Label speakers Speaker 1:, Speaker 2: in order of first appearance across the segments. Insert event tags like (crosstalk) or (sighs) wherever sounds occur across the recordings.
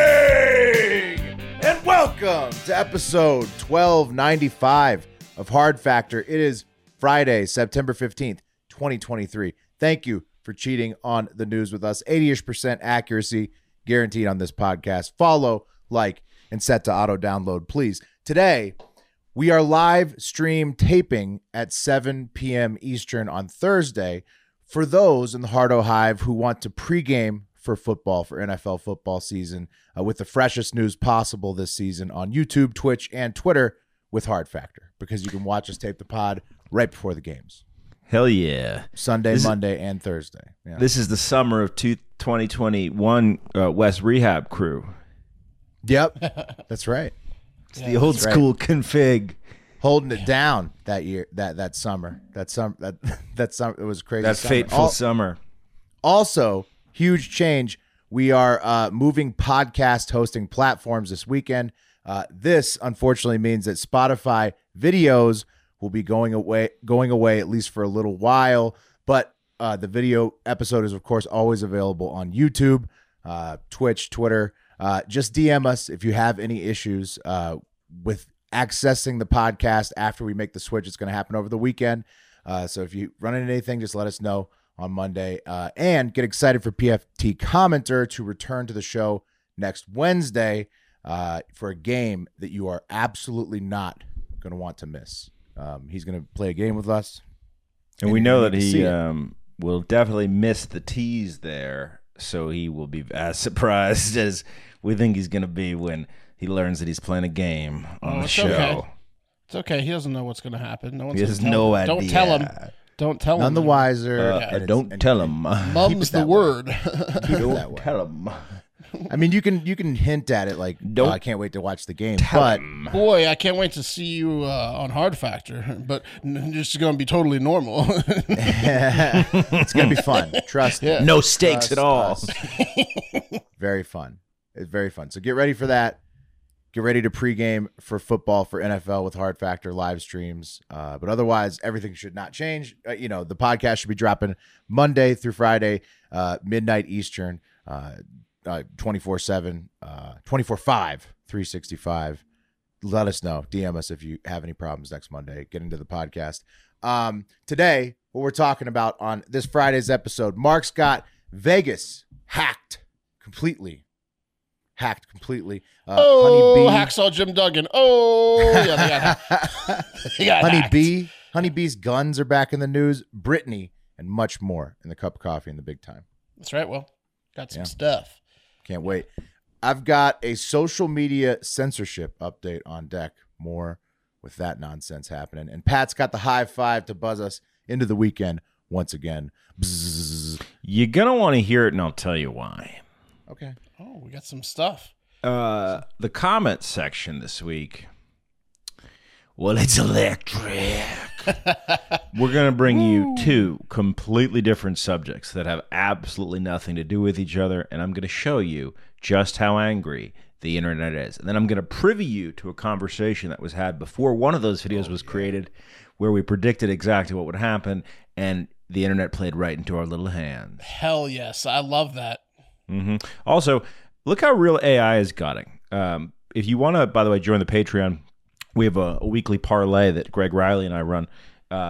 Speaker 1: morning and welcome to episode 1295 of hard factor it is friday september 15th 2023 thank you for cheating on the news with us 80ish percent accuracy guaranteed on this podcast follow like and set to auto download please today we are live stream taping at 7 p.m eastern on thursday for those in the Hard O Hive who want to pregame for football, for NFL football season, uh, with the freshest news possible this season on YouTube, Twitch, and Twitter with Hard Factor, because you can watch us tape the pod right before the games
Speaker 2: Hell yeah.
Speaker 1: Sunday,
Speaker 2: This is-
Speaker 1: Monday, and Thursday. Yeah.
Speaker 2: This is the summer of two, 2021 uh, West Rehab Crew. (laughs)
Speaker 1: yep, that's right.
Speaker 2: It's the old
Speaker 1: right.
Speaker 2: school (laughs) config.
Speaker 1: Holding it down that year, that that summer, that summer, that (laughs) that summer, it was a crazy.
Speaker 2: That
Speaker 1: summer.
Speaker 2: fateful
Speaker 1: All-
Speaker 2: summer.
Speaker 1: Also, huge change. We are uh, moving podcast hosting platforms this weekend. Uh, this unfortunately means that Spotify videos will be going away, going away at least for a little while. But uh, the video episode is, of course, always available on YouTube, uh, Twitch, Twitter. Uh, just DM us if you have any issues uh, with accessing the podcast after we make the switch. It's going to happen over the weekend. Uh, so if you run into anything, just let us know on Monday. Uh, and get excited for PFT Commenter to return to the show next Wednesday uh, for a game that you are absolutely not going to want to miss. Um, he's going to play a game with us.
Speaker 2: And we know that
Speaker 1: need to see
Speaker 2: he
Speaker 1: it.
Speaker 2: um, will definitely miss the tease there. So he will be as (laughs) surprised as we think he's going to be when he learns that he's playing a game on
Speaker 3: Oh,
Speaker 2: the
Speaker 3: it's
Speaker 2: show.
Speaker 3: okay. It's okay. He doesn't know what's going to happen. No one's
Speaker 2: He
Speaker 3: gonna
Speaker 2: has
Speaker 3: tell
Speaker 2: no
Speaker 3: him.
Speaker 2: idea.
Speaker 3: Don't tell him. Don't tell
Speaker 1: None
Speaker 3: him.
Speaker 1: the wiser.
Speaker 2: Uh,
Speaker 1: and it's-
Speaker 2: don't
Speaker 1: and- (laughs)
Speaker 2: tell him. (laughs)
Speaker 1: Keep it
Speaker 3: Mum's
Speaker 1: that
Speaker 3: the
Speaker 1: way.
Speaker 3: word. (laughs)
Speaker 1: that
Speaker 2: Don't
Speaker 1: way.
Speaker 2: tell him.
Speaker 1: I mean, you can you can hint at it like,
Speaker 2: Don't
Speaker 1: "Oh, I can't wait to watch the game.
Speaker 2: Tell
Speaker 1: but
Speaker 2: him.
Speaker 3: Boy, I can't wait to see you uh, on Hard Factor, but n- this is going to be totally
Speaker 1: (laughs)
Speaker 3: normal. (laughs)
Speaker 1: it's going to be fun.
Speaker 2: (laughs)
Speaker 1: Trust me.
Speaker 3: Yeah.
Speaker 2: No stakes
Speaker 1: Trust
Speaker 2: at all.
Speaker 1: us. (laughs) very fun. It's very fun. So get ready for that. Get ready to pregame for football for NFL with Hard Factor live streams. Uh, but otherwise, everything should not change. Uh, you know, the podcast should be dropping Monday through Friday, uh, midnight Eastern, uh, uh, 24-7, uh, 24-5, 365. Let us know. DM us if you have any problems next Monday. Get into the podcast. Um, today, what we're talking about on this Friday's episode, Mark's got Vegas hacked completely. Hacked completely. Uh,
Speaker 3: oh,
Speaker 1: Honeybee-
Speaker 3: hacksaw Jim Duggan. Oh, yeah, they
Speaker 1: (laughs)
Speaker 3: got, they got hacked.
Speaker 1: Honeybee, Honeybee's guns are back in the news. Brittany and much more in the cup of coffee in the big time.
Speaker 3: That's right. Well, got some
Speaker 1: Yeah.
Speaker 3: stuff.
Speaker 1: Can't wait. I've got a social media censorship update on deck. More with that nonsense happening. And Pat's got the high five to buzz us into the weekend once again. Bzzz.
Speaker 2: You're going to want to hear it, and I'll tell you why.
Speaker 1: Okay.
Speaker 3: Oh, we got some stuff.
Speaker 2: Uh, the comment section this week. Well, it's electric. We're going to bring you two completely different subjects that have absolutely nothing to do with each other, and I'm going to show you just how angry the internet is. And then I'm going to privy you to a conversation that was had before one of those videos was created where we predicted exactly what would happen, and the internet played right into our little hands.
Speaker 3: Hell yes. I love that.
Speaker 2: hmm Also, look how real AI is gutting. Um, if you want to, by the way, join the Patreon, we have a, a weekly parlay that Greg Riley and I run. Uh,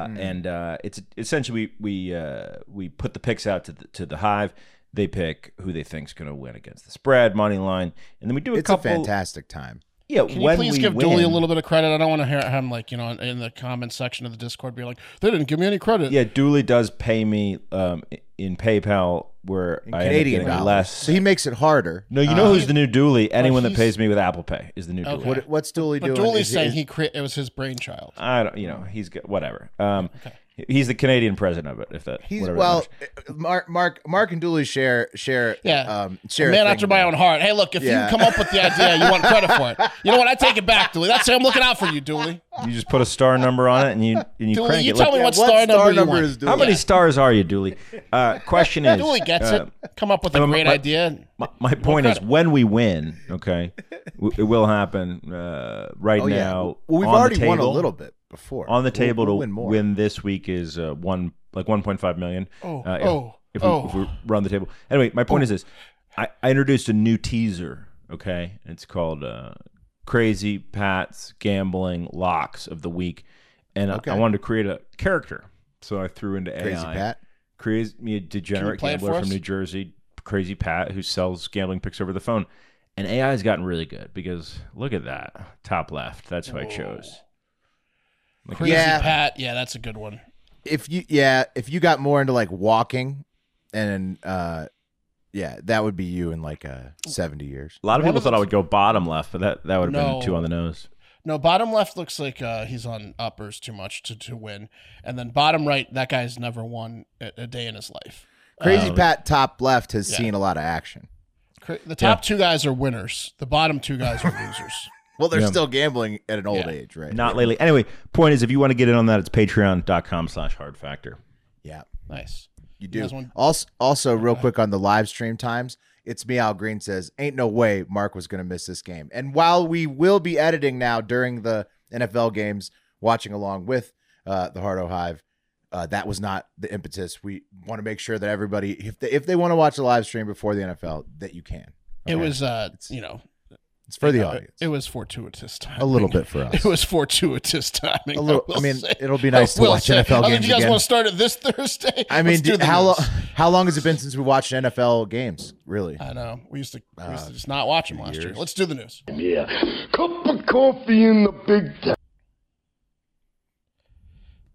Speaker 3: Mm.
Speaker 2: And uh, it's essentially we we, uh, we put the picks out to the, to the hive. They pick who they think's going to win against the spread, money line, and then we do a
Speaker 1: It's a
Speaker 2: couple.
Speaker 1: fantastic time.
Speaker 2: Yeah,
Speaker 3: Can
Speaker 2: when
Speaker 3: you please
Speaker 2: we
Speaker 3: give
Speaker 2: win,
Speaker 3: Dooley a little bit of credit? I don't want to hear him, like, you know, in the comment section of the Discord be like, they didn't give me any credit.
Speaker 2: Yeah, Dooley does pay me um, i- in PayPal where I end up
Speaker 1: Canadian
Speaker 2: getting
Speaker 1: dollars.
Speaker 2: less.
Speaker 1: So he makes it harder.
Speaker 2: no, you know who's the new dually? Anyone that
Speaker 3: he's-
Speaker 2: pays me with Apple Pay is the new dually.
Speaker 3: Okay.
Speaker 1: What, what's Dooley doing?
Speaker 3: But Dooley's
Speaker 1: Is-
Speaker 3: saying
Speaker 1: is-
Speaker 3: he crea- it was his brainchild.
Speaker 2: I don't, you know, he's got whatever. Um, he's the Canadian president of it. If that,
Speaker 1: he's
Speaker 2: whatever that
Speaker 1: well.
Speaker 2: matters.
Speaker 1: Mark, Mark, Mark, and Dooley share share.
Speaker 3: Yeah,
Speaker 1: um,
Speaker 3: A
Speaker 1: share a
Speaker 3: man
Speaker 1: thing
Speaker 3: after my
Speaker 1: about-
Speaker 3: own heart. Hey, look, if
Speaker 1: Yeah.
Speaker 3: you come up with the idea, you want credit for it. You know what? I take it back, Dooley. That's it. I'm looking out for you, Dooley.
Speaker 2: you just put
Speaker 1: (laughs)
Speaker 2: a star number on it and you and you
Speaker 3: Dooley,
Speaker 2: crank
Speaker 3: you
Speaker 2: it.
Speaker 3: tell
Speaker 2: Look,
Speaker 3: me
Speaker 1: Yeah,
Speaker 3: what star, number, you want.
Speaker 1: is Dooley?
Speaker 2: how many stars are you, Dooley? Uh,
Speaker 1: (laughs)
Speaker 2: question is,
Speaker 3: Dooley gets
Speaker 2: uh,
Speaker 3: it. Come up with a
Speaker 2: I'm-
Speaker 3: great
Speaker 2: my-
Speaker 3: idea.
Speaker 2: My, my point is, when we win, okay, w- it will happen uh, right
Speaker 1: Oh, yeah.
Speaker 2: now.
Speaker 1: Well, we've
Speaker 2: on the
Speaker 1: already won a
Speaker 2: table.
Speaker 1: little bit before.
Speaker 2: on the
Speaker 1: We'll-
Speaker 2: table
Speaker 1: we'll
Speaker 2: to
Speaker 1: win
Speaker 2: win,
Speaker 1: more.
Speaker 2: this week is uh, one like 1.5 million.
Speaker 3: Oh,
Speaker 2: uh, if,
Speaker 3: oh,
Speaker 2: if we,
Speaker 3: oh.
Speaker 2: if we run the table. Anyway, my point is this: I, I introduced a new teaser. Okay, it's called uh, "Crazy Pat's Gambling Locks of the Week," and I-
Speaker 1: Okay.
Speaker 2: I, wanted to create a character, so I threw into AI.
Speaker 1: Crazy Pat.
Speaker 2: Crazy, me a degenerate
Speaker 3: play it
Speaker 2: gambler
Speaker 3: for
Speaker 2: from
Speaker 3: us?
Speaker 2: New Jersey, Crazy Pat, who sells gambling picks over the phone. And AI has gotten really good because look at that top left. That's who I
Speaker 3: Oh.
Speaker 2: chose.
Speaker 3: Crazy
Speaker 1: Yeah.
Speaker 3: Pat. Yeah, that's a good one.
Speaker 1: If you yeah, if you got more into like walking, and uh, yeah, that would be you in like uh seventy years.
Speaker 2: A lot of
Speaker 3: One
Speaker 2: people
Speaker 3: of
Speaker 2: thought I
Speaker 3: them's-
Speaker 2: would go bottom left, but that, that would have
Speaker 3: No.
Speaker 2: been two on the nose.
Speaker 3: No, bottom left looks like uh, he's on uppers too much to, to win. And then bottom right, that guy's never won a, a day in his life.
Speaker 1: Crazy
Speaker 2: Um,
Speaker 1: Pat top left has
Speaker 3: yeah.
Speaker 1: seen a lot of action.
Speaker 3: Cra- The top two guys are winners. The bottom two guys are losers.
Speaker 1: Well, they're
Speaker 2: Yeah.
Speaker 1: still gambling at an old
Speaker 3: Yeah.
Speaker 1: age, right?
Speaker 2: Not lately. Anyway, point is if you want to get in on that, it's patreon.com slash hard factor.
Speaker 1: Yeah,
Speaker 3: Nice.
Speaker 1: you
Speaker 3: You
Speaker 1: do.
Speaker 3: guys want-
Speaker 1: also, also, real quick on the live stream times, it's Meow Green says, "Ain't no way Mark was going to miss this game." And while we will be editing now during the NFL games, watching along with uh, the Hardo Hive, uh, that was not the impetus. We want to make sure that everybody, if they if they want to watch a live stream before the NFL, that you can. Okay?
Speaker 3: It was, uh, you know,
Speaker 1: it's for the
Speaker 3: uh,
Speaker 1: audience,
Speaker 3: It was fortuitous timing.
Speaker 1: a little bit for us.
Speaker 3: (laughs) It was fortuitous timing.
Speaker 1: a little.
Speaker 3: will
Speaker 1: I mean,
Speaker 3: say.
Speaker 1: it'll be nice to
Speaker 3: will
Speaker 1: watch
Speaker 3: say.
Speaker 1: NFL
Speaker 3: I mean,
Speaker 1: games
Speaker 3: You guys
Speaker 1: again.
Speaker 3: want to start it this (laughs) Thursday?
Speaker 1: I mean,
Speaker 3: Let's do
Speaker 1: do,
Speaker 3: the
Speaker 1: how long?
Speaker 3: news.
Speaker 1: How long has it been since we watched NFL games? Really?
Speaker 3: I know. We used to, we used
Speaker 1: Uh,
Speaker 3: to just not watch them last year. Let's do the news.
Speaker 4: Yeah. Cup of coffee in the big town.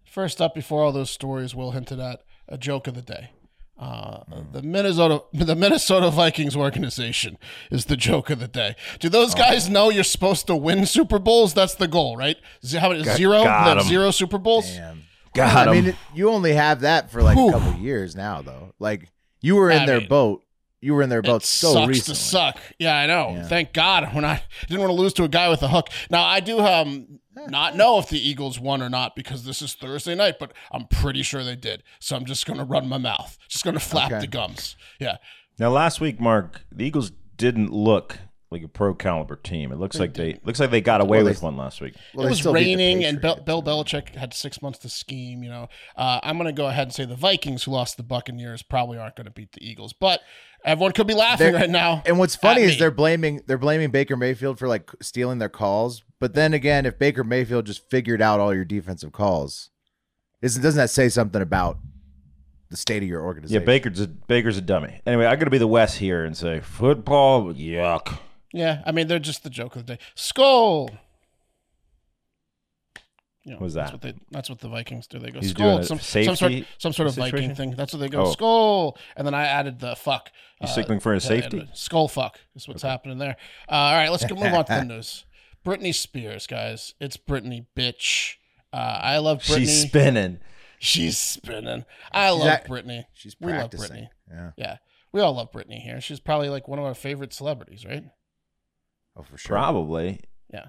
Speaker 3: First up, before all those stories, Will hinted at a joke of the day. Uh,
Speaker 1: Hmm.
Speaker 3: the Minnesota the Minnesota Vikings organization is the joke of the day. Do those
Speaker 1: Oh.
Speaker 3: guys know you're supposed to win Super Bowls? That's the goal, right? Z- How many zero?
Speaker 2: got
Speaker 3: They have
Speaker 2: 'em.
Speaker 3: zero Super Bowls.
Speaker 1: Damn.
Speaker 2: Got
Speaker 1: I mean,
Speaker 2: 'em.
Speaker 1: it- you only have that for like
Speaker 3: Whew.
Speaker 1: a couple years now, though. Like you were in
Speaker 3: I
Speaker 1: their
Speaker 3: mean,
Speaker 1: boat. You were in their boat
Speaker 3: it
Speaker 1: so
Speaker 3: sucks
Speaker 1: recently.
Speaker 3: to suck. Yeah, I know. Thank God when I (laughs) didn't want to lose to a guy with a hook. Now I do um
Speaker 1: (laughs)
Speaker 3: not know if the Eagles won or not because this is Thursday night, but I'm pretty sure they did. So I'm just gonna run my mouth, just gonna flap
Speaker 1: Okay.
Speaker 3: the gums. Yeah,
Speaker 2: Now last week, Mark, the Eagles didn't look like a pro caliber team. It looks like they looks like they got away with one last week.
Speaker 1: Well,
Speaker 3: it
Speaker 1: they
Speaker 3: was
Speaker 1: still beat the
Speaker 3: raining, and Bill,
Speaker 1: Patriots.
Speaker 3: Bill Belichick had six months to scheme. You know, uh, I'm gonna go ahead and say the Vikings, who lost the Buccaneers, probably aren't gonna beat the Eagles, but everyone could be laughing
Speaker 1: They're-
Speaker 3: right now.
Speaker 1: And what's funny
Speaker 3: at
Speaker 1: is
Speaker 3: me.
Speaker 1: they're blaming they're blaming Baker Mayfield for like stealing their calls. But then again, if Baker Mayfield just figured out all your defensive calls, isn't doesn't that say something about the state of your
Speaker 2: Yeah,
Speaker 1: organization?
Speaker 2: Baker's a, Baker's a dummy. Anyway, I'm gonna be the West here and say football. Yuck.
Speaker 3: yeah, I mean they're just the joke of the day. Skull. You know,
Speaker 2: What was
Speaker 3: that's
Speaker 2: that?
Speaker 3: what they that's what the Vikings do. They go
Speaker 2: He's
Speaker 3: skull.
Speaker 2: doing a
Speaker 3: Some, some sort
Speaker 2: safety
Speaker 3: some sort of Viking
Speaker 2: situation?
Speaker 3: thing. That's what they go
Speaker 2: Oh.
Speaker 3: skull. And then I added the fuck.
Speaker 2: You signaling for a
Speaker 3: the- and
Speaker 2: safety?
Speaker 3: the Skull fuck is what's happening there. Uh, all right, let's go- move on
Speaker 2: (laughs)
Speaker 3: to the news. Britney Spears, guys. It's Britney, bitch. Uh, I love Britney.
Speaker 2: She's spinning.
Speaker 3: She's spinning. I love
Speaker 1: act-
Speaker 3: Britney.
Speaker 1: she's
Speaker 3: We love
Speaker 1: practicing.
Speaker 3: Britney.
Speaker 1: Yeah.
Speaker 3: Yeah. We all love Britney here. She's probably like one of our favorite celebrities, right?
Speaker 1: Oh, for sure.
Speaker 2: Probably.
Speaker 3: Yeah.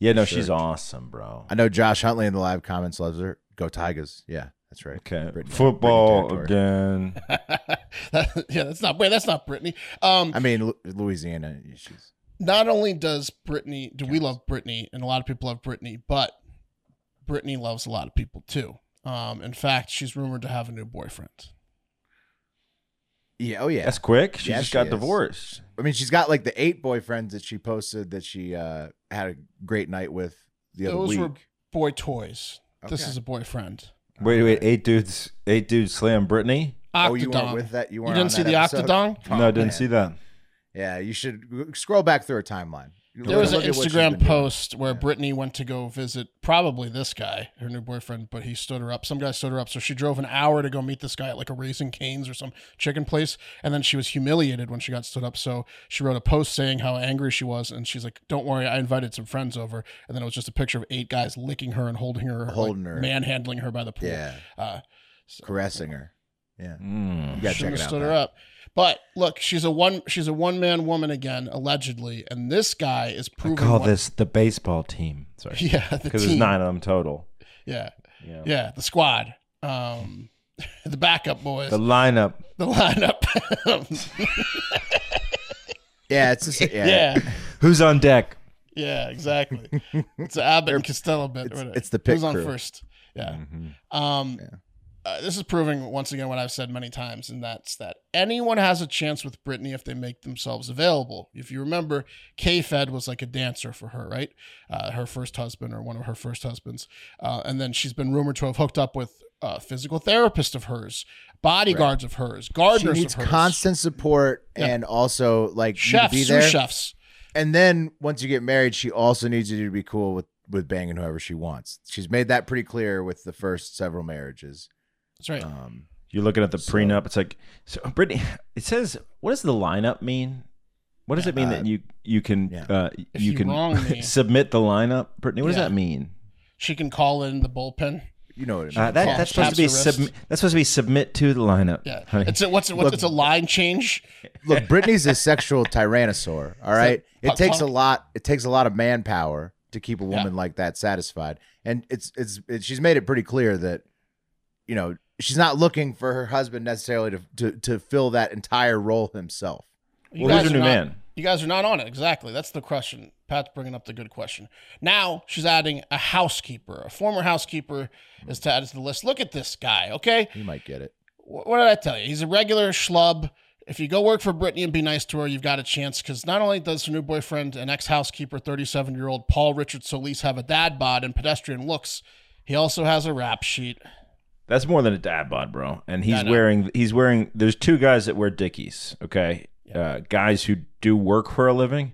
Speaker 2: Yeah. No,
Speaker 1: Sure.
Speaker 2: she's awesome, bro.
Speaker 1: I know Josh Huntley in the live comments loves her. Go Tigers. Yeah, that's right.
Speaker 2: Okay.
Speaker 1: Brittany- Brittany
Speaker 2: Football
Speaker 1: territory.
Speaker 2: again.
Speaker 1: (laughs)
Speaker 3: That- (laughs) yeah, that's not wait, that's not Britney. (laughs) Um
Speaker 1: I mean, Lu- Louisiana. She's
Speaker 3: not only does Britney do we love Britney and a lot of people love Britney, but Britney loves a lot of people too. Um, in fact, she's rumored to have a new boyfriend.
Speaker 1: yeah. Oh yeah.
Speaker 2: That's quick. She
Speaker 1: Yeah,
Speaker 2: just
Speaker 1: she
Speaker 2: got
Speaker 1: is.
Speaker 2: divorced.
Speaker 1: I mean, she's got like the eight boyfriends that she posted that she uh, had a great night with the other
Speaker 3: Those
Speaker 1: week.
Speaker 3: were boy toys. This
Speaker 1: Okay.
Speaker 3: is a boyfriend.
Speaker 2: Wait, wait, eight dudes, eight dudes slam Britney.
Speaker 1: oh, you weren't
Speaker 3: Octodong.
Speaker 1: with that. You
Speaker 3: You
Speaker 1: weren't.
Speaker 3: didn't
Speaker 1: on
Speaker 3: see
Speaker 1: that
Speaker 3: the
Speaker 1: episode?
Speaker 3: Octodong?
Speaker 2: no, I didn't see that.
Speaker 1: Yeah, you should g- scroll back through her timeline. You
Speaker 3: There
Speaker 1: look-
Speaker 3: was an
Speaker 1: look at what she's
Speaker 3: Instagram
Speaker 1: been doing.
Speaker 3: post where Brittany went to go visit probably this guy, her new boyfriend, but he stood her up. Some guy stood her up. So she drove an hour to go meet this guy at like a Raising Canes or some chicken place. And then she was humiliated when she got stood up. So she wrote a post saying how angry she was. And she's like, Don't worry, I invited some friends over. And then it was just a picture of eight guys licking her and holding her, like,
Speaker 1: Holding her.
Speaker 3: manhandling her by the pool.
Speaker 1: Yeah.
Speaker 3: Uh,
Speaker 1: caressing her. Yeah,
Speaker 2: Mm.
Speaker 1: you gotta check
Speaker 3: shouldn't
Speaker 1: it
Speaker 3: have
Speaker 1: out.
Speaker 3: stood
Speaker 1: pal.
Speaker 3: her up. But look, she's a one she's a one man woman again, allegedly, and this guy is
Speaker 2: I
Speaker 3: proving
Speaker 2: call
Speaker 3: what-
Speaker 2: this the baseball team. (laughs) Sorry.
Speaker 3: (laughs) yeah
Speaker 1: (laughs)
Speaker 3: the
Speaker 2: Because
Speaker 3: team.
Speaker 2: there's nine of them total.
Speaker 3: yeah
Speaker 2: Yeah.
Speaker 3: yeah the squad um (laughs) the backup boys
Speaker 2: The
Speaker 3: the,
Speaker 2: lineup.
Speaker 3: lineup (laughs)
Speaker 1: Yeah, it's just, yeah.
Speaker 3: yeah
Speaker 2: Who's on deck?
Speaker 3: yeah exactly it's an Abbott and Costello bit
Speaker 1: it's-
Speaker 3: whatever.
Speaker 1: it's the pit
Speaker 3: who's on
Speaker 1: crew.
Speaker 3: first yeah
Speaker 2: Mhm.
Speaker 3: Um, uh, this is proving once again what I've said many times, and that's that anyone has a chance with Britney if they make themselves available. If you remember, K Fed was like a dancer for her, right? Uh, her first husband or one of her first husbands. Uh, and then she's been rumored to have hooked up with uh, physical therapist of hers, bodyguards of hers,
Speaker 1: She
Speaker 3: gardeners
Speaker 1: needs
Speaker 3: of hers,
Speaker 1: constant support and also like you to
Speaker 3: chefs,
Speaker 1: be
Speaker 3: sous
Speaker 1: there.
Speaker 3: chefs.
Speaker 1: And then once you get married, she also needs you to be cool with with banging whoever she wants. She's made that pretty clear with the first several marriages.
Speaker 3: That's right.
Speaker 1: Um,
Speaker 2: You're looking at the prenup. It's like, so uh, Brittany, (sighs) it says, what does the lineup mean? What does it mean that you you can
Speaker 1: yeah.
Speaker 2: uh,
Speaker 3: If
Speaker 2: you
Speaker 3: you
Speaker 2: can (laughs)
Speaker 3: wrong me.
Speaker 2: submit the lineup, Brittany? What
Speaker 3: Yeah.
Speaker 2: does that mean?
Speaker 3: she can call in the bullpen.
Speaker 1: you know what I mean.
Speaker 2: Uh, that,
Speaker 3: call
Speaker 2: that's
Speaker 3: it
Speaker 2: supposed to be
Speaker 3: taps the
Speaker 2: submit.
Speaker 3: wrist.
Speaker 2: That's supposed to be submit to the lineup.
Speaker 3: Yeah,
Speaker 2: honey.
Speaker 3: it's a what's, it- what's it's a line change.
Speaker 1: Look, Britney's a sexual
Speaker 2: (laughs)
Speaker 1: tyrannosaur. All right, it
Speaker 3: punk
Speaker 1: takes a
Speaker 3: punk.
Speaker 1: lot. It takes a lot of manpower to keep a woman like that satisfied, and it's it's it, she's made it pretty clear that you know she's not looking for her husband necessarily to to, to fill that entire role himself.
Speaker 3: You
Speaker 2: Well, who's
Speaker 3: guys
Speaker 2: her
Speaker 3: are
Speaker 2: new
Speaker 3: not-
Speaker 2: man?
Speaker 3: You guys are not on it. Exactly. That's the question. Pat's bringing up the good question. Now she's adding a housekeeper. A former housekeeper is to add to the list. Look at this guy, okay?
Speaker 1: You might get it.
Speaker 3: Wh- What did I tell you? He's a regular schlub. If you go work for Brittany and be nice to her, you've got a chance because not only does her new boyfriend and ex housekeeper, 37 year old Paul Richard Solis, have a dad bod and pedestrian looks, he also has a rap sheet.
Speaker 2: That's more than a dad bod, bro. And he's
Speaker 3: I know.
Speaker 2: wearing he's wearing there's two guys that wear dickies, okay? Uh, guys who do work for a living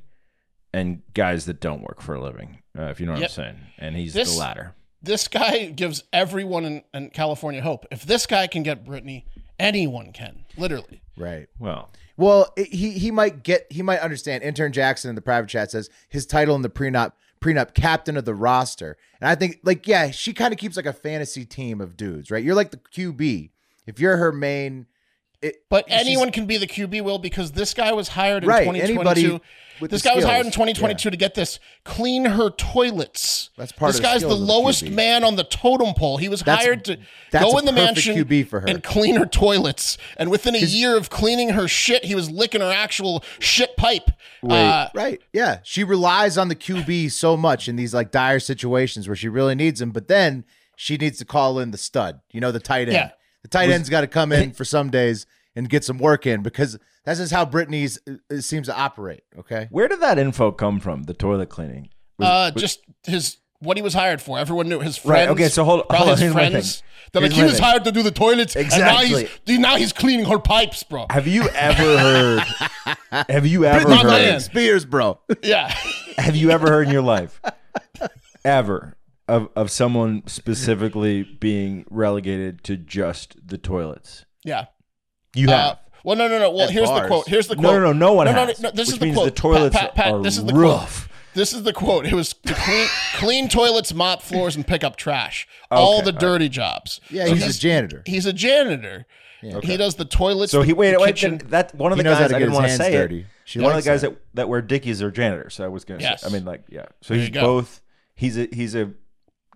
Speaker 2: and guys that don't work for a living. Uh, if you know what
Speaker 3: Yep.
Speaker 2: I'm saying. And he's
Speaker 3: This-
Speaker 2: the latter.
Speaker 3: this guy gives everyone in, in California hope. If this guy can get Britney, anyone can, literally.
Speaker 1: Right.
Speaker 2: Well,
Speaker 1: Well, it- he he might get he might understand. Intern Jackson in the private chat says his title in the prenup prenup captain of the roster, and I think like yeah, she kind of keeps like a fantasy team of dudes, right? You're like the QB if you're her main. It,
Speaker 3: But
Speaker 1: she's-
Speaker 3: anyone can be the QB will because this guy was hired in
Speaker 1: Right,
Speaker 3: 2022.
Speaker 1: anybody with
Speaker 3: This
Speaker 1: the
Speaker 3: guy was hired in
Speaker 1: skills,
Speaker 3: 2022 to get this clean her toilets.
Speaker 1: That's part
Speaker 3: This
Speaker 1: of the
Speaker 3: guy's the,
Speaker 1: skills of the
Speaker 3: lowest
Speaker 1: QB.
Speaker 3: man on the totem pole. He was
Speaker 1: That's-
Speaker 3: hired to
Speaker 1: that's
Speaker 3: go
Speaker 1: a
Speaker 3: in the
Speaker 1: perfect
Speaker 3: mansion
Speaker 1: QB for her.
Speaker 3: and clean her toilets. And within a year of cleaning her shit, he was licking her actual shit pipe. Uh,
Speaker 1: Right. Yeah. She relies on the QB so much in these like dire situations where she really needs him, but then she needs to call in the stud, you know, the tight end.
Speaker 3: Yeah.
Speaker 1: The tight end's got to come in for some days and get some work in because that's just how Brittany's uh, seems to operate. Okay.
Speaker 2: where did that info come from? The toilet cleaning.
Speaker 3: Uh, just his what he was hired for. Everyone knew his
Speaker 2: Right,
Speaker 3: friends.
Speaker 2: okay, so hold-
Speaker 3: brought
Speaker 2: hold on,
Speaker 3: his
Speaker 2: here's my
Speaker 3: friends.
Speaker 2: thing.
Speaker 3: They're like
Speaker 2: Here's
Speaker 3: he
Speaker 2: my
Speaker 3: was
Speaker 2: thing.
Speaker 3: hired to do the toilets, and now
Speaker 2: Exactly.
Speaker 3: he's now he's cleaning her pipes, bro.
Speaker 2: Have you ever heard
Speaker 3: (laughs)
Speaker 2: Have you ever
Speaker 3: Brittany
Speaker 2: heard
Speaker 3: Man.
Speaker 1: Spears, bro.
Speaker 3: yeah, (laughs)
Speaker 2: Have you ever heard in your life ever of of someone specifically being relegated to just the toilets?
Speaker 3: yeah.
Speaker 2: You have.
Speaker 3: Uh, well, no, no, no. Well,
Speaker 1: At
Speaker 3: here's the
Speaker 1: bars.
Speaker 3: quote. Here's the
Speaker 2: No,
Speaker 3: quote.
Speaker 2: no, no, no one
Speaker 3: No, no,
Speaker 2: has.
Speaker 3: no, this
Speaker 2: which
Speaker 3: is the
Speaker 2: means
Speaker 3: quote.
Speaker 2: the toilets
Speaker 3: Pat, Pat, Pat,
Speaker 2: are
Speaker 3: this is the quote.
Speaker 2: rough.
Speaker 3: This is the quote. It was to clean, clean toilets, mop floors, and pick up trash. all
Speaker 2: Okay,
Speaker 3: the
Speaker 2: all right.
Speaker 3: dirty jobs.
Speaker 1: Yeah,
Speaker 3: So
Speaker 1: he's, a janitor.
Speaker 3: He's a janitor. He does the toilets.
Speaker 2: So he
Speaker 3: the-
Speaker 2: wait,
Speaker 3: the
Speaker 2: wait.
Speaker 3: kitchen.
Speaker 2: then That one of
Speaker 1: He
Speaker 2: the
Speaker 1: knows how
Speaker 2: guys
Speaker 1: to
Speaker 2: I
Speaker 1: get
Speaker 2: didn't
Speaker 1: his
Speaker 2: want to
Speaker 1: hands
Speaker 2: say
Speaker 1: dirty.
Speaker 2: it.
Speaker 1: She
Speaker 2: one of
Speaker 1: likes
Speaker 2: the guys
Speaker 1: that.
Speaker 2: that. that wear dickies are janitors. So I was gonna.
Speaker 3: Yes.
Speaker 2: Say, I mean, like, yeah. So
Speaker 3: you
Speaker 2: he's
Speaker 3: go.
Speaker 2: both. He's a he's a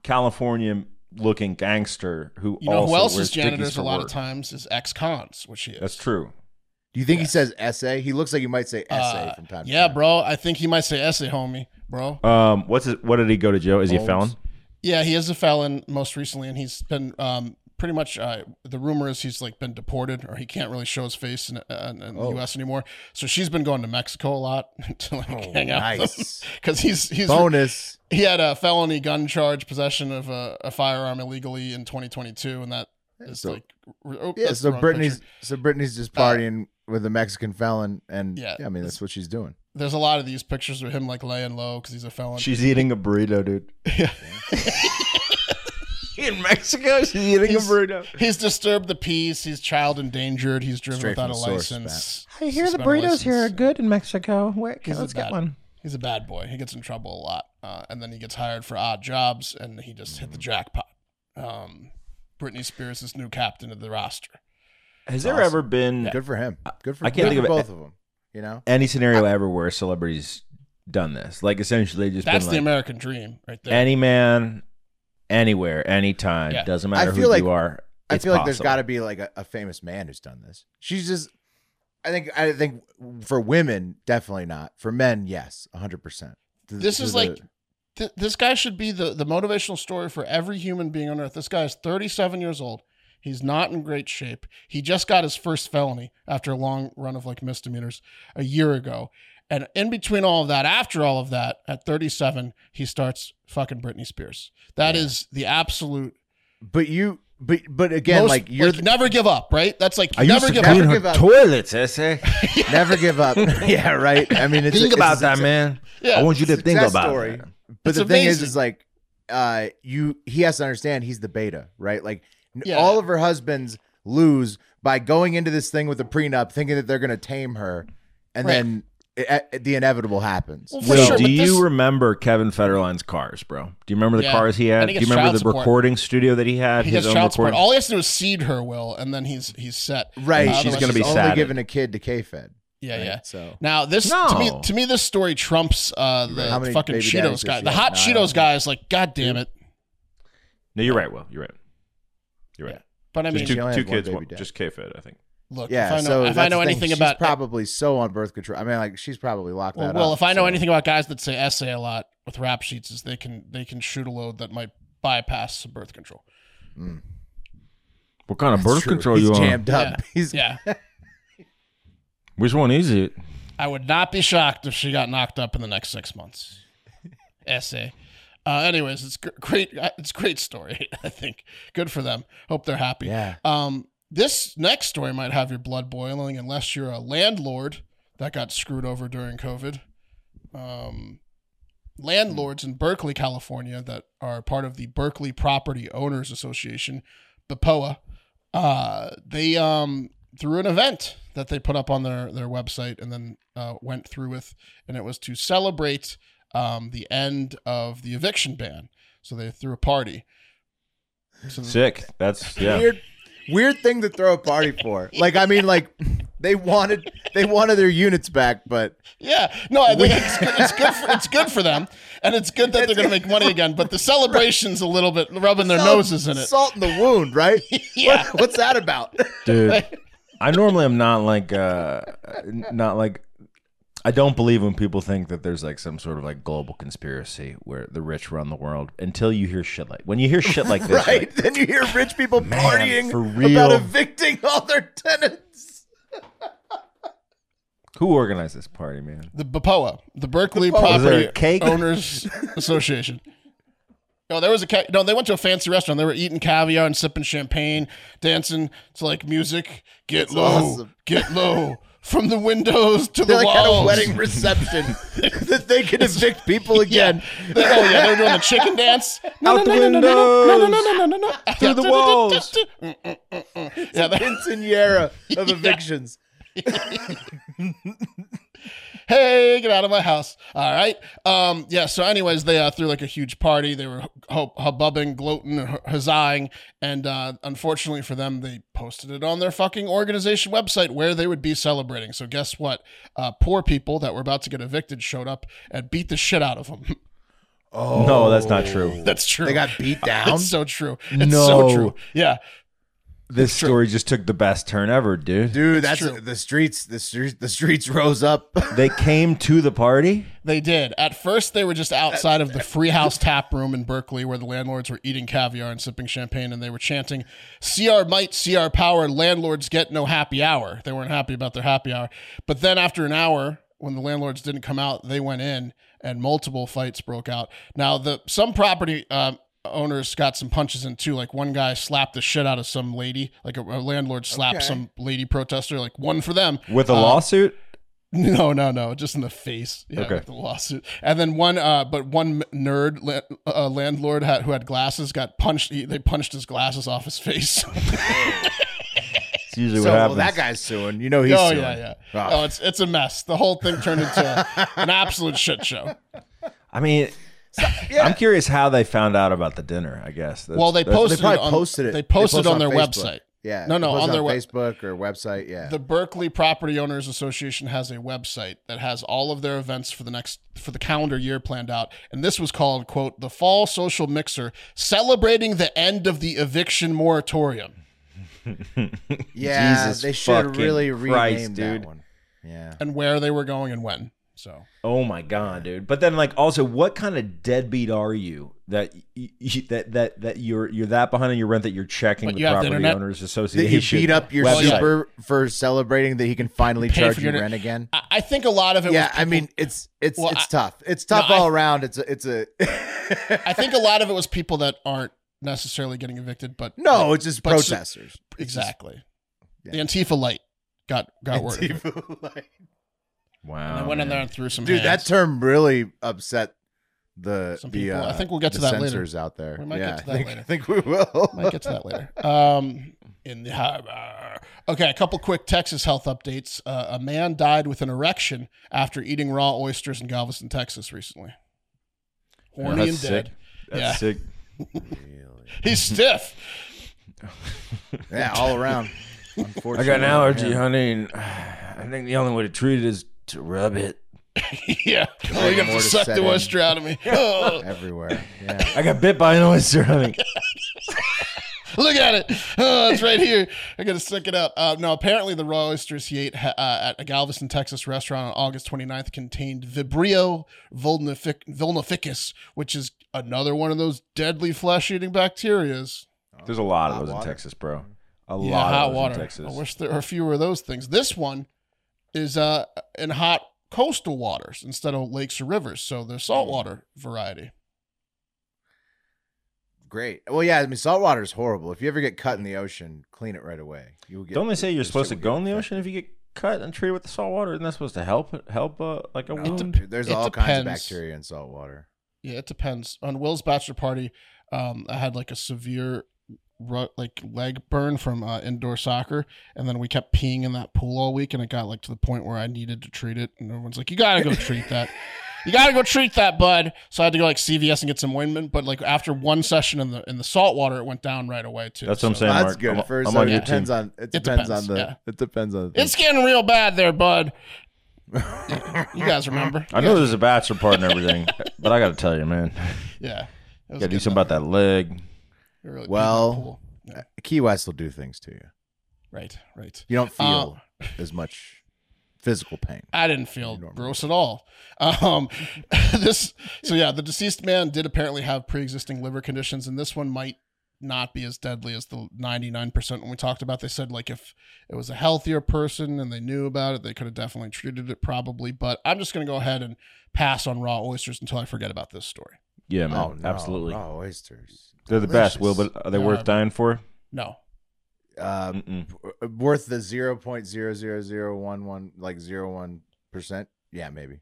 Speaker 2: Californian looking gangster who
Speaker 3: you know
Speaker 2: also
Speaker 3: who else
Speaker 2: wears
Speaker 3: is janitors
Speaker 2: Dickies for
Speaker 3: a lot
Speaker 2: work.
Speaker 3: of times is ex-cons, which he is.
Speaker 2: That's true.
Speaker 1: Do you think he says essay? He looks like he might say essay
Speaker 3: Uh,
Speaker 1: from time to
Speaker 3: yeah,
Speaker 1: time.
Speaker 3: bro. I think he might say essay, homie, bro.
Speaker 2: Um, what's his, what did he go to jail? Is he a felon?
Speaker 3: Yeah, he is a felon most recently, and he's been um, pretty much. Uh, the rumor is he's like been deported, or he can't really show his face in, uh, in, in
Speaker 1: Oh.
Speaker 3: the U.S. anymore. So she's been going to Mexico a lot (laughs) to like hang out
Speaker 1: Oh, nice.
Speaker 3: because (laughs) he's he's
Speaker 1: Bonus.
Speaker 3: he had a felony gun charge, possession of a, a firearm illegally in 2022, and that is
Speaker 1: So-
Speaker 3: like oh,
Speaker 1: Yeah,
Speaker 3: that's
Speaker 1: so
Speaker 3: the wrong picture. Uh,
Speaker 1: Brittany's so Brittany's just partying with a Mexican felon, and
Speaker 3: yeah,
Speaker 1: yeah, I mean that's what she's doing.
Speaker 3: there's a lot of these pictures of him like laying low because he's a felon.
Speaker 2: She's eating a burrito,
Speaker 3: (laughs)
Speaker 2: dude. (laughs) In Mexico, she's eating
Speaker 3: He's-
Speaker 2: a burrito.
Speaker 3: He's disturbed the peace. He's child endangered. He's driven
Speaker 1: Straight
Speaker 3: without
Speaker 1: from
Speaker 3: a
Speaker 1: the source,
Speaker 3: license.
Speaker 2: I hear the
Speaker 3: Suspended
Speaker 2: burritos here are
Speaker 3: license.
Speaker 2: good in Mexico. Where, okay,
Speaker 3: He's
Speaker 2: let's
Speaker 3: a
Speaker 2: get
Speaker 3: bad-
Speaker 2: one.
Speaker 3: He's a bad boy. He gets in trouble a lot, uh, and then he gets hired for odd jobs, and he just
Speaker 1: Mm-hmm.
Speaker 3: hit the jackpot. Um, Britney Spears is new captain of the roster.
Speaker 2: Has there ever been
Speaker 1: Good for him. Good for,
Speaker 2: I can't
Speaker 1: good for
Speaker 2: think of it-
Speaker 1: both of them. You know,
Speaker 2: any scenario ever where a celebrity's done this? Like essentially, just
Speaker 3: That's the
Speaker 2: been like,
Speaker 3: American dream, right there.
Speaker 2: any man, anywhere, anytime,
Speaker 3: Yeah.
Speaker 2: doesn't matter
Speaker 1: feel
Speaker 2: who
Speaker 1: like-
Speaker 2: you are.
Speaker 1: I
Speaker 2: it's
Speaker 1: feel like there's
Speaker 2: possible.
Speaker 1: got to be like a, a famous man who's done this. She's just, I think, I think for women definitely not. For men, yes, hundred percent.
Speaker 3: This is like- Th- this guy should be the, the motivational story for every human being on earth. This guy is 37 years old. He's not in great shape. He just got his first felony after a long run of like misdemeanors a year ago. And in between all of that, after all of that, at 37, he starts fucking Britney Spears. That is the absolute
Speaker 1: but you, but but again,
Speaker 3: most-
Speaker 1: like you're the-
Speaker 3: never give up, right? That's like
Speaker 2: I used
Speaker 3: never
Speaker 2: to
Speaker 3: give
Speaker 2: clean
Speaker 3: up.
Speaker 1: Never
Speaker 2: her
Speaker 1: give up.
Speaker 2: toilets. I say,
Speaker 1: never give up. (laughs) yeah, right. I mean, it's,
Speaker 2: think
Speaker 1: it's
Speaker 2: about
Speaker 1: a
Speaker 2: that,
Speaker 1: success-
Speaker 2: man.
Speaker 3: Yeah.
Speaker 2: I want you to think
Speaker 1: success
Speaker 2: about
Speaker 1: story.
Speaker 2: that.
Speaker 1: But
Speaker 3: It's
Speaker 1: the thing is,
Speaker 3: amazing.
Speaker 1: is like, uh, you he has to understand he's the beta, right? Like n-
Speaker 3: Yeah.
Speaker 1: all of her husbands lose by going into this thing with a prenup, thinking that they're gonna tame her, and
Speaker 3: Right.
Speaker 1: then i- i- the inevitable happens.
Speaker 3: Well, For
Speaker 2: Will,
Speaker 3: sure,
Speaker 2: do
Speaker 3: but
Speaker 2: you
Speaker 3: this-
Speaker 2: remember Kevin Federline's cars, bro? Do you remember the
Speaker 3: Yeah.
Speaker 2: cars he
Speaker 3: And
Speaker 2: had?
Speaker 3: he
Speaker 2: do you
Speaker 3: gets
Speaker 2: remember
Speaker 3: child
Speaker 2: the
Speaker 3: support.
Speaker 2: recording studio that he had?
Speaker 3: He
Speaker 2: his
Speaker 3: gets
Speaker 2: own
Speaker 3: child support.
Speaker 2: recording-
Speaker 3: All he has to do is seed her will, and then he's he's set.
Speaker 1: Right,
Speaker 3: Uh,
Speaker 2: she's
Speaker 3: otherwise
Speaker 2: gonna be
Speaker 3: he's-
Speaker 1: only
Speaker 2: sad.
Speaker 1: giving a kid to K-Fed.
Speaker 3: Yeah,
Speaker 1: right?
Speaker 3: yeah.
Speaker 1: So
Speaker 3: Now this
Speaker 2: No.
Speaker 3: to me to me this story trumps uh the
Speaker 1: How many
Speaker 3: fucking
Speaker 1: baby daddies
Speaker 3: Cheetos
Speaker 1: does
Speaker 3: guy.
Speaker 1: she
Speaker 3: The
Speaker 1: have?
Speaker 3: hot
Speaker 1: No, I don't
Speaker 3: Cheetos
Speaker 1: know.
Speaker 3: guy is like, God damn it.
Speaker 2: No, you're right, Will. You're right. You're right.
Speaker 3: But I mean,
Speaker 2: just
Speaker 1: she
Speaker 2: two,
Speaker 1: only
Speaker 2: two
Speaker 1: has one
Speaker 2: kids,
Speaker 1: baby
Speaker 2: one,
Speaker 1: dad.
Speaker 2: just K-Fed, I think.
Speaker 3: look,
Speaker 1: yeah,
Speaker 3: if I know
Speaker 1: so
Speaker 3: if I
Speaker 1: that's
Speaker 3: know
Speaker 1: the thing,
Speaker 3: anything
Speaker 1: she's
Speaker 3: about
Speaker 1: probably so on birth control. I mean, like she's probably locked
Speaker 3: well,
Speaker 1: that
Speaker 3: well,
Speaker 1: up,
Speaker 3: if I know
Speaker 1: so-
Speaker 3: anything about guys that say essay a lot with rap sheets is they can they can shoot a load that might bypass some birth control.
Speaker 2: What kind of
Speaker 1: It's
Speaker 2: birth
Speaker 1: true.
Speaker 2: control
Speaker 1: he's
Speaker 2: you on?
Speaker 1: jammed up. (laughs) He's
Speaker 3: Yeah.
Speaker 2: Which one is it?
Speaker 3: I would not be shocked if she got knocked up in the next six months. Essay. Uh, anyways, it's gr- great. uh, It's a great story. (laughs) I think good for them. Hope they're happy.
Speaker 1: Yeah.
Speaker 3: Um, this next story might have your blood boiling unless you're a landlord that got screwed over during COVID. Um, landlords in Berkeley, California, that are part of the Berkeley Property Owners Association, BPOA, uh, they um, through an event that they put up on their their website and then uh, went through with, and it was to celebrate um, the end of the eviction ban. So they threw a party. So
Speaker 2: Sick. That's
Speaker 1: (laughs)
Speaker 2: yeah.
Speaker 1: weird weird thing to throw a party for. Like I mean like they wanted they wanted their units back, but
Speaker 3: Yeah, no, I think it's good, it's good. For, it's good for them, and it's good that they're going to make money again. But the celebration's a little bit rubbing their
Speaker 1: salt-
Speaker 3: noses in it.
Speaker 1: Salt in the wound, right?
Speaker 3: Yeah.
Speaker 1: What- what's that about? (laughs)
Speaker 3: (laughs)
Speaker 2: Dude. I normally am not like uh not like I don't believe when people think that there's like some sort of like global conspiracy where the rich run the world until you hear shit like when you hear shit like this. you're
Speaker 1: right?
Speaker 2: like,
Speaker 1: Then you hear rich people partying
Speaker 2: for
Speaker 1: about
Speaker 2: real.
Speaker 1: evicting all their tenants.
Speaker 2: who organized this party, man?
Speaker 3: The BPOA, the Berkeley
Speaker 2: Was there a
Speaker 3: Property
Speaker 2: cake?
Speaker 3: Owners
Speaker 2: (laughs)
Speaker 3: Association. No, there was a ca- no. They went to a fancy restaurant. They were eating caviar and sipping champagne, dancing to like music. Get low,
Speaker 1: awesome.
Speaker 3: get low. From the windows to
Speaker 1: They're
Speaker 3: the
Speaker 1: like at
Speaker 3: walls.
Speaker 1: a wedding (laughs) reception that they can evict people (laughs) again.
Speaker 3: Yeah. They- oh yeah, they're doing the
Speaker 1: (laughs)
Speaker 3: chicken dance. No,
Speaker 2: Out
Speaker 3: no,
Speaker 2: the
Speaker 3: no, no, no, no, no, no, no, no, no, no, no. (laughs)
Speaker 2: Through the walls.
Speaker 3: Mm, mm, mm, mm. Yeah, they-
Speaker 1: Quinceanera (laughs) of evictions.
Speaker 3: hey, get out of my house. All right. Um, yeah. So, anyways, they uh, threw like a huge party. They were ho- hubbubbing, gloating, and hu- huzzahing. And uh, unfortunately for them, they posted it on their fucking organization website where they would be celebrating. So, guess what? Uh, poor people that were about to get evicted showed up and beat the shit out of them.
Speaker 2: No, that's not true.
Speaker 3: (laughs) That's true.
Speaker 1: They got (laughs) beat down.
Speaker 3: (laughs) It's so true. It's
Speaker 2: No.
Speaker 3: so true. Yeah.
Speaker 2: This story just took the best turn ever, dude.
Speaker 1: Dude, that's
Speaker 3: true.
Speaker 1: the streets. The streets. The streets rose (laughs) up.
Speaker 2: They came to the party.
Speaker 3: They did. At first, they were just outside of the Free House tap room in Berkeley, where the landlords were eating caviar and sipping champagne, and they were chanting, "See our might, see our power. Landlords get no happy hour." They weren't happy about their happy hour. But then, after an hour, when the landlords didn't come out, they went in, and multiple fights broke out. Now, the some property. Um, Owners got some punches in too. Like one guy slapped the shit out of some lady. Like a, a landlord slapped
Speaker 1: Okay.
Speaker 3: some lady protester. Like one for them
Speaker 2: With a
Speaker 3: Uh,
Speaker 2: lawsuit?
Speaker 3: (laughs) No, no, no, just in the face. Yeah,
Speaker 2: Okay.
Speaker 3: with the lawsuit. And then one, uh, but one nerd la- uh, landlord had, who had glasses got punched. He, they punched his glasses off
Speaker 1: (laughs)
Speaker 3: his face. Oh,
Speaker 2: It's usually
Speaker 1: So
Speaker 2: what
Speaker 1: well, that
Speaker 2: happens.
Speaker 1: guy's suing. You know he's
Speaker 3: oh
Speaker 1: suing.
Speaker 3: yeah, yeah.
Speaker 1: Ah.
Speaker 3: Oh, it's it's a mess. The whole thing turned into an absolute shit
Speaker 1: (laughs)
Speaker 3: show.
Speaker 2: I mean, I'm curious how they found out about the dinner. I guess. That's-
Speaker 3: Well, they
Speaker 2: that's-
Speaker 3: posted
Speaker 1: They probably
Speaker 3: it on,
Speaker 1: posted it.
Speaker 3: They posted
Speaker 1: post
Speaker 3: on, their
Speaker 1: Facebook.
Speaker 3: website.
Speaker 1: Yeah.
Speaker 3: No,
Speaker 1: they
Speaker 3: no,
Speaker 1: post
Speaker 3: on
Speaker 1: it
Speaker 3: their web-
Speaker 1: Facebook or website. Yeah.
Speaker 3: The Berkeley Property Owners Association has a website that has all of their events for the next for the calendar year planned out, and this was called quote the Fall Social Mixer, celebrating the end of the eviction moratorium.
Speaker 1: yeah.
Speaker 2: Jesus
Speaker 1: they should
Speaker 2: fucking
Speaker 1: really
Speaker 2: Christ,
Speaker 1: rename
Speaker 2: dude.
Speaker 1: that one. Yeah.
Speaker 3: and where they were going and when. So
Speaker 2: Oh my god, dude! But then, like, also, what kind of deadbeat are you that y- y- that that that you're you're that behind on your rent that you're checking
Speaker 3: But
Speaker 2: the
Speaker 3: you have the
Speaker 2: property
Speaker 3: internet.
Speaker 2: owners
Speaker 1: That
Speaker 2: association?
Speaker 1: you beat up your
Speaker 2: website?
Speaker 1: super for celebrating that he can finally
Speaker 3: pay
Speaker 1: charge
Speaker 3: for
Speaker 1: you
Speaker 3: your
Speaker 1: rent
Speaker 3: (laughs)
Speaker 1: again.
Speaker 3: I, I think a lot of it.
Speaker 1: Yeah,
Speaker 3: was people,
Speaker 1: I mean it's it's
Speaker 3: Well,
Speaker 1: it's
Speaker 3: I-
Speaker 1: tough. It's tough
Speaker 3: No, I-
Speaker 1: all around. It's a it's a
Speaker 3: (laughs) I think a lot of it was people that aren't necessarily getting evicted, but
Speaker 1: (laughs) no. It's just
Speaker 3: But so-
Speaker 1: protesters.
Speaker 3: exactly.
Speaker 1: Yeah.
Speaker 3: The Antifa light got got word. of it.
Speaker 1: (laughs)
Speaker 2: Wow,
Speaker 3: And I went
Speaker 2: man.
Speaker 3: in there and threw some.
Speaker 1: Dude, that
Speaker 3: hands.
Speaker 1: term really upset the
Speaker 3: Some
Speaker 1: the,
Speaker 3: people. I
Speaker 1: uh,
Speaker 3: think we'll get to
Speaker 1: the
Speaker 3: that later.
Speaker 1: censors out there.
Speaker 3: We might
Speaker 1: yeah,
Speaker 3: get to that
Speaker 1: I think,
Speaker 3: later.
Speaker 1: I think we will.
Speaker 3: Might get to that later. Um, in the harbor. Okay, a couple quick Texas health updates. Uh, a man died with an erection after eating raw oysters in Galveston, Texas, recently.
Speaker 2: Yeah,
Speaker 3: Horny and
Speaker 2: that's
Speaker 3: dead.
Speaker 2: sick. That's
Speaker 3: Yeah.
Speaker 2: sick.
Speaker 3: He's stiff. (laughs)
Speaker 2: (laughs)
Speaker 1: yeah, all around. Unfortunately,
Speaker 2: I got an allergy,
Speaker 1: yeah.
Speaker 2: honey, and (sighs) I think the only way to treat it is to rub it.
Speaker 3: yeah. Oh, you have
Speaker 1: more
Speaker 3: to
Speaker 1: to
Speaker 3: suck
Speaker 1: set
Speaker 3: the
Speaker 1: in.
Speaker 3: oyster out of me. Oh.
Speaker 2: (laughs)
Speaker 1: everywhere. Yeah.
Speaker 2: I got bit by an oyster,
Speaker 3: (laughs)
Speaker 2: honey.
Speaker 3: Look at it. Oh, it's right here. I got to suck it up. Uh, no, apparently the raw oysters he ate ha- uh, at a Galveston, Texas restaurant on August 29th contained Vibrio vulnific- vulnificus, which is another one of those deadly flesh-eating bacterias.
Speaker 2: There's a lot of
Speaker 1: Hot
Speaker 2: those in
Speaker 1: water.
Speaker 2: Texas, bro. A
Speaker 3: yeah,
Speaker 2: lot
Speaker 3: hot
Speaker 2: of those
Speaker 3: water.
Speaker 2: in Texas.
Speaker 3: I wish there were fewer of those things. This one is uh, in hot coastal waters instead of lakes or rivers, so they're
Speaker 2: Hmm.
Speaker 3: saltwater variety.
Speaker 1: Great. Well, yeah. I mean, salt water is horrible. If you ever get cut in the ocean, clean it right away. You will get.
Speaker 2: Don't they say you're
Speaker 1: this
Speaker 2: supposed to
Speaker 1: shit
Speaker 2: go
Speaker 1: will
Speaker 2: in
Speaker 1: get
Speaker 2: the
Speaker 1: infected.
Speaker 2: ocean if you get cut and treated with the salt water? Isn't that supposed to help help uh, like a wound?
Speaker 1: Dude, There's
Speaker 3: It
Speaker 1: all kinds of
Speaker 3: depends.
Speaker 1: bacteria in salt water.
Speaker 3: Yeah, it depends. On Will's bachelor party, um, I had like a severe ru- like leg burn from uh, indoor soccer, and then we kept peeing in that pool all week, and it got like to the point where I needed to treat it, and everyone's like, "You gotta go treat that." You gotta go treat that, bud. So I had to go like CVS and get some ointment. But like after one session in the in the salt water, it went down right away too.
Speaker 2: That's what I'm
Speaker 3: So-
Speaker 2: saying.
Speaker 1: Well, that's
Speaker 2: Mark.
Speaker 1: good.
Speaker 2: I'm-
Speaker 1: First,
Speaker 2: I'm on
Speaker 1: it
Speaker 2: your
Speaker 1: depends on it depends,
Speaker 3: depends,
Speaker 1: on the
Speaker 3: yeah.
Speaker 1: it depends on the
Speaker 3: It's getting real bad
Speaker 2: (laughs)
Speaker 3: there, bud. you guys remember?
Speaker 2: I know there's a bachelor part
Speaker 3: (laughs)
Speaker 2: and everything, but I got to tell you, man,
Speaker 3: Yeah.
Speaker 2: got
Speaker 3: It was
Speaker 2: to do
Speaker 3: getting
Speaker 2: something about that leg.
Speaker 3: really peeing in the
Speaker 1: Well-
Speaker 3: pool. Yeah,
Speaker 1: Key West will do things to you.
Speaker 3: right, right.
Speaker 1: You don't
Speaker 3: Uh,
Speaker 1: feel as much physical pain.
Speaker 3: I didn't feel gross at all. Um, (laughs) this so yeah, the deceased man did apparently have pre-existing liver conditions, and this one might not be as deadly as the 99% when we talked about. They said like if it was a healthier person and they knew about it, they could have definitely treated it probably. But I'm just gonna go ahead and pass on raw oysters until I forget about this story.
Speaker 2: Yeah, man,
Speaker 1: Oh, no,
Speaker 2: absolutely.
Speaker 1: raw oysters.
Speaker 2: They're the best, Will,
Speaker 1: Delicious.
Speaker 2: but are they
Speaker 3: They
Speaker 2: worth
Speaker 3: are.
Speaker 2: dying for?
Speaker 3: No,
Speaker 1: um,
Speaker 2: Mm-mm.
Speaker 1: w- worth the zero point zero zero zero one one like zero one percent. Yeah, maybe.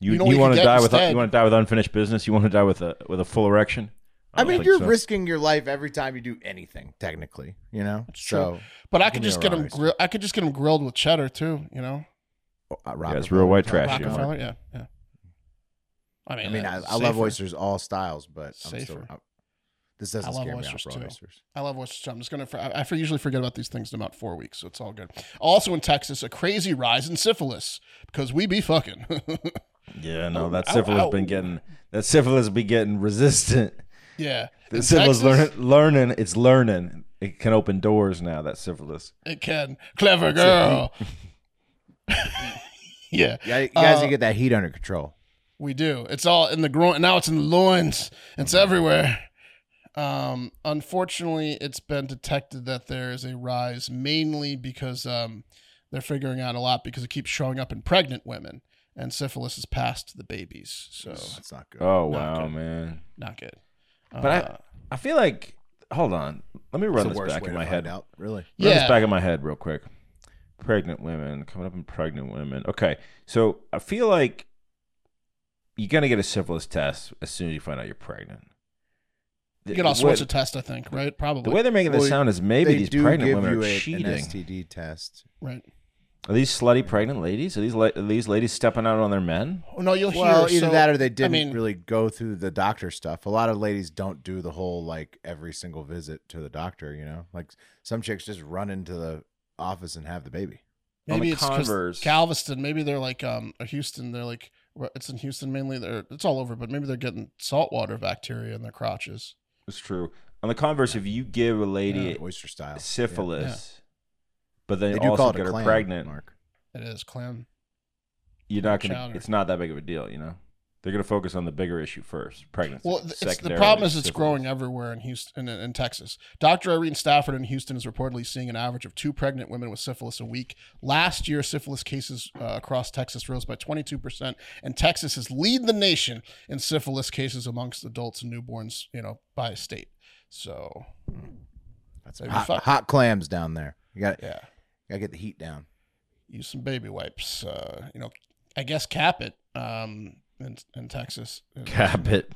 Speaker 2: You,
Speaker 3: You
Speaker 2: you,
Speaker 3: know what you
Speaker 2: want
Speaker 3: could
Speaker 2: to
Speaker 3: get
Speaker 2: die with
Speaker 3: instead?
Speaker 2: you want to die with unfinished business. You want to die with a with a full erection.
Speaker 1: I,
Speaker 2: don't
Speaker 1: mean,
Speaker 2: think
Speaker 1: you're
Speaker 2: so.
Speaker 1: risking your life every time you do anything. Technically, you know.
Speaker 3: true.
Speaker 1: So
Speaker 3: but I
Speaker 1: Give
Speaker 3: could
Speaker 1: me
Speaker 3: just
Speaker 1: a
Speaker 3: get
Speaker 1: raw
Speaker 3: them.
Speaker 1: oyster.
Speaker 3: Gri- I could just get them grilled with cheddar too. You know,
Speaker 1: uh,
Speaker 2: it's real white
Speaker 1: Rockefeller.
Speaker 2: trash, you
Speaker 3: Rockefeller. Yeah, yeah. I mean,
Speaker 1: I mean, I,
Speaker 3: that's
Speaker 1: I love
Speaker 3: safer.
Speaker 1: oysters all styles, but I'm still,
Speaker 3: Safer.
Speaker 1: I- this doesn't
Speaker 3: I love
Speaker 1: scare me
Speaker 3: oysters,
Speaker 1: off raw
Speaker 3: too.
Speaker 1: oysters.
Speaker 3: I love oysters. I'm just gonna. I, I for- usually forget about these things in about four weeks, so it's all good. Also in Texas, a crazy rise in syphilis because we be fucking. (laughs)
Speaker 2: Yeah,
Speaker 1: Oh,
Speaker 2: no, that
Speaker 3: ow,
Speaker 2: syphilis
Speaker 3: ow.
Speaker 2: been getting that syphilis be
Speaker 1: (laughs)
Speaker 2: getting resistant.
Speaker 3: yeah,
Speaker 2: The
Speaker 3: In
Speaker 2: syphilis
Speaker 3: Texas,
Speaker 2: learning, learning, it's learning. It can open doors now. That syphilis.
Speaker 3: It can.
Speaker 2: (laughs)
Speaker 3: Clever girl. (laughs) yeah,
Speaker 1: Yeah, you guys
Speaker 3: Uh,
Speaker 1: need to get that heat under control.
Speaker 3: we do. It's all in the groin. Now it's in the loins. It's everywhere. Um, unfortunately, it's been detected that there is a rise mainly because um, they're figuring out a lot because it keeps showing up in pregnant women, and syphilis is passed to the babies. So
Speaker 1: That's not good.
Speaker 2: Oh
Speaker 3: Not
Speaker 2: wow,
Speaker 3: good.
Speaker 2: man.
Speaker 3: not good. Uh,
Speaker 2: But I I feel like hold on. Let me
Speaker 1: Uh, It's
Speaker 2: run
Speaker 1: the
Speaker 2: this
Speaker 1: worst
Speaker 2: back
Speaker 1: way
Speaker 2: in
Speaker 1: to
Speaker 2: my
Speaker 1: find
Speaker 2: head.
Speaker 1: out, really.
Speaker 2: Run
Speaker 3: yeah,
Speaker 2: this back in my head real quick. pregnant women coming up in pregnant women. Okay, so I feel like you're gonna get a syphilis test as soon as you find out you're pregnant.
Speaker 3: You get all sorts of tests, I think, right?
Speaker 2: The
Speaker 3: Probably.
Speaker 2: way they're making this
Speaker 1: Well,
Speaker 2: sound is maybe
Speaker 1: they
Speaker 2: these
Speaker 1: do
Speaker 2: pregnant
Speaker 1: give
Speaker 2: women
Speaker 1: you
Speaker 2: are
Speaker 1: a,
Speaker 2: cheating.
Speaker 1: an STD test.
Speaker 3: right.
Speaker 2: Are these slutty pregnant ladies? Are these la- are these ladies stepping out on their men?
Speaker 3: Oh, no, you'll
Speaker 1: Well,
Speaker 3: hear.
Speaker 1: either
Speaker 3: so-
Speaker 1: that or they didn't
Speaker 3: I mean,
Speaker 1: really go through the doctor stuff. A lot of ladies don't do the whole like every single visit to the doctor. You know, like some chicks just run into the office and have the baby.
Speaker 2: on
Speaker 3: maybe
Speaker 2: the
Speaker 3: it's 'cause
Speaker 2: Converse.
Speaker 3: Galveston. Maybe they're like um or Houston. They're like well, it's in Houston mainly. They're it's all over, but maybe they're getting saltwater bacteria in their crotches.
Speaker 2: It's true. On the converse, if you give a lady
Speaker 1: Oyster style
Speaker 2: syphilis, but
Speaker 1: Yeah.
Speaker 2: then
Speaker 1: They do
Speaker 2: also
Speaker 1: call it
Speaker 2: get
Speaker 1: a
Speaker 2: her
Speaker 1: clam,
Speaker 2: pregnant,
Speaker 1: Mark.
Speaker 3: It is clam.
Speaker 2: you're not gonna.
Speaker 3: Chowder.
Speaker 2: It's not that big of a deal, you know. They're gonna focus on the bigger issue first, pregnancy.
Speaker 3: Well, th- it's, the
Speaker 2: Secondarily,
Speaker 3: problem is it's
Speaker 2: syphilis.
Speaker 3: growing everywhere in Houston in, in Texas. Dr. Irene Stafford in Houston is reportedly seeing an average of two pregnant women with syphilis a week. Last year, syphilis cases uh, across Texas rose by 22%, and Texas is lead the nation in syphilis cases amongst adults and newborns, you know, by state. So,
Speaker 1: That's
Speaker 3: Maybe
Speaker 1: hot,
Speaker 3: fuck-
Speaker 1: hot clams down there. You got
Speaker 3: yeah,
Speaker 1: to get the heat down.
Speaker 3: use some baby wipes. Uh, you know, I guess cap it um, in, in Texas.
Speaker 2: (laughs) Cap it.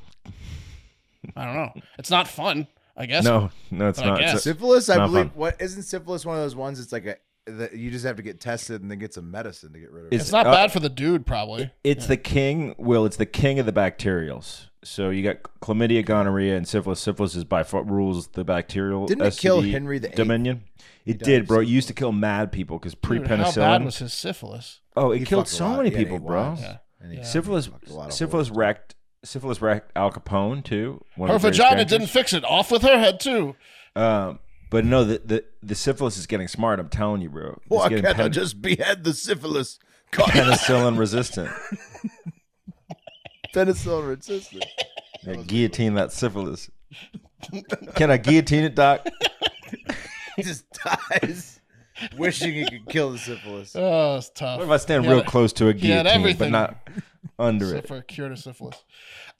Speaker 3: I don't know. It's not fun, I guess.
Speaker 2: No, no, it's
Speaker 3: But I
Speaker 2: not. It's
Speaker 3: guess.
Speaker 2: a-
Speaker 1: Syphilis, I
Speaker 2: Not
Speaker 1: believe.
Speaker 2: fun.
Speaker 1: What isn't syphilis one of those ones? It's like a that you just have to get tested and then get some medicine to get rid of it.
Speaker 3: It's not
Speaker 2: uh,
Speaker 3: bad for the dude, probably.
Speaker 2: It's the king. Will it's the king of the bacterials. So you got chlamydia, gonorrhea, and syphilis. Syphilis is by far rules the bacterial.
Speaker 1: Didn't it kill
Speaker 2: STD
Speaker 1: Henry the Eighth?
Speaker 2: Dominion. It did, bro. It used to kill mad people because
Speaker 3: Dude, How bad
Speaker 2: pre-penicillin.
Speaker 3: was his syphilis?
Speaker 2: oh,
Speaker 1: He
Speaker 2: it killed
Speaker 1: fucked a
Speaker 2: so
Speaker 1: lot.
Speaker 2: many
Speaker 1: He had
Speaker 2: people,
Speaker 1: eight
Speaker 2: bro.
Speaker 1: wives. And he-
Speaker 3: Yeah.
Speaker 2: Syphilis,
Speaker 1: Fucked a lot of
Speaker 2: syphilis
Speaker 1: whores.
Speaker 2: wrecked. Syphilis wrecked Al Capone too. One
Speaker 3: Her
Speaker 2: of the greatest
Speaker 3: vagina
Speaker 2: gangsters.
Speaker 3: didn't fix it. Off with her head too.
Speaker 2: Um, but no, the, the the syphilis is getting smart. I'm telling you, bro. It's
Speaker 1: Why
Speaker 2: getting
Speaker 1: can't I
Speaker 2: pen-
Speaker 1: just behead the syphilis? God,
Speaker 2: penicillin
Speaker 1: (laughs)
Speaker 2: resistant.
Speaker 1: penicillin resistant.
Speaker 2: Yeah, guillotine that syphilis. Can I guillotine it, doc?
Speaker 1: (laughs) He just
Speaker 2: (laughs)
Speaker 1: dies, wishing he could kill the syphilis.
Speaker 3: Oh, it's tough.
Speaker 2: What if I stand
Speaker 3: He
Speaker 2: real
Speaker 3: had-
Speaker 2: close to a
Speaker 3: he had
Speaker 2: guillotine, but
Speaker 3: everything.
Speaker 2: not under
Speaker 3: Except
Speaker 2: it?
Speaker 3: for a cure to syphilis.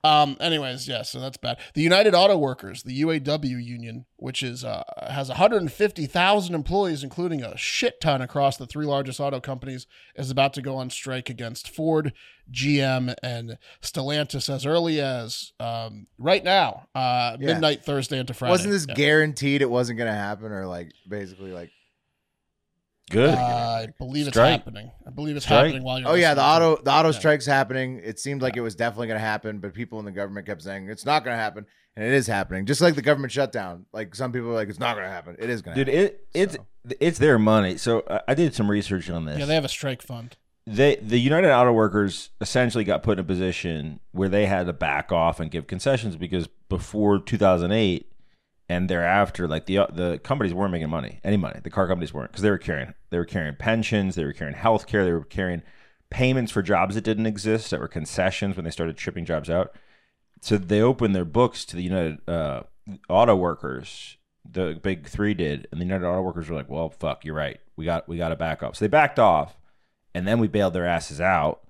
Speaker 3: Um, anyways, yeah, so that's bad. The United Auto Workers, the UAW union, which is uh, has 150,000 employees, including a shit ton across the three largest auto companies, is about to go on strike against Ford, GM, and Stellantis as early as um, right now, uh,
Speaker 1: Yeah.
Speaker 3: midnight Thursday into Friday.
Speaker 1: Wasn't this
Speaker 3: Yeah.
Speaker 1: guaranteed? It wasn't going to happen, or like basically like.
Speaker 2: Good.
Speaker 3: Uh, I believe it's
Speaker 2: Strike.
Speaker 3: happening. I believe it's
Speaker 2: Strike.
Speaker 3: happening while you're.
Speaker 1: Oh yeah, the
Speaker 3: listening to
Speaker 1: auto the auto
Speaker 3: Yeah.
Speaker 1: strike's happening. It seemed like it was definitely going to happen, but people in the government kept saying it's not going to happen, and it is happening. Just like the government shutdown. Like some people are like it's not going to happen. It is going to.
Speaker 2: Dude,
Speaker 1: happen.
Speaker 2: it it's it's their money. So I, I did some research on this.
Speaker 3: Yeah, they have a strike fund.
Speaker 2: they the United Auto Workers essentially got put in a position where they had to back off and give concessions because before 2008 and thereafter, like the the companies weren't making money, any money. The car companies weren't because they were carrying they were carrying pensions, they were carrying health care, they were carrying payments for jobs that didn't exist that were concessions when they started shipping jobs out. So they opened their books to the United uh, Auto Workers. The big three did, and the United Auto Workers were like, "Well, fuck, you're right. We got we got to back off." So they backed off and then we bailed their asses out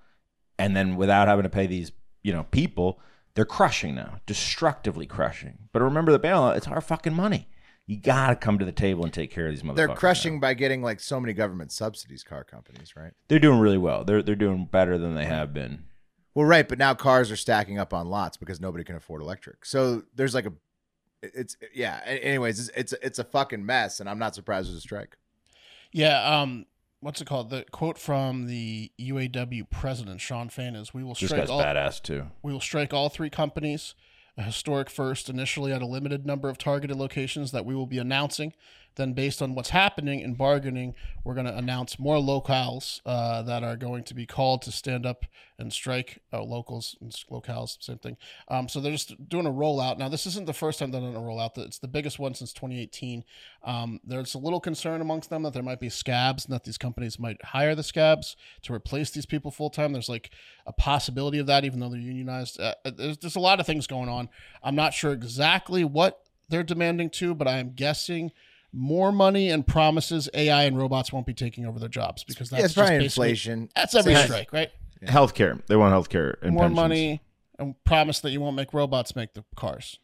Speaker 2: and then without having to pay these you know people they're crushing now destructively crushing but remember the bailout it's our fucking money you gotta come to the table and take care of these motherfuckers
Speaker 1: They're crushing
Speaker 2: now.
Speaker 1: by getting like so many government subsidies. Car companies, right?
Speaker 2: they're doing really well they're, they're doing better than they have been
Speaker 1: Well, right, but now cars are stacking up on lots because nobody can afford electric. So there's like a, it's yeah. a- Anyways, it's it's, it's a fucking mess, and I'm not surprised there's a strike.
Speaker 3: Yeah. Um. What's it called? The quote from the UAW president Sean Fain is, "We will
Speaker 2: this
Speaker 3: strike
Speaker 2: guy's
Speaker 3: all.
Speaker 2: badass too
Speaker 3: We will strike all three companies. A historic first, initially at a limited number of targeted locations that we will be announcing. Then, based on what's happening in bargaining, we're going to announce more locales uh, that are going to be called to stand up and strike. Uh, locals and s- locales, same thing. Um, so they're just doing a rollout. Now, this isn't the first time they're doing a rollout. It's the biggest one since 2018. Um, there's a little concern amongst them that there might be scabs and that these companies might hire the scabs to replace these people full time. There's like a possibility of that, even though they're unionized. Uh, there's just a lot of things going on. I'm not sure exactly what they're demanding to, but I am guessing more money and promises AI and robots won't be taking over their jobs because that's
Speaker 1: yeah, it's
Speaker 3: just
Speaker 1: probably
Speaker 3: basically-
Speaker 1: inflation.
Speaker 3: That's every
Speaker 2: Yeah.
Speaker 3: strike, right?
Speaker 2: healthcare they want healthcare and
Speaker 3: more
Speaker 2: pensions.
Speaker 3: money and promise that you won't make robots make the cars.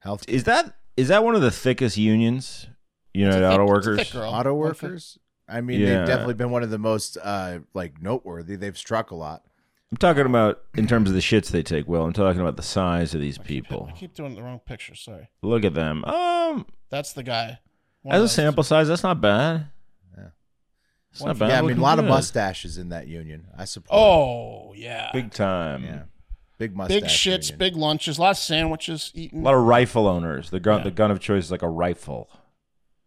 Speaker 1: Health
Speaker 2: is that is that one of the thickest unions united
Speaker 3: It's a thick-
Speaker 2: auto
Speaker 3: it's a
Speaker 2: workers
Speaker 3: thick girl.
Speaker 1: auto
Speaker 3: One
Speaker 1: workers. I mean,
Speaker 2: Yeah.
Speaker 1: they've definitely been one of the most uh, like noteworthy. They've struck a lot.
Speaker 2: I'm talking about in terms of the shits they take. Will I'm talking about the size of these people.
Speaker 3: I keep doing the wrong picture. Sorry.
Speaker 2: Look at them. Um,
Speaker 3: That's the guy. One
Speaker 2: as a
Speaker 3: of those.
Speaker 2: sample size, that's not bad. It's not bad.
Speaker 1: yeah, I mean,
Speaker 2: Looking
Speaker 1: a lot of
Speaker 2: good.
Speaker 1: mustaches in that union. I suppose.
Speaker 3: Oh yeah. Big,
Speaker 2: Big time.
Speaker 1: yeah, big mustache.
Speaker 3: big shits,
Speaker 1: union.
Speaker 3: big lunches, a lot of sandwiches
Speaker 2: A
Speaker 3: eaten.
Speaker 2: lot of rifle owners. The gun,
Speaker 3: Yeah.
Speaker 2: the gun of choice is like a rifle.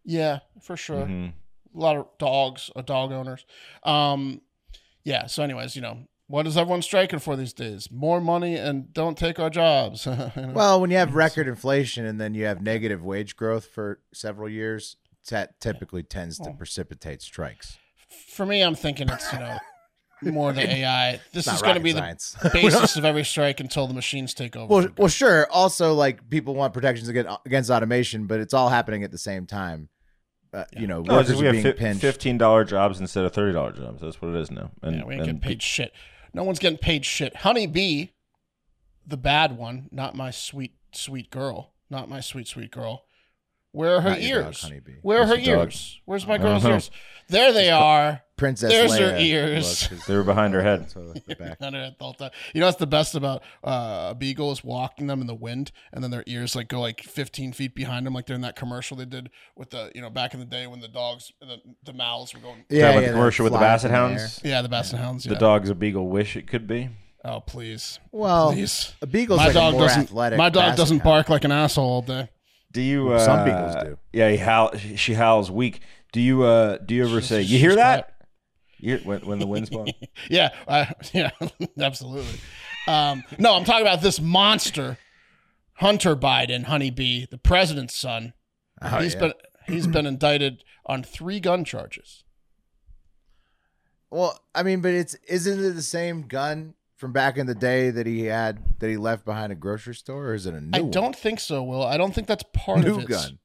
Speaker 3: yeah, for sure.
Speaker 2: Mhm.
Speaker 3: A lot of dogs, or dog owners. Um, yeah. So, anyways, you know, what is everyone striking for these days? More money and don't take our jobs. (laughs) You know?
Speaker 1: Well, when you have record inflation and then you have negative wage growth for several years, that typically tends to
Speaker 3: Well.
Speaker 1: precipitate strikes.
Speaker 3: for me, I'm thinking it's you know
Speaker 1: (laughs)
Speaker 3: more the AI.
Speaker 1: It's
Speaker 3: This is
Speaker 1: not
Speaker 3: going to
Speaker 1: rocket
Speaker 3: be the
Speaker 1: science. (laughs)
Speaker 3: basis of every strike until the machines take over.
Speaker 1: well,
Speaker 3: for good.
Speaker 1: well, sure. Also, like people want protections against, against automation, but it's all happening at the same time. Uh, You know,
Speaker 2: No,
Speaker 1: workers
Speaker 2: it's just
Speaker 1: are
Speaker 2: Oh, we have
Speaker 1: being
Speaker 2: fi-
Speaker 1: pinched.
Speaker 2: fifteen dollar jobs instead of thirty dollar jobs. That's what it is now. And,
Speaker 3: yeah, we ain't
Speaker 2: and
Speaker 3: getting paid shit. No one's getting paid shit. Honey Bee, the bad one, not my sweet sweet girl, not my sweet sweet girl. Where are her
Speaker 1: Not your dog,
Speaker 3: ears?
Speaker 1: Honey Bee.
Speaker 3: Where are her
Speaker 2: That's your dog.
Speaker 3: ears? Where's my girl's
Speaker 2: Uh-huh.
Speaker 3: ears? There they are.
Speaker 1: Princess
Speaker 3: There's
Speaker 1: Leia
Speaker 3: her ears.
Speaker 1: look,
Speaker 2: They were behind her head.
Speaker 1: that's what it's the back.
Speaker 3: Under at the time. You know what's the best about uh, a beagle is walking them in the wind, and then their ears like go like 15 feet behind them, like they're in that commercial they did with the you know back in the day when the dogs the, the mouths were going.
Speaker 2: Talking
Speaker 1: Yeah,
Speaker 2: about
Speaker 1: yeah,
Speaker 2: the commercial with the
Speaker 1: flying
Speaker 2: Basset
Speaker 1: in air.
Speaker 2: Hounds.
Speaker 3: Yeah, the Basset Hounds.
Speaker 2: The
Speaker 3: yeah.
Speaker 2: dog's a beagle. Wish it could be.
Speaker 3: Oh please.
Speaker 1: Well,
Speaker 3: Please.
Speaker 1: a beagle's
Speaker 3: my
Speaker 1: like
Speaker 3: dog
Speaker 1: a more
Speaker 3: doesn't.
Speaker 1: athletic.
Speaker 3: my dog
Speaker 1: Basset
Speaker 3: doesn't
Speaker 1: Hound.
Speaker 3: bark like an asshole all day.
Speaker 2: Do you? Uh,
Speaker 1: Some beagles do.
Speaker 2: Yeah, he howl, she howls weak. Do you? Uh, do you ever say? You hear that? You, when, when the
Speaker 3: (laughs)
Speaker 2: wind's blowing.
Speaker 3: Yeah, I, (laughs) yeah, absolutely. Um, no, I'm talking about this monster, Hunter Biden, honeybee, the president's son.
Speaker 1: Oh,
Speaker 3: He's
Speaker 1: yeah.
Speaker 3: been he's been indicted on three gun charges.
Speaker 1: Well, I mean, but it's isn't it the same gun from back in the day that he had that he left behind a grocery store, or is it a new?
Speaker 3: I don't think so, Will. I don't think that's part
Speaker 1: one? new
Speaker 3: of it.
Speaker 1: gun.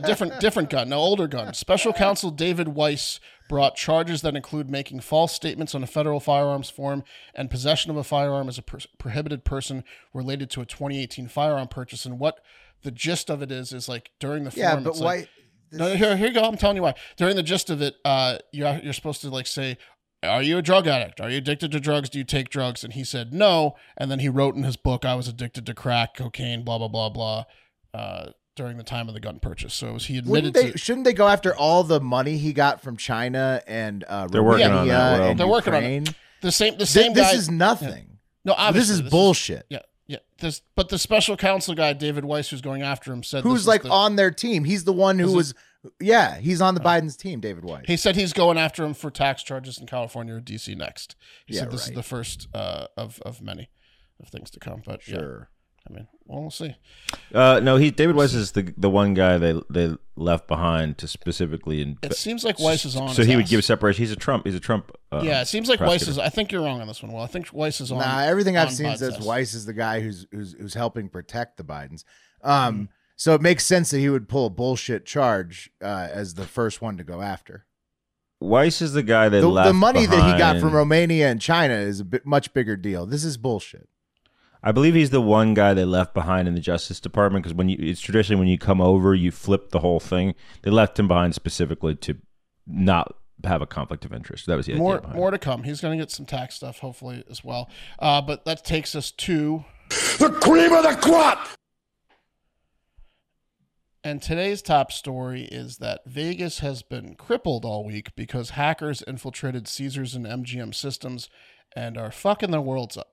Speaker 1: (laughs)
Speaker 3: different different gun, no older gun. Special counsel David Weiss brought charges that include making false statements on a federal firearms form and possession of a firearm as a per- prohibited person related to a 2018 firearm purchase. And what the gist of it is is like during the
Speaker 1: Yeah,
Speaker 3: form,
Speaker 1: but
Speaker 3: it's like-
Speaker 1: why?
Speaker 3: No, here, here you go. I'm telling you why. During the gist of it, uh, you're you're supposed to like say, "Are you a drug addict? Are you addicted to drugs? Do you take drugs?" And he said no. And then he wrote in his book, "I was addicted to crack, cocaine, blah blah blah blah." Uh, during the time of the gun purchase, so it was, he
Speaker 1: Wouldn't
Speaker 3: admitted
Speaker 1: they?
Speaker 3: to.
Speaker 1: Shouldn't they go after all the money he got from China and uh,
Speaker 2: They're working
Speaker 3: on
Speaker 1: Romania
Speaker 2: that, Will.
Speaker 1: and
Speaker 3: They're working on it.
Speaker 1: Ukraine?
Speaker 3: The same, the
Speaker 1: Th-
Speaker 3: same
Speaker 1: this
Speaker 3: guy.
Speaker 1: is nothing.
Speaker 3: no, obviously,
Speaker 1: this is bullshit.
Speaker 3: yeah, yeah. This, but the special counsel guy, David Weiss, who's going after him, said this
Speaker 1: Who's
Speaker 3: is
Speaker 1: like
Speaker 3: the-
Speaker 1: on their team? He's the one who
Speaker 3: This Uh,
Speaker 1: was. Yeah, he's on the Biden's team, David White.
Speaker 3: He said he's going after him for tax charges in California or DC next. He
Speaker 1: Yeah,
Speaker 3: said this is
Speaker 1: right.
Speaker 3: the first uh, of of many of things to come. But yeah,
Speaker 1: Sure.
Speaker 3: I mean, well, we'll see.
Speaker 2: Uh, no, he David Weiss is the the one guy they they left behind to specifically. In,
Speaker 3: It seems like Weiss is on.
Speaker 2: so
Speaker 3: his
Speaker 2: he would
Speaker 3: ass.
Speaker 2: give separation. He's a Trump. He's a Trump. Uh,
Speaker 3: yeah, it seems like Weiss
Speaker 2: prosecutor.
Speaker 3: is. I think you're wrong on this one. Well, I think Weiss is on.
Speaker 1: Nah, everything I've
Speaker 3: on
Speaker 1: seen
Speaker 3: Biden's
Speaker 1: says
Speaker 3: ass.
Speaker 1: Weiss is the guy who's who's who's helping protect the Bidens. Um,
Speaker 3: Mm-hmm.
Speaker 1: so it makes sense that he would pull a bullshit charge uh, as the first one to go after.
Speaker 2: Weiss is the guy they
Speaker 1: The,
Speaker 2: left
Speaker 1: the money that he got
Speaker 2: behind.
Speaker 1: from Romania and China is a bit, much bigger deal. This is bullshit.
Speaker 2: I believe he's the one guy they left behind in the Justice Department because when you it's traditionally when you come over you flip the whole thing. They left him behind specifically to not have a conflict of interest. That was the
Speaker 3: More
Speaker 2: idea. Behind. it.
Speaker 3: more to come. He's going to get some tax stuff hopefully as well. Uh, but that takes us to
Speaker 4: The cream of the crop!
Speaker 3: And today's top story is that Vegas has been crippled all week because hackers infiltrated Caesars and MGM systems and are fucking their worlds up.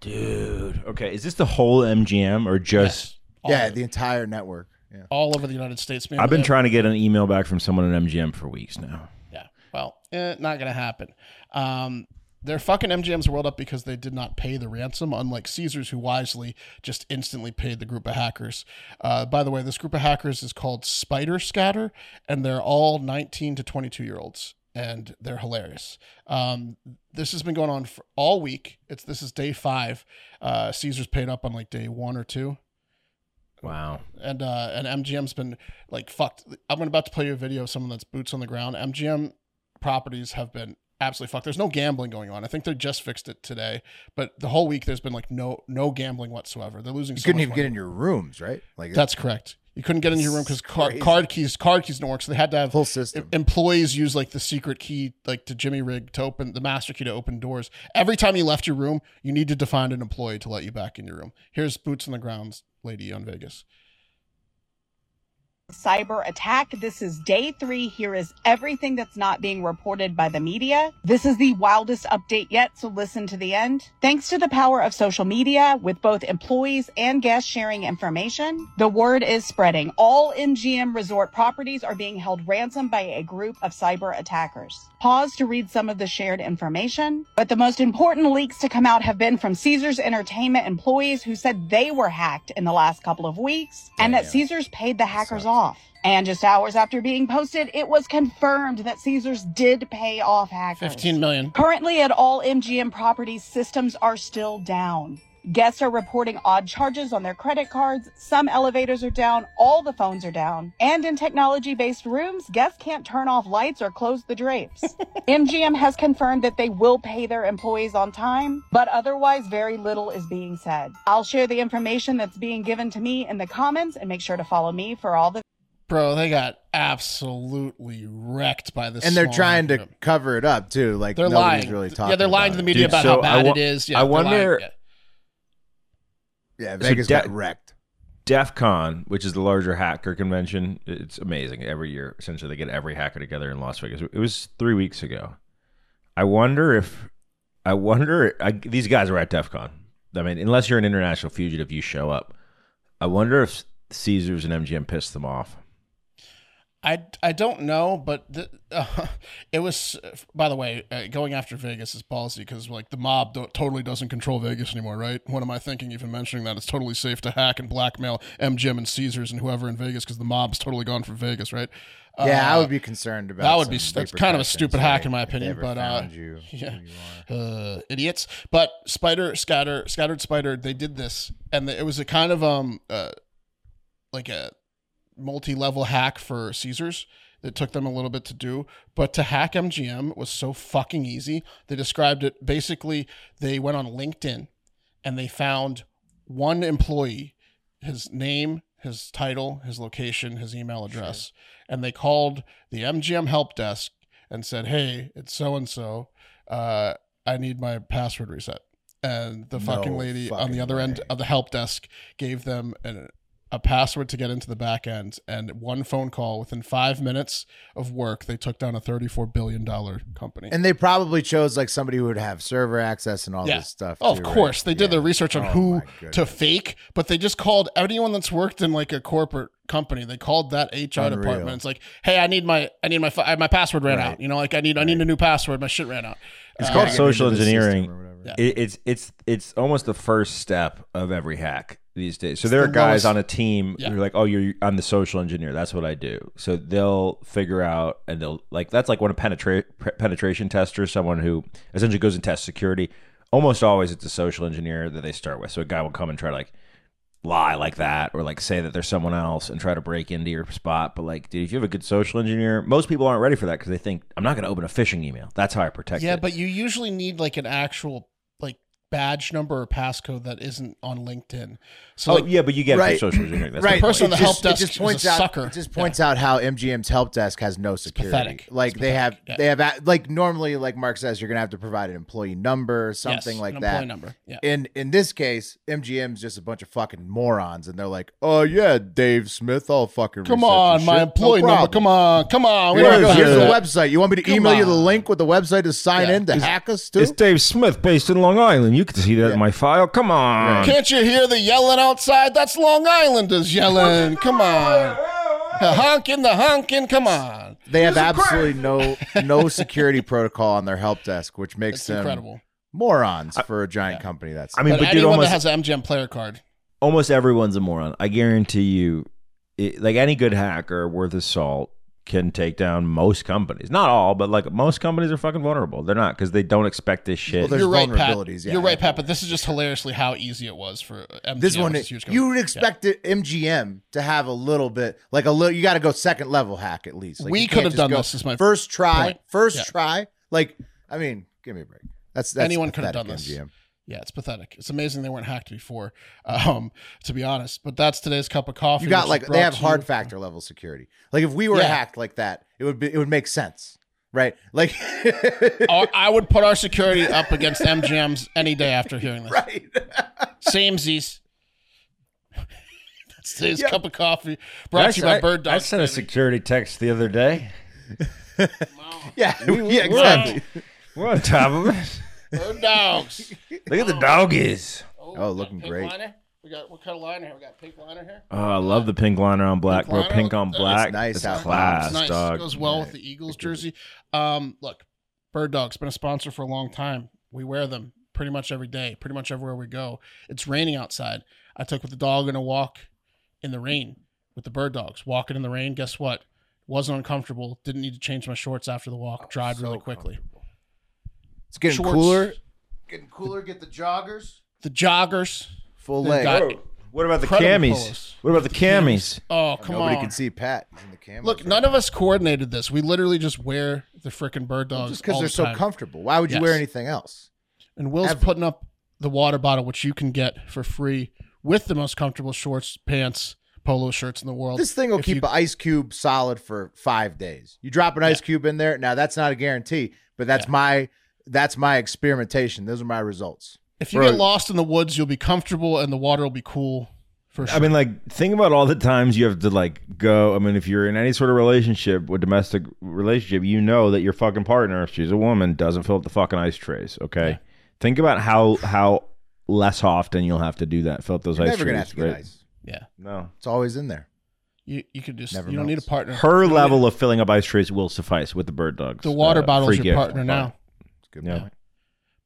Speaker 2: Dude, okay, is this the whole MGM or just?
Speaker 3: All,
Speaker 1: yeah, the entire network. Yeah.
Speaker 3: all over the United States. man.
Speaker 2: I've been
Speaker 3: Yeah.
Speaker 2: trying to get an email back from someone at MGM for weeks now.
Speaker 3: Yeah. Well, eh, not gonna happen. Um, they're fucking MGM's world up because they did not pay the ransom, unlike Caesars, who wisely just instantly paid the group of hackers. Uh, by the way, this group of hackers is called Spider Scatter, and they're all 19 to 22 year olds, and they're hilarious. Um, this has been going on for all week. It's this is day five. Uh, Caesars paid up on like day one or two
Speaker 2: Wow.
Speaker 3: and uh and MGM's been like fucked. I'm about to play you a video of someone that's boots on the ground. MGM properties have been absolutely fucked. There's no gambling going on. I think they just fixed it today, but the whole week there's been like no no gambling whatsoever. They're losing.
Speaker 1: You
Speaker 3: so
Speaker 1: couldn't
Speaker 3: much
Speaker 1: even
Speaker 3: money.
Speaker 1: get in your rooms, right? Like
Speaker 3: That's correct. You couldn't get into your room because card keys card keys didn't work, so they had to have
Speaker 1: Whole system.
Speaker 3: em- employees use like the secret key, like to Jimmy rig to open the master key to open doors. Every time you left your room, you needed to find an employee to let you back in your room. Here's boots on the grounds, lady on Vegas.
Speaker 5: cyber attack. This is day three. Here is everything that's not being reported by the media. This is the wildest update yet, so listen to the end. Thanks to the power of social media, with both employees and guests sharing information, the word is spreading. All MGM resort properties are being held ransom by a group of cyber attackers. Pause to read some of the shared information, but the most important leaks to come out have been from Caesars Entertainment employees who said they were hacked in the last couple of weeks and that Caesars paid the hackers off. And just hours after being posted, it was confirmed that Caesars did pay off hackers.
Speaker 3: Fifteen million.
Speaker 5: Currently, at all MGM properties, systems are still down. Guests are reporting odd charges on their credit cards. Some elevators are down. All the phones are down. And in technology based rooms, guests can't turn off lights or close the drapes. MGM has confirmed that they will pay their employees on time, but otherwise, very little is being said. I'll share the information that's being given to me in the comments and make sure to follow me for all the
Speaker 3: Bro, they got absolutely wrecked by this.
Speaker 1: and they're
Speaker 3: small
Speaker 1: trying to
Speaker 3: group.
Speaker 1: cover it up too. Like
Speaker 3: They're
Speaker 1: nobody's
Speaker 3: lying.
Speaker 1: really
Speaker 3: Th-
Speaker 1: talking.
Speaker 3: yeah, they're lying
Speaker 1: about
Speaker 3: to the
Speaker 1: it.
Speaker 3: media
Speaker 2: Dude,
Speaker 3: about
Speaker 2: so
Speaker 3: how
Speaker 2: I
Speaker 3: bad
Speaker 2: wa-
Speaker 3: it is. Yeah,
Speaker 2: I
Speaker 3: they're lying.
Speaker 2: wonder-
Speaker 3: Yeah.
Speaker 1: Yeah,
Speaker 2: So
Speaker 1: Vegas
Speaker 2: de-
Speaker 1: got wrecked.
Speaker 2: DEF CON, which is the larger hacker convention, it's amazing. Every year, essentially, they get every hacker together in Las Vegas. It was three weeks ago. I wonder if, I wonder, I, these guys were at DEF CON. I mean, unless you're an international fugitive, you show up. I wonder if Caesars and MGM pissed them off.
Speaker 3: I, I don't know, but the, (laughs) uh, it was. By the way, uh, going after Vegas is ballsy because like the mob do- totally doesn't control Vegas anymore, right? What am I thinking? Even mentioning that it's totally safe to hack and blackmail MGM and Caesars and whoever in Vegas because the mob's totally gone for Vegas, right?
Speaker 1: Yeah,
Speaker 3: Uh,
Speaker 1: I would be concerned about
Speaker 3: that would be
Speaker 1: some
Speaker 3: that's kind of a
Speaker 1: repercussions,
Speaker 3: stupid hack in my
Speaker 1: like, if they
Speaker 3: opinion,
Speaker 1: ever
Speaker 3: but, uh,
Speaker 1: found
Speaker 3: (laughs)
Speaker 1: you,
Speaker 3: yeah.
Speaker 1: who you are.
Speaker 3: uh, idiots. But Spider Scatter Scattered Spider, they did this, and it was a kind of um uh, like a multi-level hack for Caesars. It took them a little bit to do, but to hack MGM was so fucking easy. They described it basically. They went on LinkedIn and they found one employee, his name, his title, his location, his email address, and they called the MGM help desk and said, "Hey, it's so and so. Uh, I need my password reset." And the
Speaker 1: No
Speaker 3: fucking lady on
Speaker 1: fucking
Speaker 3: the other end
Speaker 1: way.
Speaker 3: of the help desk gave them an, a password to get into the back end, and one phone call within five minutes of work, they took down a thirty-four billion dollar company.
Speaker 1: And they probably chose like somebody who would have server access and all
Speaker 3: Yeah.
Speaker 1: this stuff.
Speaker 3: Oh, of
Speaker 1: too, right?
Speaker 3: course, they did
Speaker 1: Yeah.
Speaker 3: their research on
Speaker 1: Oh,
Speaker 3: who
Speaker 1: my goodness.
Speaker 3: to fake, but they just called anyone that's worked in like a corporate company. They called that HR
Speaker 1: Unreal.
Speaker 3: department. It's like, hey, I need my, I need my, fi- my password ran
Speaker 1: Right.
Speaker 3: out. You know, like I need, I need a new password. My shit ran out.
Speaker 2: It's
Speaker 3: Uh,
Speaker 2: called
Speaker 1: yeah.
Speaker 2: social
Speaker 1: Into the system
Speaker 2: engineering.
Speaker 1: or whatever.
Speaker 3: Yeah.
Speaker 2: It, it's it's it's almost the first step of every hack these days. So there
Speaker 3: the
Speaker 2: are guys
Speaker 3: lowest-
Speaker 2: on a team
Speaker 3: Yeah.
Speaker 2: who are like, "Oh, you're I'm the social engineer. That's what I do." So they'll figure out and they'll like that's like when a penetra- pre- penetration tester, someone who essentially goes and tests security. Almost always, it's a social engineer that they start with. So a guy will come and try to like lie like that or like say that there's someone else and try to break into your spot. But like, dude, if you have a good social engineer, most people aren't ready for that because they think I'm not going to open a phishing email. That's how I protect
Speaker 3: Yeah,
Speaker 2: it.
Speaker 3: but you usually need like an actual like badge number or passcode that isn't on LinkedIn. So
Speaker 2: oh
Speaker 3: like,
Speaker 2: yeah, but you get it
Speaker 1: Right.
Speaker 2: through social engineering. That's
Speaker 1: right.
Speaker 2: the
Speaker 3: person
Speaker 2: point.
Speaker 3: on the
Speaker 1: It
Speaker 3: help
Speaker 1: just-
Speaker 3: desk
Speaker 1: It just
Speaker 3: is
Speaker 1: points
Speaker 3: a
Speaker 1: out.
Speaker 3: sucker.
Speaker 1: It just points out how MGM's help desk has no security.
Speaker 3: pathetic.
Speaker 1: Like
Speaker 3: It's
Speaker 1: they have,
Speaker 3: pathetic. Yeah.
Speaker 1: they have a- like normally, like Mark says, you're gonna have to provide an employee number, or
Speaker 3: yes,
Speaker 1: something like
Speaker 3: an
Speaker 1: that.
Speaker 3: Employee number. Yeah.
Speaker 1: In in this case, MGM's just a bunch of fucking morons, and they're like, "Oh yeah, Dave Smith, I'll fucking
Speaker 3: Come on, my employee number. Come on, come on. We
Speaker 1: Here
Speaker 3: don't
Speaker 1: you go.
Speaker 3: have to
Speaker 1: Here's
Speaker 3: hear
Speaker 1: the
Speaker 3: that.
Speaker 1: website. You want me to
Speaker 3: Come
Speaker 1: email you the
Speaker 3: on.
Speaker 1: link with the website to sign
Speaker 3: Yeah.
Speaker 1: in to hack us too?
Speaker 2: It's Dave Smith based in Long Island. You can see that in my file. Come on.
Speaker 3: Can't you hear the yelling outside? That's Long Islanders yelling. Come on. The honking, the honking. Come on.
Speaker 1: they have absolutely no no security protocol on their help desk, which makes
Speaker 3: It's
Speaker 1: them
Speaker 3: incredible.
Speaker 1: morons for a giant company. That's
Speaker 2: I mean,
Speaker 3: but,
Speaker 2: but, dude,
Speaker 3: anyone
Speaker 2: almost
Speaker 3: that has an MGM player card,
Speaker 2: almost everyone's a moron. I guarantee you, it, like any good hacker worth his salt can take down most companies. Not all, but like most companies are fucking vulnerable. They're not because they don't expect this shit.
Speaker 1: Well, there's
Speaker 3: you're right, Pat.
Speaker 1: vulnerabilities, yeah,
Speaker 3: you're right, Pat. But this is just hilariously how easy it was for MGM.
Speaker 1: this one,
Speaker 3: which is a huge company.
Speaker 1: you would expect the MGM to have a little bit, like a little. You got to go second level hack at least. Like,
Speaker 3: We
Speaker 1: you
Speaker 3: could
Speaker 1: can't
Speaker 3: have
Speaker 1: just
Speaker 3: done
Speaker 1: go
Speaker 3: this, is my
Speaker 1: first try,
Speaker 3: point.
Speaker 1: first
Speaker 3: Yeah.
Speaker 1: try. Like, I mean, give me a break. That's, that's
Speaker 3: Anyone could have
Speaker 1: pathetic,
Speaker 3: done this.
Speaker 1: MGM.
Speaker 3: Yeah, it's pathetic. It's amazing they weren't hacked before, um, to be honest. But that's today's cup of coffee.
Speaker 1: You got
Speaker 3: which
Speaker 1: like
Speaker 3: is
Speaker 1: they
Speaker 3: brought
Speaker 1: have
Speaker 3: to
Speaker 1: hard
Speaker 3: you-
Speaker 1: factor level security. Like if we were
Speaker 3: Yeah.
Speaker 1: hacked like that, it would be it would make sense, right? Like (laughs)
Speaker 3: Our- I would put our security up against MGM's any day after hearing
Speaker 1: (laughs)
Speaker 3: this.
Speaker 1: right.
Speaker 3: Samesies. (laughs) That's today's
Speaker 1: Yeah.
Speaker 3: cup of coffee. Brought to you by
Speaker 2: I-
Speaker 3: Bird Dog.
Speaker 2: I sent a security text the other (laughs) day.
Speaker 1: Yeah, yeah,
Speaker 2: we're
Speaker 1: exactly.
Speaker 2: We're on top of it.
Speaker 3: Bird Dogs.
Speaker 2: Look at the dog is.
Speaker 3: Oh,
Speaker 1: we got looking pink great.
Speaker 3: Liner. We got what kind of liner here? We got pink liner here.
Speaker 2: Oh, I love the pink liner on black,
Speaker 3: Pink
Speaker 2: bro.
Speaker 3: liner,
Speaker 2: Pink
Speaker 3: look
Speaker 2: on
Speaker 3: at that.
Speaker 2: black.
Speaker 1: It's nice
Speaker 2: That's
Speaker 1: out there.
Speaker 2: class,
Speaker 3: it's nice.
Speaker 2: dog.
Speaker 3: It goes well with the Eagles jersey. Um, look, Bird Dog's been a sponsor for a long time. We wear them pretty much every day, pretty much everywhere we go. It's raining outside. I took with the dog on a walk in the rain with the Bird Dogs. Walking in the rain, guess what? Wasn't uncomfortable. Didn't need to change my shorts after the
Speaker 1: Oh,
Speaker 3: walk. Dried really quickly.
Speaker 1: It's getting
Speaker 3: Shorts.
Speaker 1: cooler. Getting cooler. Get the joggers.
Speaker 3: The joggers.
Speaker 1: Full leg.
Speaker 3: They've got-
Speaker 2: What about the
Speaker 3: Incredible
Speaker 2: camis?
Speaker 3: polos.
Speaker 2: What about the camis?
Speaker 3: Oh, come
Speaker 1: Nobody
Speaker 3: on.
Speaker 1: can see Pat He's in the camera.
Speaker 3: Look, none of us coordinated this. We literally just wear the freaking bird dogs
Speaker 1: just because
Speaker 3: all
Speaker 1: they're
Speaker 3: the
Speaker 1: so
Speaker 3: time.
Speaker 1: comfortable. Why would you wear
Speaker 3: Yes.
Speaker 1: anything else?
Speaker 3: And Will's
Speaker 1: Ever.
Speaker 3: putting up the water bottle, which you can get for free with the most comfortable shorts, pants, polo shirts in the world.
Speaker 1: This thing will
Speaker 3: If
Speaker 1: keep
Speaker 3: you-
Speaker 1: an ice cube solid for five days. You drop an ice cube in there. Now that's not a guarantee, but that's my that's my experimentation. Those are my results.
Speaker 3: if you
Speaker 2: Bro.
Speaker 3: get lost in the woods, you'll be comfortable, and the water will be cool for sure.
Speaker 2: I mean, like, think about all the times you have to like go. I mean, if you're in any sort of relationship with domestic relationship, you know that your fucking partner, if she's a woman, doesn't fill up the fucking ice trays. Okay, think about how how less often you'll have to do that. Fill up those
Speaker 1: You're
Speaker 2: ice
Speaker 1: never
Speaker 2: trays.
Speaker 1: gonna have to get
Speaker 2: right?
Speaker 1: ice.
Speaker 3: yeah,
Speaker 2: No,
Speaker 1: It's always in there.
Speaker 3: you you can just
Speaker 1: Never
Speaker 3: you don't need a
Speaker 1: melts.
Speaker 3: partner.
Speaker 2: her level of filling up ice trays will suffice with the bird dogs.
Speaker 3: the water
Speaker 2: Uh,
Speaker 3: bottle's
Speaker 2: free gift.
Speaker 3: your partner now.
Speaker 1: It's a good
Speaker 2: Yeah.
Speaker 1: point.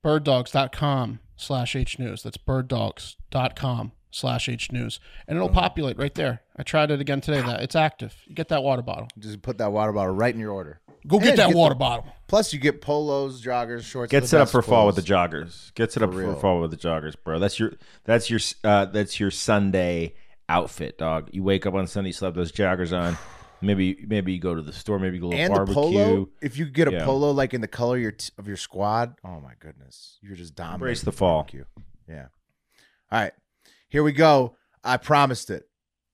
Speaker 3: birddogs.com slash hnews. That's birddogs.com slash hnews. And it'll populate right there. I tried it again today. That It's active. You get that water bottle.
Speaker 1: Just put that water bottle right in your order.
Speaker 3: Go get
Speaker 1: And
Speaker 3: that
Speaker 1: get
Speaker 3: water
Speaker 1: the-
Speaker 3: bottle.
Speaker 1: Plus, you get polos, joggers, shorts.
Speaker 2: Get
Speaker 1: the
Speaker 2: set up
Speaker 1: best
Speaker 2: for fall with the
Speaker 1: clothes.
Speaker 2: joggers. Get set up
Speaker 1: real.
Speaker 2: for fall with the joggers, bro. That's your that's your uh, that's your Sunday outfit, dog. You wake up on Sunday, slap those joggers on. Maybe maybe you go to the store. Maybe you go to a
Speaker 1: and
Speaker 2: barbecue.
Speaker 1: the polo. If you get a
Speaker 2: Yeah.
Speaker 1: polo like in the color of your t- of your squad, oh my goodness, you're just dominating.
Speaker 2: Embrace the fall.
Speaker 1: barbecue. Yeah. All right, here we go. I promised it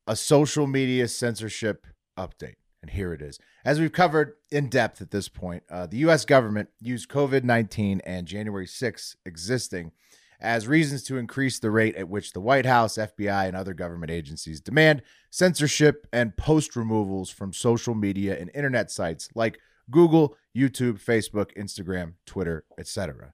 Speaker 1: a social media censorship update, and here it is. As we've covered in depth at this point, uh, the U.S. government used COVID nineteen and January 6th existing as reasons to increase the rate at which the White House, FBI, and other government agencies demand censorship and post removals from social media and internet sites like Google, YouTube, Facebook, Instagram, Twitter, etc.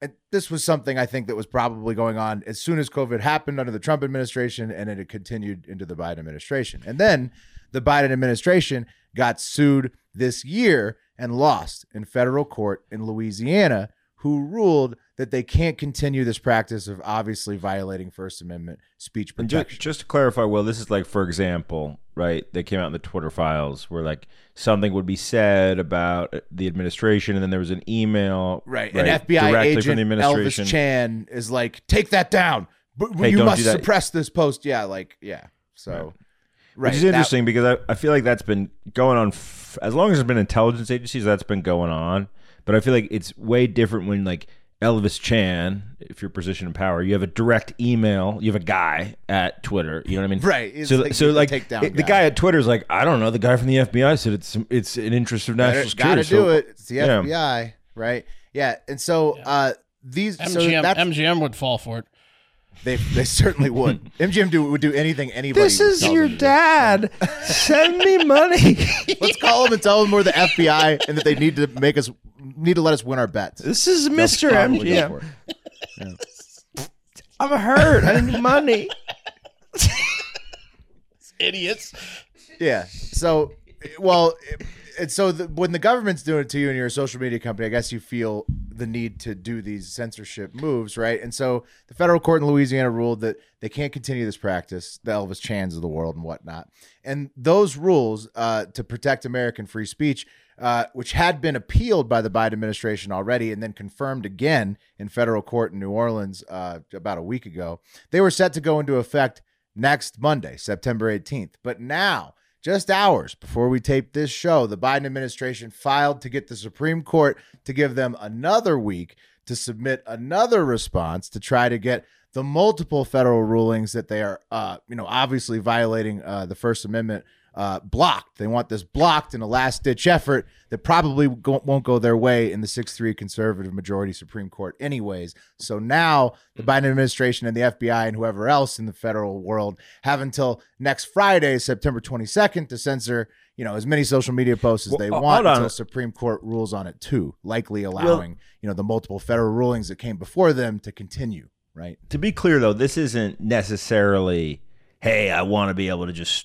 Speaker 1: And this was something I think that was probably going on as soon as COVID happened under the Trump administration and it had continued into the Biden administration. And then the Biden administration got sued this year and lost in federal court in Louisiana, who ruled that they can't continue this practice of obviously violating First Amendment speech
Speaker 2: And just,
Speaker 1: protection.
Speaker 2: just to clarify, Will, this is like, for example, right? They came out in the Twitter files where like something would be said about uh, the administration, and then there was an email,
Speaker 1: Right. An FBI
Speaker 2: directly
Speaker 1: agent,
Speaker 2: from the administration.
Speaker 1: Elvis Chan, is like, take that down. But
Speaker 2: Hey,
Speaker 1: you
Speaker 2: don't
Speaker 1: must
Speaker 2: do that."
Speaker 1: suppress this post. Yeah, like, yeah. So, right.
Speaker 2: Which is
Speaker 1: that-
Speaker 2: interesting because I, I feel like that's been going on f- as long as there's been intelligence agencies, that's been going on. But I feel like it's way different when like Elvis Chan, if you're position in power, you have a direct email. You have a guy at Twitter. You know what I mean?
Speaker 1: Right, it's
Speaker 2: So,
Speaker 1: like
Speaker 2: so
Speaker 1: the
Speaker 2: like
Speaker 1: takedown
Speaker 2: it- the
Speaker 1: guy.
Speaker 2: guy at Twitter's like, I don't know. The guy from the FBI said it's it's an interest of national
Speaker 1: Better-
Speaker 2: security.
Speaker 1: Gotta
Speaker 2: so-
Speaker 1: do it. It's the
Speaker 2: yeah.
Speaker 1: FBI, right? Yeah, and so uh, these
Speaker 3: MGM,
Speaker 1: so that's,
Speaker 3: MGM would fall for it.
Speaker 1: they they certainly would. MGM do, would do anything anybody.
Speaker 2: This
Speaker 1: would
Speaker 2: is
Speaker 1: tell
Speaker 2: your
Speaker 1: them to do.
Speaker 2: dad.
Speaker 1: (laughs)
Speaker 2: Send me money.
Speaker 1: Let's call them and tell them we're the FBI and that they need to make us need to let us win our bets.
Speaker 2: this is
Speaker 1: They'll
Speaker 2: Mr.
Speaker 1: probably go
Speaker 2: MGM.
Speaker 1: for it.
Speaker 2: I'm hurt. I need money.
Speaker 3: Idiots.
Speaker 1: Yeah. So, well, it- and so the, when the government's doing it to you and you're a social media company, I guess you feel the need to do these censorship moves, right? And so the federal court in Louisiana ruled that they can't continue this practice, the Elvis Chans of the world and whatnot. And those rules uh, to protect American free speech, uh, which had been appealed by the Biden administration already and then confirmed again in federal court in New Orleans uh, about a week ago, they were set to go into effect next Monday, September 18th. But now, just hours before we tape this show, the Biden administration filed to get the Supreme Court to give them another week to submit another response to try to get the multiple federal rulings that they are, uh, you know, obviously violating uh, the First Amendment uh, blocked. They want this blocked in a last ditch effort that probably go- won't go their way in the 6 3 conservative majority Supreme Court, anyways. So now the Biden administration and the FBI and whoever else in the federal world have until next Friday, September 22nd, to censor. You know, as many social media posts as
Speaker 2: Well,
Speaker 1: they
Speaker 2: uh,
Speaker 1: want
Speaker 2: hold on.
Speaker 1: until Supreme Court rules on it too, likely allowing you know the multiple federal rulings that came before them to continue. Right?
Speaker 2: to be clear though this isn't necessarily hey i want to be able to just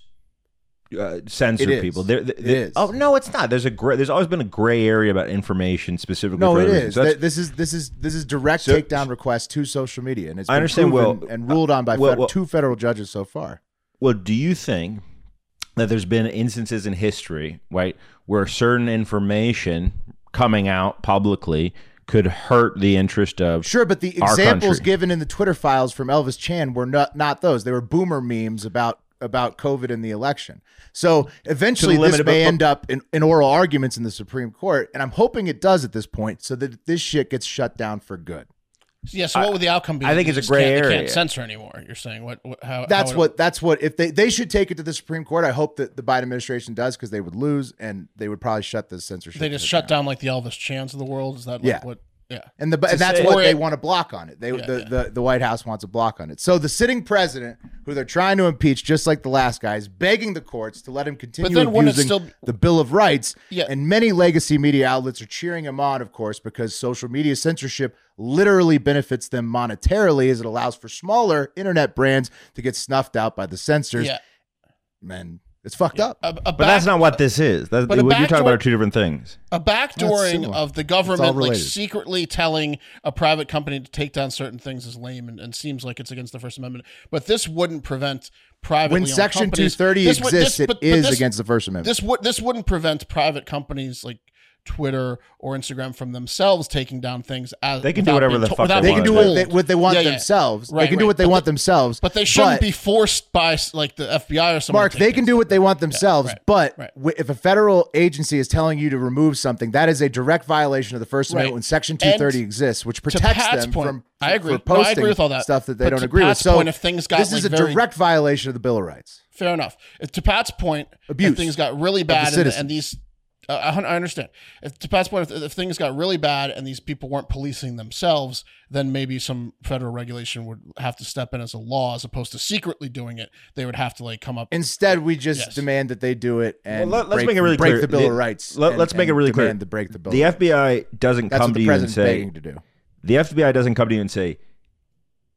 Speaker 2: uh, censor
Speaker 1: It is.
Speaker 2: people there,
Speaker 1: It
Speaker 2: th-
Speaker 1: is.
Speaker 2: oh no it's not there's a gray, there's always been a gray area about information specifically
Speaker 1: No,
Speaker 2: for
Speaker 1: it
Speaker 2: other reasons.
Speaker 1: is.
Speaker 2: So that's-
Speaker 1: Th- this is this is this is direct
Speaker 2: So-
Speaker 1: takedown request to social media, and it's
Speaker 2: I
Speaker 1: been
Speaker 2: understand, uh,
Speaker 1: proven
Speaker 2: Will.
Speaker 1: and ruled on by
Speaker 2: Will,
Speaker 1: fed-
Speaker 2: Will.
Speaker 1: two federal judges so far.
Speaker 2: Well, do you think that there's been instances in history, right, where certain information coming out publicly could hurt the interest of
Speaker 1: Sure, but the
Speaker 2: Our
Speaker 1: examples
Speaker 2: country.
Speaker 1: given in the Twitter files from Elvis Chan were not not those. They were boomer memes about about COVID and the election. So eventually,
Speaker 2: limit
Speaker 1: this
Speaker 2: it, but-
Speaker 1: may
Speaker 2: but-
Speaker 1: end up in, in oral arguments in the Supreme Court, and I'm hoping it does at this point, so that this shit gets shut down for good.
Speaker 3: Yeah. So what would the outcome be?
Speaker 2: I think
Speaker 3: You
Speaker 2: it's a
Speaker 3: just
Speaker 2: gray
Speaker 3: can't, they
Speaker 2: area.
Speaker 3: Can't censor anymore. You're saying what? what how?
Speaker 1: That's
Speaker 3: how would it-
Speaker 1: what. That's what. If they they should take it to the Supreme Court, I hope that the Biden administration does because they would lose and they would probably shut the censorship.
Speaker 3: they just
Speaker 1: shit
Speaker 3: shut down like the Elvis Chans of the world. Is that like
Speaker 1: Yeah.
Speaker 3: what? Yeah.
Speaker 1: And the and that's
Speaker 2: say-
Speaker 1: what
Speaker 3: Or
Speaker 1: they
Speaker 3: it-
Speaker 1: want to block on it. They
Speaker 3: Yeah,
Speaker 1: the,
Speaker 3: yeah.
Speaker 1: the the White House wants a block on it. So the sitting president, who they're trying to impeach, just like the last guy, is begging the courts to let him continue
Speaker 3: then wouldn't it
Speaker 1: abusing
Speaker 3: still-
Speaker 1: the Bill of Rights.
Speaker 3: Yeah.
Speaker 1: And many legacy media outlets are cheering him on, of course, because social media censorship literally benefits them monetarily as it allows for smaller internet brands to get snuffed out by the censors.
Speaker 3: Yeah. Uh,
Speaker 1: Man, it's fucked up.
Speaker 3: A, a
Speaker 2: But that's
Speaker 3: back-
Speaker 2: not what this is. That,
Speaker 3: But
Speaker 2: what
Speaker 3: a
Speaker 2: you're talking about
Speaker 3: backdoor-
Speaker 2: are two different things.
Speaker 3: a backdooring
Speaker 1: similar.
Speaker 3: of the
Speaker 1: It's all
Speaker 3: government like
Speaker 1: related.
Speaker 3: secretly telling a private company to take down certain things is lame and, and seems like it's against the first amendment but this wouldn't prevent private
Speaker 1: When Section 230 exists, it is against the First Amendment.
Speaker 3: this would this wouldn't prevent private companies like Twitter or Instagram from themselves taking down things as
Speaker 2: They can do
Speaker 3: without
Speaker 2: whatever
Speaker 3: being
Speaker 2: the
Speaker 3: to-
Speaker 2: fuck
Speaker 3: without
Speaker 2: they
Speaker 1: they
Speaker 3: being
Speaker 1: can
Speaker 2: want.
Speaker 1: do what
Speaker 3: told.
Speaker 1: they, what they want
Speaker 3: Yeah, yeah.
Speaker 1: themselves.
Speaker 3: Right,
Speaker 1: they can do
Speaker 3: right.
Speaker 1: what they
Speaker 3: But
Speaker 1: want
Speaker 3: the-
Speaker 1: themselves.
Speaker 3: but they shouldn't
Speaker 1: be.
Speaker 3: be forced by like the FBI or something.
Speaker 1: Mark, they can do what they want themselves,
Speaker 3: right,
Speaker 1: but
Speaker 3: right.
Speaker 1: w- if a federal agency is telling you to remove something, that is a direct violation of the First Amendment
Speaker 3: Right.
Speaker 1: when Section
Speaker 3: And
Speaker 1: 230 exists, which
Speaker 3: to
Speaker 1: protects
Speaker 3: Pat's
Speaker 1: them
Speaker 3: point-
Speaker 1: from
Speaker 3: I agree.
Speaker 1: for
Speaker 3: No, I agree
Speaker 1: posting
Speaker 3: with all that.
Speaker 1: stuff that they
Speaker 3: But
Speaker 1: don't
Speaker 3: to
Speaker 1: agree
Speaker 3: Pat's
Speaker 1: with. So
Speaker 3: point, if things got,
Speaker 1: this is a
Speaker 3: like, very-
Speaker 1: direct violation of the Bill of Rights.
Speaker 3: Fair enough. If, to Pat's point,
Speaker 1: Abuse
Speaker 3: if things got really
Speaker 1: of the
Speaker 3: bad and,
Speaker 1: citizens.
Speaker 3: and these, uh, I, I understand. If to Pat's point, if, if things got really bad and these people weren't policing themselves, then maybe some federal regulation would have to step in as a law, as opposed to secretly doing it. They would have to like come up.
Speaker 1: Instead, we just
Speaker 3: Yes.
Speaker 1: demand that they do it and
Speaker 2: Well, let- let's
Speaker 1: break,
Speaker 2: make it really
Speaker 1: break
Speaker 2: clear.
Speaker 1: the Bill
Speaker 2: The-
Speaker 1: of Rights.
Speaker 2: let-
Speaker 1: and-
Speaker 2: let's make it
Speaker 1: and
Speaker 2: really clear.
Speaker 1: demand to break the Bill.
Speaker 2: The
Speaker 1: of Rights.
Speaker 2: FBI doesn't
Speaker 1: That's
Speaker 2: come
Speaker 1: what
Speaker 2: to
Speaker 1: the
Speaker 2: you and
Speaker 1: president's
Speaker 2: say
Speaker 1: begging to do.
Speaker 2: the FBI doesn't come to you and say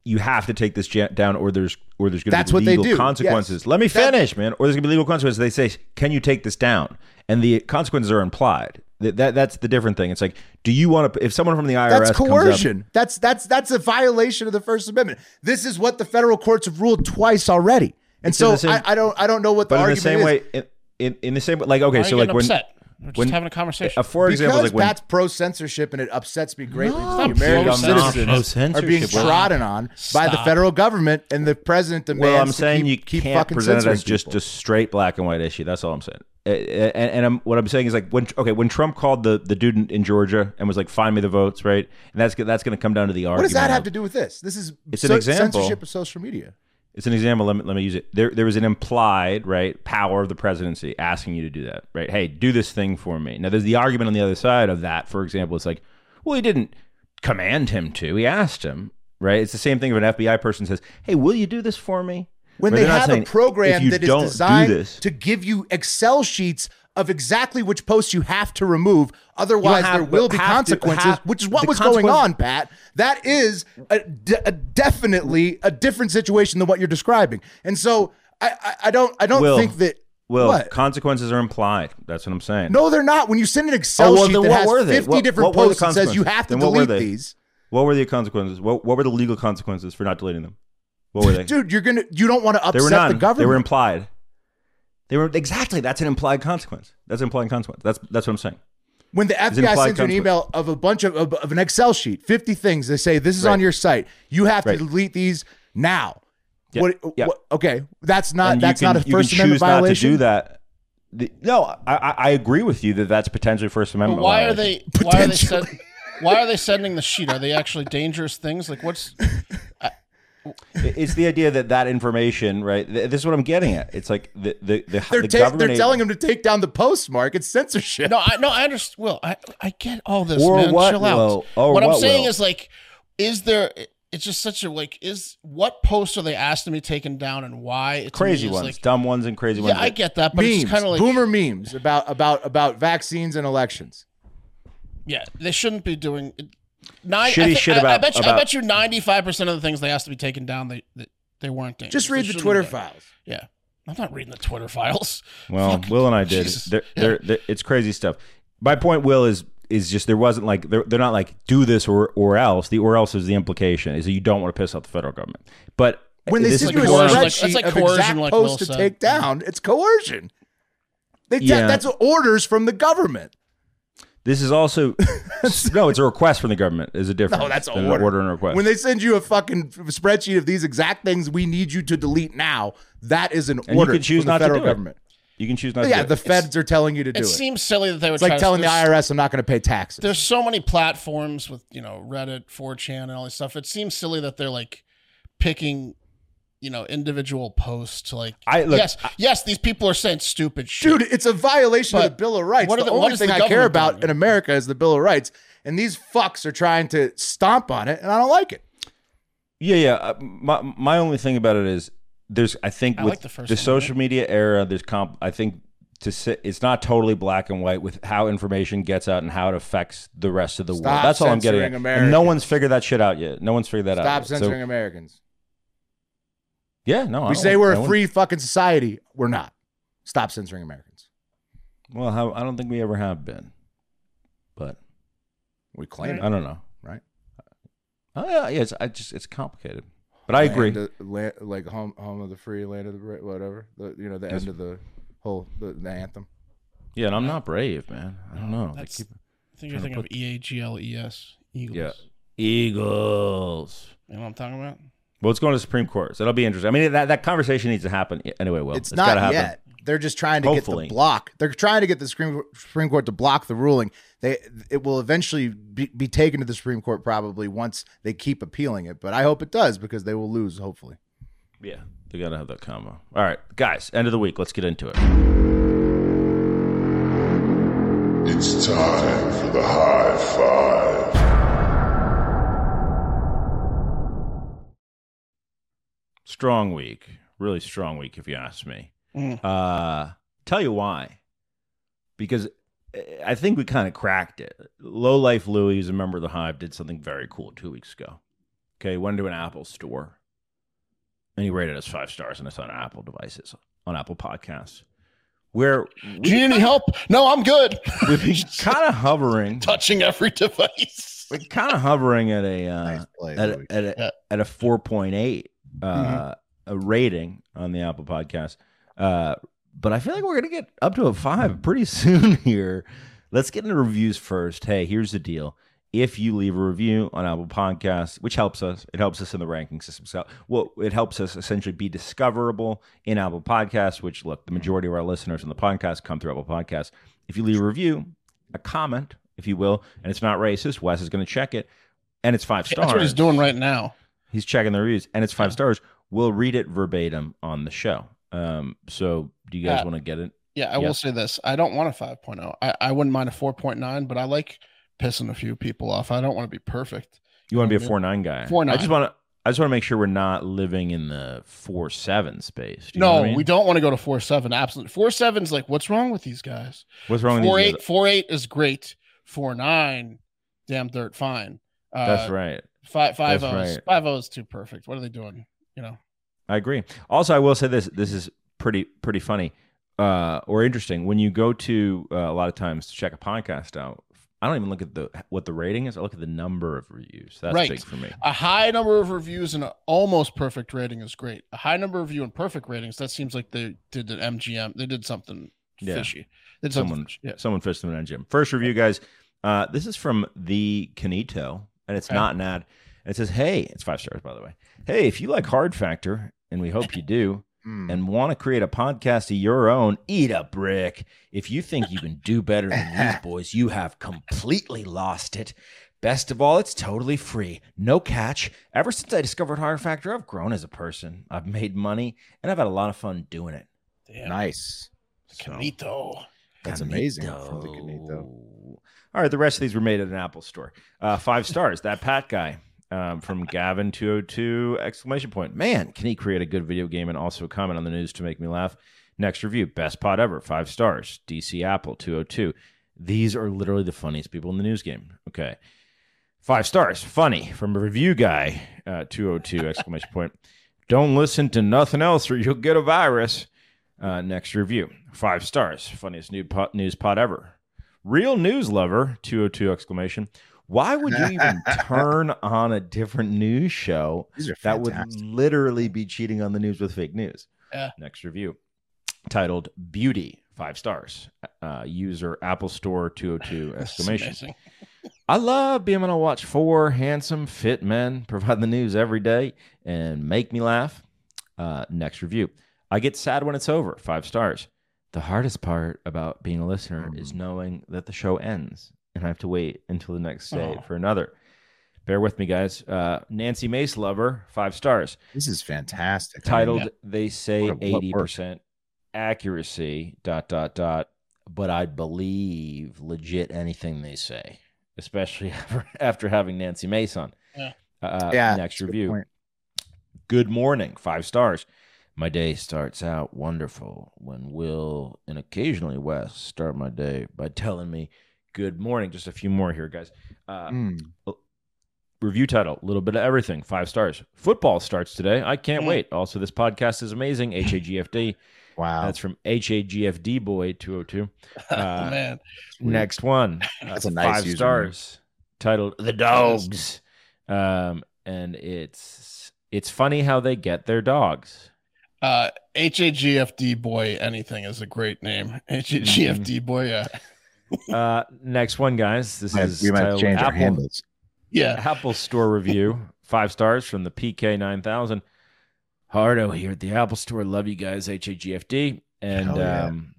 Speaker 2: you have to take this jet down or there's or there's going
Speaker 1: That's
Speaker 2: to
Speaker 1: what
Speaker 2: be
Speaker 1: they
Speaker 2: legal
Speaker 1: do, yes.
Speaker 2: consequences. Let me
Speaker 1: That-
Speaker 2: finish, man. Or there's going to be legal consequences. They say, "Can you take this down?" And the consequences are implied. That, that that's the different thing. It's like, do you want to if someone from the IRS
Speaker 1: That's
Speaker 2: comes up-
Speaker 1: coercion. That's that's that's a violation of the First Amendment. This is what the federal courts have ruled twice already. And
Speaker 2: in
Speaker 1: so
Speaker 2: the same-
Speaker 1: I, I don't I don't know what the
Speaker 2: but in the
Speaker 1: argument
Speaker 2: same
Speaker 1: is.
Speaker 2: way in, in, in the same way like okay,
Speaker 3: Why are
Speaker 2: so
Speaker 3: you
Speaker 2: like
Speaker 3: getting
Speaker 2: when
Speaker 3: upset? We're just
Speaker 2: when-
Speaker 3: having a conversation.
Speaker 2: a for example is
Speaker 1: because
Speaker 2: like when
Speaker 1: Pat's pro censorship and it upsets me greatly that the
Speaker 3: I'm
Speaker 1: American
Speaker 3: pro- I'm not
Speaker 1: citizens are
Speaker 2: pro-censorship.
Speaker 1: being
Speaker 2: Well,
Speaker 1: trodden on by the
Speaker 3: stop.
Speaker 1: federal government and the president demands.
Speaker 2: Well, I'm
Speaker 1: to
Speaker 2: saying
Speaker 1: keep,
Speaker 2: you
Speaker 1: keep
Speaker 2: can't
Speaker 1: fucking
Speaker 2: present it
Speaker 1: censoring
Speaker 2: as just
Speaker 1: people.
Speaker 2: a straight black and white issue. That's all I'm saying. Uh, And, and I'm, what I'm saying is like when okay when Trump called the, the dude in, in Georgia and was like find me the votes right and that's go- that's going to come down to the
Speaker 1: What
Speaker 2: argument.
Speaker 1: does that have
Speaker 2: of-
Speaker 1: to do with this? This is
Speaker 2: It's an
Speaker 1: so-
Speaker 2: example.
Speaker 1: censorship of social media.
Speaker 2: It's an example. Let me, let me use it. There there was an implied right power of the presidency asking you to do that right. Hey, do this thing for me. Now there's the argument on the other side of that. For example, it's like well he didn't command him to. He asked him right. It's the same thing if an FBI person says hey will you do this for me.
Speaker 1: when
Speaker 2: Right,
Speaker 1: they
Speaker 2: they're not
Speaker 1: have
Speaker 2: saying,
Speaker 1: a
Speaker 2: "If
Speaker 1: program
Speaker 2: you
Speaker 1: that is
Speaker 2: don't do
Speaker 1: designed
Speaker 2: this-
Speaker 1: to give you Excel sheets of exactly which posts you have to remove. Otherwise,
Speaker 2: have-
Speaker 1: there will be
Speaker 2: have to-
Speaker 1: consequences,
Speaker 2: have-
Speaker 1: which is what
Speaker 2: the
Speaker 1: was going on,
Speaker 2: consequence-
Speaker 1: Pat. That is a, de- a definitely a different situation than what you're describing. And so I, I, I don't I don't
Speaker 2: Will,
Speaker 1: think that.
Speaker 2: Well,
Speaker 1: what?
Speaker 2: consequences are implied. That's what I'm saying.
Speaker 1: no, they're not. When you send an Excel
Speaker 2: Oh, well,
Speaker 1: sheet
Speaker 2: then
Speaker 1: that
Speaker 2: what
Speaker 1: has
Speaker 2: were they?
Speaker 1: 50
Speaker 2: What-
Speaker 1: different
Speaker 2: what were the
Speaker 1: posts and says you have to
Speaker 2: consequences? Then what were
Speaker 1: delete
Speaker 2: they?
Speaker 1: these,
Speaker 2: What were the consequences? What, what were the legal consequences for not deleting them? What were
Speaker 1: (laughs)
Speaker 2: they?
Speaker 1: dude, you're gonna you don't want to
Speaker 2: they were
Speaker 1: upset
Speaker 2: none.
Speaker 1: the government.
Speaker 2: They were implied. They were exactly. That's an implied consequence. That's an implied consequence. That's that's what I'm saying.
Speaker 1: When the FBI
Speaker 2: implied
Speaker 1: sends you an
Speaker 2: conflict.
Speaker 1: email of a bunch of, of, of an Excel sheet, 50 things, they say, this is
Speaker 2: Right.
Speaker 1: on your site. You have
Speaker 2: Right.
Speaker 1: to delete these now.
Speaker 2: Yeah,
Speaker 1: What,
Speaker 2: yeah.
Speaker 1: what- okay, that's not
Speaker 2: And you
Speaker 1: Uh, that's
Speaker 2: can-
Speaker 1: not a
Speaker 2: you can
Speaker 1: First Amendment
Speaker 2: choose not
Speaker 1: violation.
Speaker 2: to do that. The- no, I, I I agree with you that that's potentially First
Speaker 3: But
Speaker 2: Amendment.
Speaker 3: why are
Speaker 2: violation.
Speaker 3: they? Why are they? cen- Why are they sending the sheet? Are they actually dangerous things? Like what's
Speaker 2: It's the idea that that information, right? th- This is what I'm getting at. It's like the the the,
Speaker 1: They're,
Speaker 2: the
Speaker 1: ta-
Speaker 2: government
Speaker 1: they're telling him to take down the post, Mark. It's censorship.
Speaker 3: No, I no, I understand. Will I? I get all this,
Speaker 2: Or
Speaker 3: man.
Speaker 2: what
Speaker 3: Chill out.
Speaker 2: will? Or
Speaker 3: what, I'm
Speaker 2: what
Speaker 3: saying
Speaker 2: will?
Speaker 3: is like, is there? It's just such a like. Is what posts are they asking me taken down and why? It, to
Speaker 2: crazy
Speaker 3: me, is,
Speaker 2: ones,
Speaker 3: Like,
Speaker 2: dumb ones, and crazy ones.
Speaker 3: yeah, I get that, but
Speaker 1: memes,
Speaker 3: it's kind of like
Speaker 1: boomer memes about about about vaccines and elections.
Speaker 3: yeah, they shouldn't be doing. it. Nine,
Speaker 2: Shitty
Speaker 3: I think-
Speaker 2: shit
Speaker 3: I- I
Speaker 2: about-
Speaker 3: bet you, I
Speaker 2: about-
Speaker 3: bet you ninety five percent of the things they asked to be taken down, they they, they weren't. Dangerous.
Speaker 1: Just
Speaker 3: They
Speaker 1: read the
Speaker 3: shouldn't
Speaker 1: Twitter
Speaker 3: be.
Speaker 1: files.
Speaker 3: Yeah, I'm not reading the Twitter files.
Speaker 2: Well,
Speaker 3: Fuck.
Speaker 2: Will and I did.
Speaker 3: Jesus.
Speaker 2: They're, they're, they're- it's crazy stuff. My point, Will, is is just there wasn't like they're, they're not like do this or or else. The or else is the implication is that you don't want to piss off the federal government. But
Speaker 1: When they
Speaker 2: this
Speaker 1: send
Speaker 2: is
Speaker 1: you a
Speaker 3: like
Speaker 2: more-
Speaker 3: coercion, like-
Speaker 1: spreadsheet
Speaker 3: that's like
Speaker 1: of
Speaker 3: coercion,
Speaker 1: exact
Speaker 3: like Will
Speaker 1: posts to
Speaker 3: said.
Speaker 1: take down, it's coercion. They te-
Speaker 2: Yeah.
Speaker 1: That's orders from the government.
Speaker 2: This is
Speaker 1: (laughs)
Speaker 2: also no. It's a request from the government. Is a
Speaker 3: (laughs)
Speaker 2: difference.
Speaker 3: Oh,
Speaker 1: No, that's
Speaker 2: than
Speaker 1: an
Speaker 2: an
Speaker 1: order.
Speaker 2: order and a request.
Speaker 1: When they send you a fucking spreadsheet of these exact things we need you to delete now, that is an
Speaker 2: And you
Speaker 1: order
Speaker 2: can choose
Speaker 1: from the
Speaker 2: not to
Speaker 1: federal
Speaker 2: do it.
Speaker 1: government.
Speaker 2: you can choose not.
Speaker 1: yeah,
Speaker 2: to do
Speaker 1: the
Speaker 2: it.
Speaker 1: feds are telling you to do
Speaker 3: It,
Speaker 1: it.
Speaker 3: seems silly that they would.
Speaker 1: it's like telling the
Speaker 3: IRS.
Speaker 1: IRS I'm not going to pay taxes.
Speaker 3: there's so many platforms with you know Reddit, 4chan, and all this stuff. It seems silly that they're like picking, you know, individual posts to like.
Speaker 2: I- look,
Speaker 3: yes, yes, these people are saying stupid shit.
Speaker 1: Dude, it's a violation of
Speaker 3: But
Speaker 1: the Bill of Rights.
Speaker 3: what are
Speaker 1: the,
Speaker 3: the- what
Speaker 1: only
Speaker 3: is
Speaker 1: thing
Speaker 3: the
Speaker 1: I care
Speaker 3: government
Speaker 1: about
Speaker 3: doing?
Speaker 1: in America is the Bill of Rights, and these fucks are trying to stomp on it, and I don't like it.
Speaker 2: Yeah, yeah. uh, My my only thing about it is there's I think
Speaker 3: I
Speaker 2: with
Speaker 3: like the first one,
Speaker 2: social media era there's comp I think to sit it's not totally black and white with how information gets out and how it affects the rest of the
Speaker 1: Stop
Speaker 2: world. That's all I'm getting. At.
Speaker 1: censoring
Speaker 2: And no
Speaker 1: Americans.
Speaker 2: one's figured that shit out yet. No one's figured that
Speaker 1: Stop
Speaker 2: out. yet. So,
Speaker 1: censoring Americans.
Speaker 2: yeah, no. I
Speaker 1: We
Speaker 2: don't
Speaker 1: say
Speaker 2: want-
Speaker 1: we're
Speaker 2: I
Speaker 1: a
Speaker 2: don't-
Speaker 1: free fucking society. We're not. Stop censoring Americans.
Speaker 2: Well, how, I don't think we ever have been, but
Speaker 1: We claim
Speaker 2: I
Speaker 1: it,
Speaker 2: don't know.
Speaker 1: right?
Speaker 2: Oh yeah, yeah. It's I just it's complicated, but I agree.
Speaker 1: Land of- land- like home, home of the free, land of the brave, whatever. The, you know, the end of the whole the, the anthem.
Speaker 2: Yeah, and I'm not brave, man. I don't know. They
Speaker 3: That's-
Speaker 2: keep-
Speaker 3: I think you're thinking of E A G L E S Eagles.
Speaker 2: yeah, Eagles.
Speaker 3: you know what I'm talking about.
Speaker 2: Well, it's going to the Supreme Court, so that'll be interesting. I mean, that, that conversation needs to happen e, anyway. Well,
Speaker 1: it's,
Speaker 2: Oh, gotta
Speaker 1: not
Speaker 2: happen.
Speaker 1: yet. They're just trying to
Speaker 2: Hopefully.
Speaker 1: get the block. They're trying to get the Supreme, Supreme Court to block the ruling. They it will eventually be, be taken to the Supreme Court probably once they keep appealing it. But I hope it does because they will lose. Hopefully,
Speaker 2: Yeah, they gotta have that combo. All right, guys, end of the week. Let's get into it.
Speaker 4: It's time for the high five.
Speaker 2: Strong week, really strong week, if you ask me.
Speaker 3: Mm.
Speaker 2: Uh, tell you why, because uh, I think we kind of cracked it. Low life Louis, who's a member of the Hive, did something very cool two weeks ago. Okay, he went to an Apple store, and he rated us five stars, and it's on Apple devices, on Apple Podcasts. Where
Speaker 3: Do you need any help? No, I'm good. (laughs)
Speaker 2: we've been kind of hovering,
Speaker 3: Touching every device.
Speaker 2: we're kind of hovering at a uh,
Speaker 1: nice play.
Speaker 2: at
Speaker 1: Louis.
Speaker 2: a, at
Speaker 3: Yeah. Mm-hmm.
Speaker 2: a, at a 4.8 uh, a rating on the Apple Podcast. Uh, but I feel like we're gonna get up to a five pretty (laughs) soon here. Let's get into reviews first. Hey, here's the deal. If you leave a review on Apple Podcasts, which helps us, it helps us in the ranking system. So, well, it helps us essentially be discoverable in Apple Podcasts, which look, the majority of our listeners on the podcast come through Apple Podcasts. If you leave a review, a comment, if you will, and it's not racist, Wes is going to check it, and it's five stars
Speaker 3: That's what he's doing right now.
Speaker 2: he's checking the reviews and it's five stars we'll read it verbatim on the show um so do you guys
Speaker 3: Uh,
Speaker 2: want to get it
Speaker 3: Yeah, I
Speaker 2: Yeah.
Speaker 3: will say this. I don't want a 5.0. I, I wouldn't mind a 4.9, but I like pissing a few people off. I don't want to be perfect.
Speaker 2: you want to be a
Speaker 3: yeah.
Speaker 2: four nine guy
Speaker 3: 4.9.
Speaker 2: i just want to i just want to make sure we're not living in the four seven space Do you know
Speaker 3: no,
Speaker 2: what I mean?
Speaker 3: we don't want to go to four seven. Absolutely, four seven's like, what's wrong with these guys?
Speaker 2: what's wrong
Speaker 3: Four
Speaker 2: with these
Speaker 3: eight,
Speaker 2: guys?
Speaker 3: four eight is great. Four nine, damn dirt fine. Uh,
Speaker 2: that's right
Speaker 3: Five five
Speaker 2: That's
Speaker 3: O's,
Speaker 2: right.
Speaker 3: five O is too perfect. What are they doing? You know,
Speaker 2: I agree. Also, I will say this: this is pretty pretty funny uh, or interesting. When you go to uh, a lot of times to check a podcast out, I don't even look at the what the rating is. I look at the number of reviews. That's
Speaker 3: Right.
Speaker 2: big for me.
Speaker 3: a high number of reviews and an almost perfect rating is great. A high number of review and perfect ratings that seems like they did an MGM. They did something
Speaker 2: Yeah.
Speaker 3: fishy. They did something
Speaker 2: Someone
Speaker 3: fishy. Yeah.
Speaker 2: someone fished them in that gym. First review, guys. Uh, this is from the Canito, and it's
Speaker 3: Okay.
Speaker 2: not an ad. And it says, "Hey, it's five stars, by the way. Hey, if you like Hard Factor, and we hope you do."
Speaker 1: Hmm.
Speaker 2: and want to create a podcast of your own, eat a brick. If you think you can do better than these boys, you have completely lost it. Best of all, it's totally free, no catch. Ever since I discovered Hire Factor, I've grown as a person. I've made money, and I've had a lot of fun doing it.
Speaker 3: Damn.
Speaker 1: Nice.
Speaker 2: So-
Speaker 3: Bonito.
Speaker 1: That's amazing from the
Speaker 2: Canito.
Speaker 1: Canito.
Speaker 2: All right, the rest of these were made at an Apple store. Uh, five stars. that Pat guy um, from Gavin two hundred two exclamation point. Man, can he create a good video game and also comment on the news to make me laugh? Next review, best pod ever, five stars. DC Apple two hundred two. These are literally the funniest people in the news game. Okay, five stars. Funny from a review guy uh, two hundred two (laughs) exclamation point. Don't listen to nothing else or you'll get a virus. Uh, next review, five stars. Funniest new pot, news pod ever. Real news lover, 202 exclamation. Why would you even turn on a different news show
Speaker 1: These are
Speaker 2: that would
Speaker 1: fantastic.
Speaker 2: literally be cheating on the news with fake news?
Speaker 3: Yeah.
Speaker 2: Next review, titled Beauty, five stars. Uh, user Apple Store 202
Speaker 3: That's
Speaker 2: exclamation.
Speaker 3: amazing.
Speaker 2: I love being able to watch four handsome, fit men provide the news every day and make me laugh. Uh, next review. I get sad when it's over. Five stars. The hardest part about being a listener is knowing that the show ends and I have to wait until the next day
Speaker 3: Oh.
Speaker 2: for another. Bear with me, guys. Uh, Nancy Mace Lover, five stars.
Speaker 1: This is fantastic. I mean,
Speaker 2: Titled, They Say
Speaker 1: What a- what
Speaker 2: 80% Accuracy, dot, dot, dot. But I believe legit anything they say especially (laughs) after, after having Nancy Mace on.
Speaker 3: Yeah.
Speaker 2: Uh,
Speaker 1: yeah.
Speaker 2: next
Speaker 1: that's a good
Speaker 2: review.
Speaker 1: point.
Speaker 2: Good morning, five stars. My day starts out wonderful when Will and occasionally Wes start my day by telling me good morning. Just a few more here, guys. Uh,
Speaker 1: Mm.
Speaker 2: Review title, a little bit of everything, five stars. Football starts today. I can't
Speaker 3: Mm.
Speaker 2: wait. Also, this podcast is amazing. HAGFD.
Speaker 1: Wow.
Speaker 2: That's from HAGFD
Speaker 1: (laughs)
Speaker 2: Boy 202. Uh,
Speaker 3: Man,
Speaker 2: Next one. uh,
Speaker 1: That's a nice
Speaker 2: five
Speaker 1: username.
Speaker 2: stars titled The Dogs. Um, and it's it's funny how they get their
Speaker 1: (laughs)
Speaker 2: dogs.
Speaker 3: uh, HAGFD boy, anything is a great name. HAGFD boy, yeah,
Speaker 2: Uh, next one, guys. This
Speaker 1: We might-
Speaker 2: is
Speaker 1: we might have
Speaker 2: titled
Speaker 1: to change our
Speaker 2: Apple,
Speaker 1: handles.
Speaker 3: yeah.
Speaker 2: Apple Store Review. Five stars from the PK9000. Hardo here at the Apple Store. Love you guys. HAGFD. And,
Speaker 1: Hell yeah.
Speaker 2: um,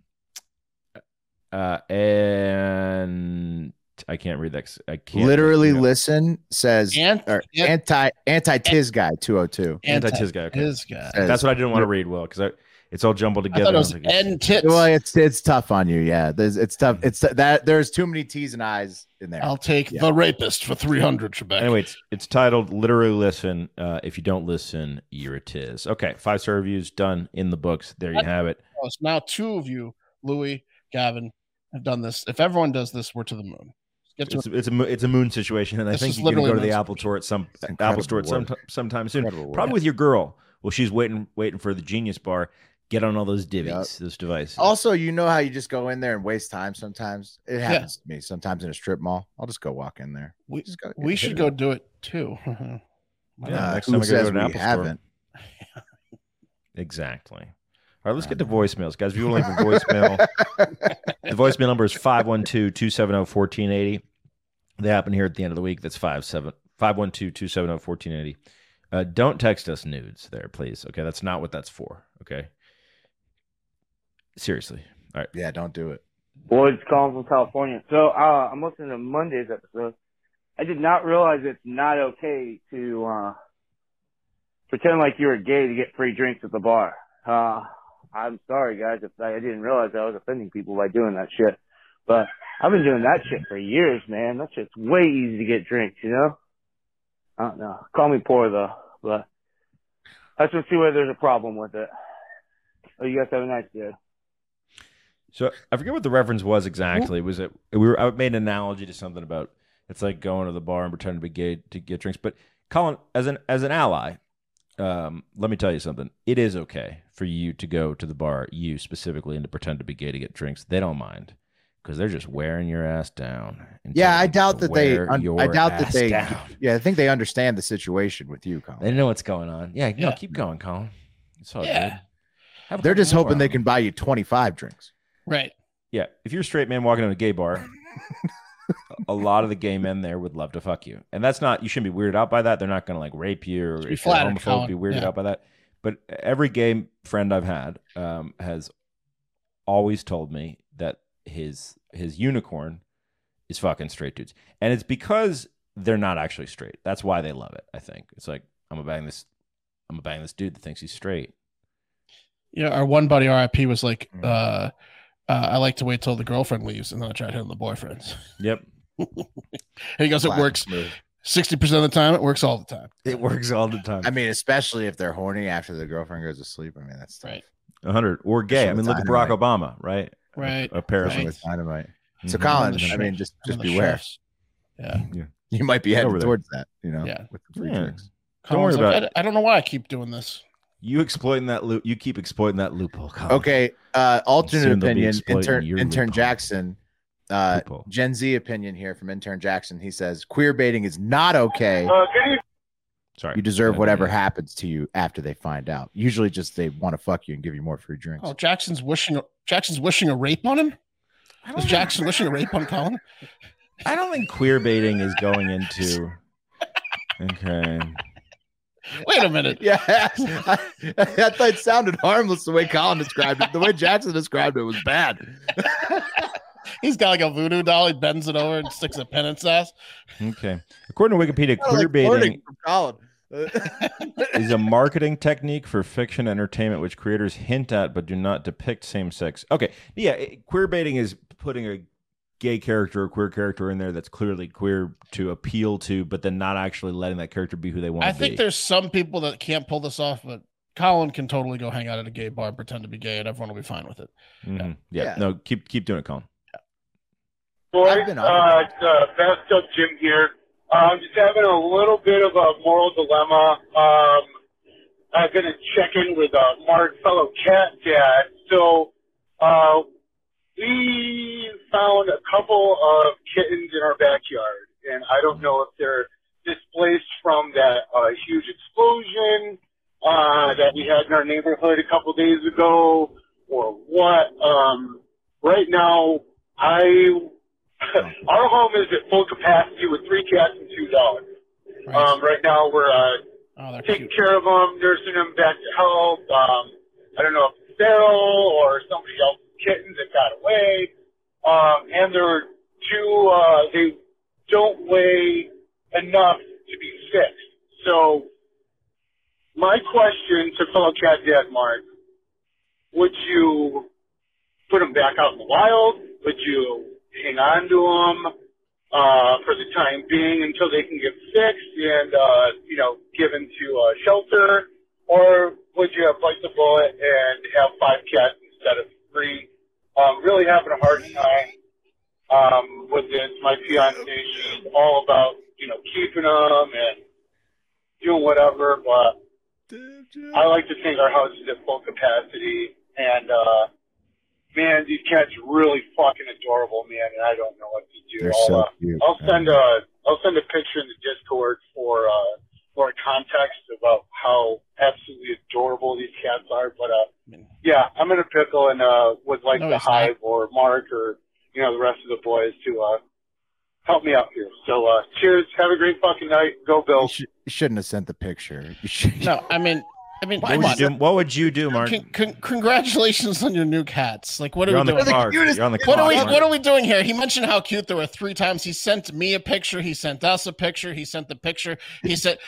Speaker 2: uh, and I can't read that. 'cause I can't
Speaker 1: Literally,
Speaker 2: yeah.
Speaker 1: listen says
Speaker 3: Ant-
Speaker 1: or
Speaker 3: ant-
Speaker 1: anti anti tiz guy two hundred two.
Speaker 2: Anti-Tiz guy. Okay.
Speaker 3: Anti-Tiz guy.
Speaker 1: Says-
Speaker 2: That's what I didn't want to read, Will, because it's all jumbled
Speaker 3: I
Speaker 2: together.
Speaker 3: thought it
Speaker 2: I
Speaker 3: was
Speaker 2: was like,
Speaker 3: N tits.
Speaker 1: Well, it's it's tough on you. Yeah, there's it's
Speaker 2: Mm.
Speaker 1: tough. It's that there's too many T's and I's in there.
Speaker 3: I'll take
Speaker 1: Yeah.
Speaker 3: the rapist for three hundred, Trebek.
Speaker 2: anyway, it's, it's titled "Literally Listen." Uh, if you don't listen, you're a tiz. Okay, five star reviews done in the books. There you have it.
Speaker 3: Oh, so now two of you, Louis, Gavin, have done this. If everyone does this, we're to the moon. Get to
Speaker 2: It's, it's a mo- it's a moon situation, and I
Speaker 3: This
Speaker 2: think
Speaker 3: is
Speaker 2: you can go to
Speaker 3: literally
Speaker 2: the
Speaker 3: moon
Speaker 2: Apple Store at some
Speaker 1: It's
Speaker 2: Apple Store at some
Speaker 1: incredible
Speaker 2: sometime soon.
Speaker 1: Incredible work.
Speaker 2: Probably with your girl. Well, she's waiting waiting for the Genius Bar. Get on all those divvies, those devices.
Speaker 1: Also, you know how you just go in there and waste time sometimes. It happens to me sometimes in a strip mall. I'll just go walk in there.
Speaker 3: We-
Speaker 1: Just go-
Speaker 3: we should go do it too. (laughs)
Speaker 2: Yeah,
Speaker 1: Uh,
Speaker 2: next
Speaker 1: who
Speaker 2: time I go to
Speaker 1: says
Speaker 2: an
Speaker 1: we
Speaker 2: Apple store.
Speaker 1: haven't?
Speaker 2: Exactly. All right, let's get to voicemails, guys. If you want to leave a
Speaker 1: (laughs)
Speaker 2: voicemail, the voicemail number is 512 270 1480. oh, They happen here at the end of the week. That's 512 270 1480. Uh, Don't text us nudes there, please. Okay. That's not what that's for. Okay. Seriously. All right.
Speaker 1: Yeah, don't do it.
Speaker 6: Boyd's calling from California. So uh, I'm listening to Monday's episode. I did not realize it's not okay to uh, pretend like you were gay to get free drinks at the bar. Uh, I'm sorry, guys, if I, I didn't realize I was offending people by doing that shit. But I've been doing that shit for years, man. That shit's way easy to get drinks, you know. I don't know. Call me poor though, but I just want to see whether there's a problem with it. Oh, you guys have a nice day.
Speaker 2: So I forget what the reference was exactly. Was it we were I made an analogy to something about it's like going to the bar and pretending to be gay to get drinks. But Colin, as an as an ally, um, let me tell you something. It is okay for you to go to the bar, you specifically, and to pretend to be gay to get drinks. They don't mind because they're just wearing your ass down. and
Speaker 1: Yeah,
Speaker 2: telling
Speaker 1: I
Speaker 2: you
Speaker 1: doubt
Speaker 2: to
Speaker 1: that they.
Speaker 2: wear
Speaker 1: un- I
Speaker 2: your
Speaker 1: doubt that
Speaker 2: ass
Speaker 1: they. (laughs)
Speaker 2: down.
Speaker 1: Yeah, I think they understand the situation with you, Colin.
Speaker 2: They know what's going on. Yeah, no,
Speaker 3: Yeah.
Speaker 2: keep going, Colin. It's all good.
Speaker 3: Yeah.
Speaker 2: Have a
Speaker 1: They're
Speaker 2: couple
Speaker 1: just hoping
Speaker 2: more.
Speaker 1: they can buy you twenty five drinks.
Speaker 3: right.
Speaker 2: Yeah, if you're a straight man walking in a gay bar, a lot of the gay men there would love to fuck you, and that's not you shouldn't be weirded out by that. They're not going to like rape you or
Speaker 3: Just be
Speaker 2: if you're
Speaker 3: flattered,
Speaker 2: homophobe,
Speaker 3: Colin.
Speaker 2: be weirded
Speaker 3: Yeah.
Speaker 2: out by that. But every gay friend I've had um, has always told me that his his unicorn is fucking straight dudes, and it's because they're not actually straight. That's why they love it. I think it's like I'm gonna bang this. I'm gonna bang this dude that thinks he's straight.
Speaker 3: Yeah, our one buddy RIP was like,
Speaker 1: Mm.
Speaker 3: uh, uh, I like to wait till the girlfriend leaves and then I try to hit on the boyfriends. (laughs)
Speaker 2: Yep,
Speaker 3: And he goes, it
Speaker 1: Wow.
Speaker 3: works 60% of the time. It works all the time.
Speaker 2: it works all the time.
Speaker 1: I mean, especially if they're horny after the girlfriend goes to sleep. I mean, that's tough.
Speaker 3: Right.
Speaker 2: A hundred or gay. I
Speaker 1: Some
Speaker 2: mean, look at Barack
Speaker 1: dynamite.
Speaker 2: Obama, right?
Speaker 3: Right.
Speaker 2: A pair of
Speaker 3: Right.
Speaker 2: them.
Speaker 1: With dynamite. So,
Speaker 2: Mhm.
Speaker 3: I'm
Speaker 1: Colin,
Speaker 3: the
Speaker 1: I
Speaker 3: chef.
Speaker 1: mean, just just
Speaker 3: Some of the
Speaker 1: beware.
Speaker 3: chefs. Yeah.
Speaker 1: You might be heading
Speaker 2: Over there.
Speaker 1: towards that. You know,
Speaker 3: Yeah.
Speaker 1: with the free
Speaker 2: Yeah.
Speaker 1: drinks.
Speaker 2: Don't worry
Speaker 3: Colin's like,
Speaker 2: about
Speaker 3: I, I don't know why I keep doing this.
Speaker 2: You exploiting that loop. You keep exploiting that loophole. Colin.
Speaker 1: Okay. Uh, alternate
Speaker 2: Soon they'll be
Speaker 1: opinion.
Speaker 2: exploiting
Speaker 1: Intern
Speaker 2: your
Speaker 1: intern
Speaker 2: loophole.
Speaker 1: Jackson. Uh,
Speaker 2: Loophole.
Speaker 1: Gen Z opinion here from intern Jackson. He says queer baiting is not okay.
Speaker 6: Uh, good evening.
Speaker 2: Sorry.
Speaker 1: You deserve
Speaker 2: Yeah,
Speaker 1: whatever
Speaker 2: yeah.
Speaker 1: happens to you after they find out. Usually, just they want to fuck you and give you more free drinks.
Speaker 3: Oh, Jackson's wishing Jackson's wishing a rape on him? Is Jackson wishing a rape on
Speaker 2: (laughs)
Speaker 3: Colin?
Speaker 2: I don't think queer baiting is going into. (laughs) Okay.
Speaker 3: Wait a minute.
Speaker 1: (laughs) Yeah, (laughs) I, I thought it sounded harmless the way Colin described it. The way Jackson described it was bad.
Speaker 3: He's got like a voodoo doll. He bends it over and sticks a pin in his ass.
Speaker 2: Okay. According to Wikipedia,
Speaker 1: Kinda
Speaker 2: queer
Speaker 1: like
Speaker 2: baiting
Speaker 1: flirting from Colin. (laughs)
Speaker 2: is a marketing technique for fiction entertainment which creators hint at but do not depict same sex. Okay. Yeah. it- queer baiting is putting a gay character or queer character in there that's clearly queer to appeal to, but then not actually letting that character be who they want
Speaker 3: I
Speaker 2: to
Speaker 3: think
Speaker 2: be.
Speaker 3: there's some people that can't pull this off, but Colin can totally go hang out at a gay bar and pretend to be gay, and everyone will be fine with it.
Speaker 2: Mhm. Yeah.
Speaker 1: Yeah.
Speaker 2: No, keep keep doing it, Colin.
Speaker 1: I've
Speaker 7: Boys,
Speaker 1: been
Speaker 7: uh,
Speaker 1: on.
Speaker 7: it's, uh, Fast Up Jim here. I'm just having a little bit of a moral dilemma. Um, I'm going to uh, check in with uh, Mark, fellow cat dad. So, uh, we found a couple of kittens in our backyard, and I don't know if they're displaced from that uh, huge explosion uh, that we had in our neighborhood a couple days ago or what. Um, right now, I (laughs) our home is at full capacity with three cats and two dogs.
Speaker 3: Right?
Speaker 7: Um, right now, we're uh,
Speaker 3: oh, they're
Speaker 7: taking
Speaker 3: cute.
Speaker 7: care of them, nursing them back to health. Um, I don't know if it's Daryl or somebody else's kittens that got away. Um, and they're too, uh, they don't weigh enough to be fixed. So, my question to fellow cat dad Mark, would you put them back out in the wild? Would you hang on to them? uh, for the time being until they can get fixed and, uh, you know, given to uh, shelter? Or would you bite the bullet and have five cats instead of three? Um, really having a hard time um, with this. My fiance, she's all about, you know, keeping them and doing whatever, but I like to think our house is at full capacity. And, uh, man, these cats are really fucking adorable, man, and I don't know what to do.
Speaker 1: They're
Speaker 7: I'll,
Speaker 1: so
Speaker 7: uh,
Speaker 1: cute.
Speaker 7: I'll send a I'll send a picture in the Discord for uh for context about how absolutely adorable these cats are. But uh yeah, I'm in a pickle and uh would like
Speaker 3: No,
Speaker 7: the
Speaker 3: it's not.
Speaker 7: hive or Mark or you know the rest of the boys to uh help me out here. So uh cheers, have a great fucking night. Go
Speaker 1: You,
Speaker 7: Bill.
Speaker 1: sh- you shouldn't have sent the picture. You should-
Speaker 3: No, I mean, I mean,
Speaker 2: What
Speaker 3: come
Speaker 2: would,
Speaker 3: on.
Speaker 2: you do, what would you do, Mark?
Speaker 3: Con- con- congratulations on your new cats. Like, what are
Speaker 2: You're
Speaker 3: we
Speaker 2: on
Speaker 1: (laughs)
Speaker 2: the
Speaker 3: doing?
Speaker 2: clock. You're on the
Speaker 3: What
Speaker 2: clock.
Speaker 3: are we
Speaker 2: Mark.
Speaker 3: What are we doing here? He mentioned how cute they were three times. He sent me a picture. He sent us a picture. He sent the picture. He said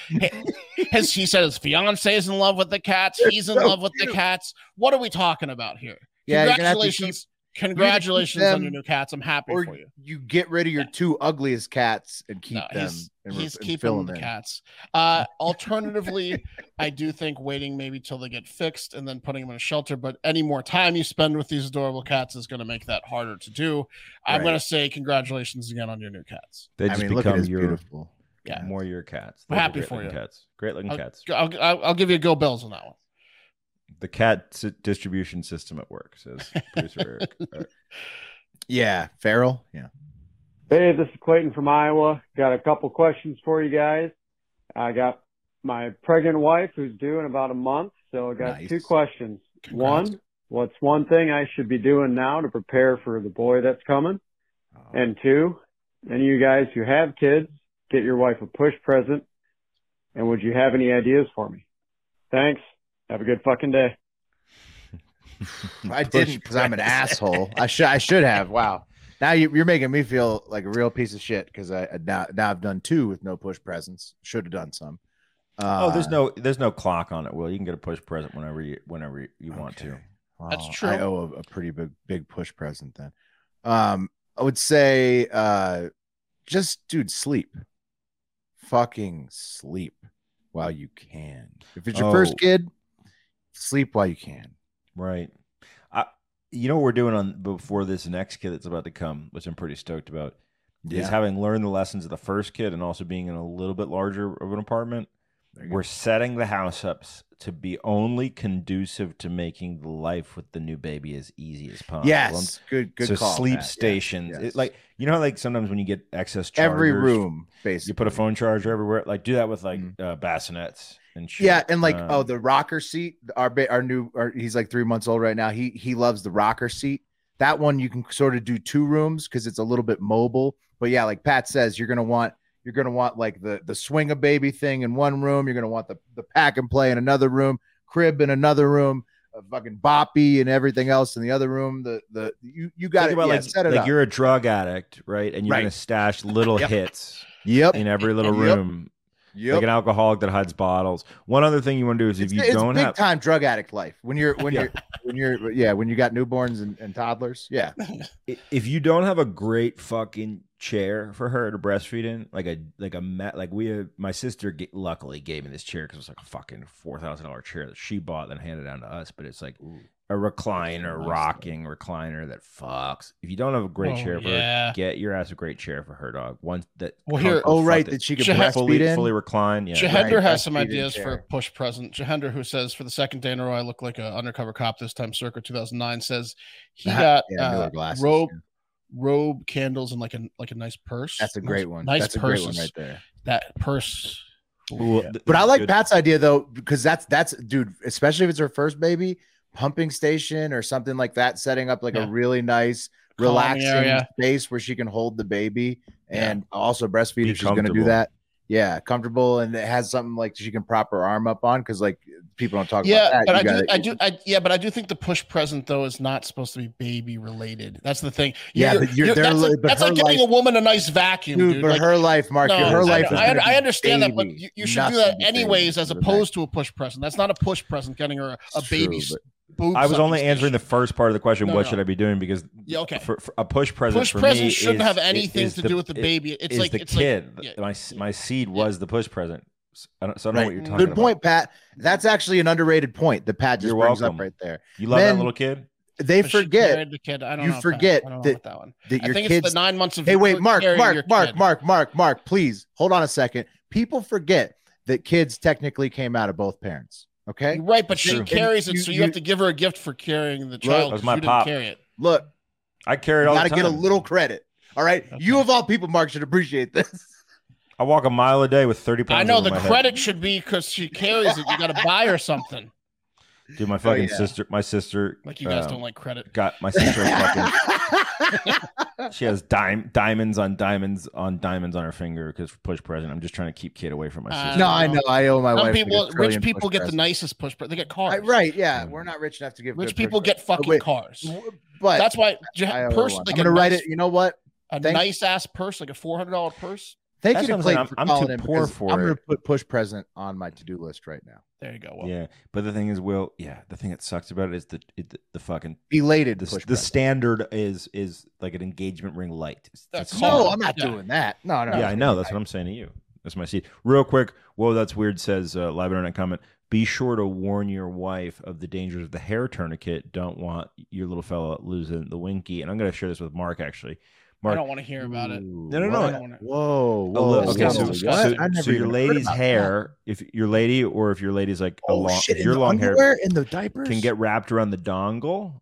Speaker 3: his he said his fiance is in love with the cats. He's in
Speaker 1: so
Speaker 3: love with the cats. What are we talking about here?
Speaker 1: Yeah, you're gonna have to
Speaker 3: congratulations. Congratulations
Speaker 1: them
Speaker 3: on your new cats. I'm happy
Speaker 1: or
Speaker 3: for you.
Speaker 1: you get rid of your two ugliest cats and keep
Speaker 3: No,
Speaker 1: them.
Speaker 3: he's,
Speaker 1: and re-
Speaker 3: he's
Speaker 1: and fill
Speaker 3: keeping
Speaker 1: them
Speaker 3: the
Speaker 1: in.
Speaker 3: cats. Uh, alternatively, I do think waiting maybe till they get fixed and then putting them in a shelter. But any more time you spend with these adorable cats is going to make that harder to do. I'm
Speaker 1: Right.
Speaker 3: going to say congratulations again on your new cats.
Speaker 2: They
Speaker 1: I
Speaker 2: just
Speaker 1: mean, look at
Speaker 2: become
Speaker 1: his
Speaker 2: your
Speaker 1: beautiful.
Speaker 3: Yeah.
Speaker 2: more your cats.
Speaker 3: We're
Speaker 2: Those are
Speaker 3: happy
Speaker 2: great
Speaker 3: for
Speaker 2: looking
Speaker 3: you.
Speaker 2: Cats, great looking cats.
Speaker 3: I'll, I'll, I'll give you a go bells on that one.
Speaker 2: The cat s- distribution system at work
Speaker 3: (laughs)
Speaker 2: says producer Eric. All right.
Speaker 1: Yeah, feral.
Speaker 2: (laughs)
Speaker 1: Yeah.
Speaker 8: Hey, this is Clayton from Iowa. Got a couple questions for you guys. I got my pregnant wife who's due in about a month, so I got
Speaker 1: Nice.
Speaker 8: two questions.
Speaker 3: Congrats.
Speaker 8: One, what's one thing I should be doing now to prepare for the boy that's coming? And two, any of you guys who have kids, get your wife a push present. And would you have any ideas for me? Thanks. Have a good fucking day.
Speaker 1: I didn't because I'm an asshole. I should I should have. Wow. Now you, you're making me feel like a real piece of shit because I, I now, now I've done two with no push presents. Should have done some. Uh,
Speaker 2: oh, there's no there's no clock on it. Will you can get a push present whenever you whenever you want to.
Speaker 1: Well,
Speaker 3: That's true.
Speaker 1: I owe a, a pretty big big push present then. Um, I would say, uh, just dude, sleep, fucking sleep while you can. If it's your
Speaker 2: Oh.
Speaker 1: first kid, sleep while you can.
Speaker 2: Right. I, you know what we're doing on before this next kid that's about to come, which I'm pretty stoked about, is having learned the lessons of the first kid and also being in a little bit larger of an apartment.
Speaker 1: There you go.
Speaker 2: We're setting the house up s- to be only conducive to making the life with the new baby as easy as possible.
Speaker 1: yes, good good
Speaker 2: so
Speaker 1: call.
Speaker 2: sleep
Speaker 1: Matt. Yeah,
Speaker 2: stations,
Speaker 1: yes.
Speaker 2: It- like you know, how, like sometimes when you get excess chargers,
Speaker 1: every room, basically.
Speaker 2: you put a phone charger everywhere. Like do that with like
Speaker 1: Mhm.
Speaker 2: uh, bassinets and shit.
Speaker 1: Yeah, and like
Speaker 2: Um,
Speaker 1: oh, the rocker seat. Our ba- our new, our, he's like three months old right now. He he loves the rocker seat. That one you can sort of do two rooms because it's a little bit mobile. But yeah, like Pat says, you're gonna want you're gonna want like the the swing a baby thing in one room. You're gonna want the the pack and play in another room, crib in another room, a fucking boppy and everything else in the other room. The the you you got
Speaker 2: Think
Speaker 1: to
Speaker 2: about
Speaker 1: yeah,
Speaker 2: like,
Speaker 1: set it
Speaker 2: like
Speaker 1: up.
Speaker 2: you're a drug addict, right? And you're
Speaker 1: Right.
Speaker 2: gonna stash little
Speaker 1: (laughs) Yep.
Speaker 2: hits
Speaker 1: Yep,
Speaker 2: in every little
Speaker 1: Yep.
Speaker 2: room,
Speaker 1: yep.
Speaker 2: like an alcoholic that hides bottles. One other thing you want to do is if
Speaker 1: it's,
Speaker 2: you
Speaker 1: it's
Speaker 2: don't
Speaker 1: big
Speaker 2: have,
Speaker 1: time drug addict life when you're when
Speaker 2: (laughs) Yeah.
Speaker 1: you're when you're yeah when you got newborns and, and toddlers yeah (laughs)
Speaker 2: i- if you don't have a great fucking chair for her to breastfeed in, like a like a mat, like we, uh, my sister g- luckily gave me this chair because it was like a fucking four thousand dollar chair that she bought and handed down to us, but it's like. A
Speaker 1: nice,
Speaker 2: recliner,
Speaker 1: though.
Speaker 2: rocking recliner that fucks. If you don't have a great
Speaker 3: Oh,
Speaker 2: chair for
Speaker 3: yeah.
Speaker 2: her, get your ass a great chair for her dog. One that
Speaker 3: Well, here-
Speaker 2: comfortable,
Speaker 1: Oh, right,
Speaker 2: fuck
Speaker 1: that she could
Speaker 3: Should have
Speaker 1: breastfeed
Speaker 2: fully
Speaker 1: in.
Speaker 2: fully recline. Yeah,
Speaker 3: Jahender
Speaker 1: right,
Speaker 3: has some
Speaker 1: breastfeeding
Speaker 3: ideas for a
Speaker 1: chair.
Speaker 3: push present. Jahender, who says for the second day in a row I look like an undercover cop this time, circa 2009, says he got
Speaker 1: (laughs) yeah, newer
Speaker 3: uh,
Speaker 1: glasses.
Speaker 3: robe,
Speaker 1: yeah.
Speaker 3: robe, candles, and like a like a nice purse.
Speaker 1: That's a great one.
Speaker 3: Nice
Speaker 1: that's a
Speaker 3: purses.
Speaker 1: great one right there.
Speaker 3: That purse.
Speaker 2: Well, th-
Speaker 1: But I like
Speaker 2: good-
Speaker 1: Pat's idea though, because that's that's dude, especially if it's her first baby, pumping station or something like that, setting up like
Speaker 3: Yeah.
Speaker 1: a really nice,
Speaker 3: Calming
Speaker 1: relaxing
Speaker 3: area.
Speaker 1: space where she can hold the baby
Speaker 3: Yeah.
Speaker 1: and also breastfeed
Speaker 2: Be
Speaker 1: if she's gonna do
Speaker 2: comfortable.
Speaker 1: that. Yeah, comfortable and it has something like she can prop her arm up on because like people don't talk
Speaker 3: Yeah,
Speaker 1: about that.
Speaker 3: but I
Speaker 1: You
Speaker 3: do,
Speaker 1: gotta-
Speaker 3: I do, I yeah, but I do think the push present though is not supposed to be baby related. That's the thing.
Speaker 1: Yeah, but you're- they're
Speaker 3: that's
Speaker 1: li-
Speaker 3: like,
Speaker 1: but
Speaker 3: that's
Speaker 1: her
Speaker 3: like giving
Speaker 1: life-
Speaker 3: a woman a nice vacuum, dude.
Speaker 1: Dude, but
Speaker 3: Like,
Speaker 1: her life, Mark,
Speaker 3: no,
Speaker 1: her
Speaker 3: I-
Speaker 1: life
Speaker 3: I,
Speaker 1: is.
Speaker 3: I,
Speaker 1: gonna be
Speaker 3: I understand that, but
Speaker 1: baby.
Speaker 3: you, you should do
Speaker 1: Nothing
Speaker 3: that
Speaker 1: but baby
Speaker 3: anyways, as
Speaker 1: for the
Speaker 3: opposed to a push present. That's not a push present. Getting her a, a
Speaker 1: It's true,
Speaker 3: baby.
Speaker 1: but-
Speaker 3: boob
Speaker 2: I was
Speaker 3: sucking
Speaker 2: only answering
Speaker 3: station.
Speaker 2: the first part of the question.
Speaker 3: No,
Speaker 2: what
Speaker 3: no.
Speaker 2: should I be doing? Because
Speaker 3: Yeah, okay.
Speaker 2: for, for a push present,
Speaker 3: push
Speaker 2: for me
Speaker 3: present shouldn't
Speaker 2: is-
Speaker 3: have
Speaker 2: i-
Speaker 3: anything
Speaker 2: is
Speaker 3: to do with the baby. It's
Speaker 2: is
Speaker 3: like
Speaker 2: the
Speaker 3: it's
Speaker 2: kid.
Speaker 3: like yeah,
Speaker 2: my s- my seed was the push present. S- I don't, so I don't know what you're talking
Speaker 1: Good
Speaker 2: about.
Speaker 1: point, Pat. That's actually an underrated point that Pat just
Speaker 2: You're
Speaker 1: brings
Speaker 2: welcome.
Speaker 1: up right there.
Speaker 2: You love that
Speaker 1: Men-
Speaker 2: little kid.
Speaker 1: They
Speaker 3: but she
Speaker 1: forget
Speaker 3: carried the kid. I don't
Speaker 1: you
Speaker 3: know if
Speaker 1: forget
Speaker 3: that, I don't know
Speaker 1: that-
Speaker 3: about that one.
Speaker 1: that
Speaker 3: I
Speaker 1: your
Speaker 3: think it's
Speaker 1: kids.
Speaker 3: the nine months of
Speaker 1: Hey, wait, Mark,
Speaker 3: carrying your
Speaker 1: Mark, Mark,
Speaker 3: kid.
Speaker 1: Mark, Mark, Mark. Please hold on a second. People forget that kids technically came out of both parents. Okay,
Speaker 3: You're right, but she
Speaker 2: True.
Speaker 3: carries it,
Speaker 1: You-
Speaker 3: so you,
Speaker 1: you-
Speaker 3: have to give her a gift for carrying the child.
Speaker 2: that was
Speaker 3: 'cause
Speaker 2: my
Speaker 3: you
Speaker 2: pop.
Speaker 3: didn't carry it.
Speaker 1: look,
Speaker 2: I
Speaker 1: you
Speaker 2: carried all the
Speaker 1: gotta
Speaker 2: time.
Speaker 1: get a little credit. All right, you
Speaker 3: Okay.
Speaker 1: of all people, Mark, should appreciate
Speaker 2: (laughs)
Speaker 1: this.
Speaker 2: I walk a mile a day with thirty pounds.
Speaker 3: I know
Speaker 2: over
Speaker 3: the
Speaker 2: my head.
Speaker 3: credit should be because she carries it. You
Speaker 1: (laughs)
Speaker 3: got to buy her something.
Speaker 2: Dude, my fucking
Speaker 1: Oh, yeah.
Speaker 2: sister. My sister.
Speaker 3: Like you guys
Speaker 2: um,
Speaker 3: don't like credit.
Speaker 2: Got my sister. fucking,
Speaker 1: (laughs)
Speaker 2: she has dime diamonds on diamonds on diamonds on her finger because push present. I'm just trying to keep kid away from my
Speaker 3: Uh,
Speaker 2: sister.
Speaker 1: no, I know. I owe my
Speaker 3: Some
Speaker 1: wife. like a
Speaker 3: people,
Speaker 1: trillion
Speaker 3: rich people
Speaker 1: push
Speaker 3: get the
Speaker 1: presents.
Speaker 3: nicest push, but they get cars.
Speaker 1: I- right, yeah, we're not rich enough to give.
Speaker 3: Rich
Speaker 1: good push
Speaker 3: people get fucking
Speaker 1: Wait,
Speaker 3: cars.
Speaker 1: presents. But
Speaker 3: That's why you
Speaker 1: I
Speaker 3: have
Speaker 1: owe her
Speaker 3: purse
Speaker 1: one.
Speaker 3: like
Speaker 1: I'm
Speaker 3: a
Speaker 1: gonna write
Speaker 3: nice-
Speaker 1: it. You know what?
Speaker 3: a
Speaker 1: Thank-
Speaker 3: nice ass purse, like a four hundred dollar purse.
Speaker 1: Thank you
Speaker 2: That's
Speaker 1: to
Speaker 2: what I'm
Speaker 1: Clay
Speaker 2: saying. I'm-
Speaker 1: for
Speaker 2: I'm too
Speaker 1: calling in
Speaker 2: poor
Speaker 1: because
Speaker 2: for
Speaker 1: I'm going to
Speaker 2: it.
Speaker 1: put push present on my to do list right now.
Speaker 3: There you go. Well,
Speaker 2: yeah, but the thing is, Will. Yeah, the thing that sucks about it is the it, the, the fucking
Speaker 1: Belated
Speaker 2: the,
Speaker 1: push
Speaker 2: the
Speaker 1: present.
Speaker 2: standard is is like an engagement ring light. It's-
Speaker 3: That's
Speaker 2: it's-
Speaker 3: called-
Speaker 1: no, I'm not
Speaker 3: Yeah.
Speaker 1: doing that. No, no.
Speaker 2: yeah, I know. That's what I'm saying to you. That's my seat. Real quick. Whoa, that's weird. Says uh, live internet comment. Be sure to warn your wife of the dangers of the hair tourniquet. Don't want your little fella losing the winky. And I'm going to share this with Mark actually.
Speaker 3: I
Speaker 2: Mark,
Speaker 3: don't want to hear about it.
Speaker 2: No, no,
Speaker 3: I
Speaker 2: no.
Speaker 3: don't wanna-
Speaker 1: Whoa,
Speaker 2: A
Speaker 1: whoa.
Speaker 2: li-
Speaker 3: That's
Speaker 2: okay,
Speaker 3: not
Speaker 2: so,
Speaker 3: what
Speaker 1: Oh, what?
Speaker 3: it's
Speaker 2: so,
Speaker 3: called.
Speaker 1: I never
Speaker 2: so your
Speaker 1: even heard
Speaker 2: lady's
Speaker 1: about
Speaker 2: hair, if your lady or if your lady's like
Speaker 1: that.
Speaker 2: a
Speaker 1: oh,
Speaker 2: long,
Speaker 1: shit,
Speaker 2: if
Speaker 1: in
Speaker 2: your
Speaker 1: the
Speaker 2: long hair
Speaker 1: underwear, in the diapers
Speaker 2: can get wrapped around the dongle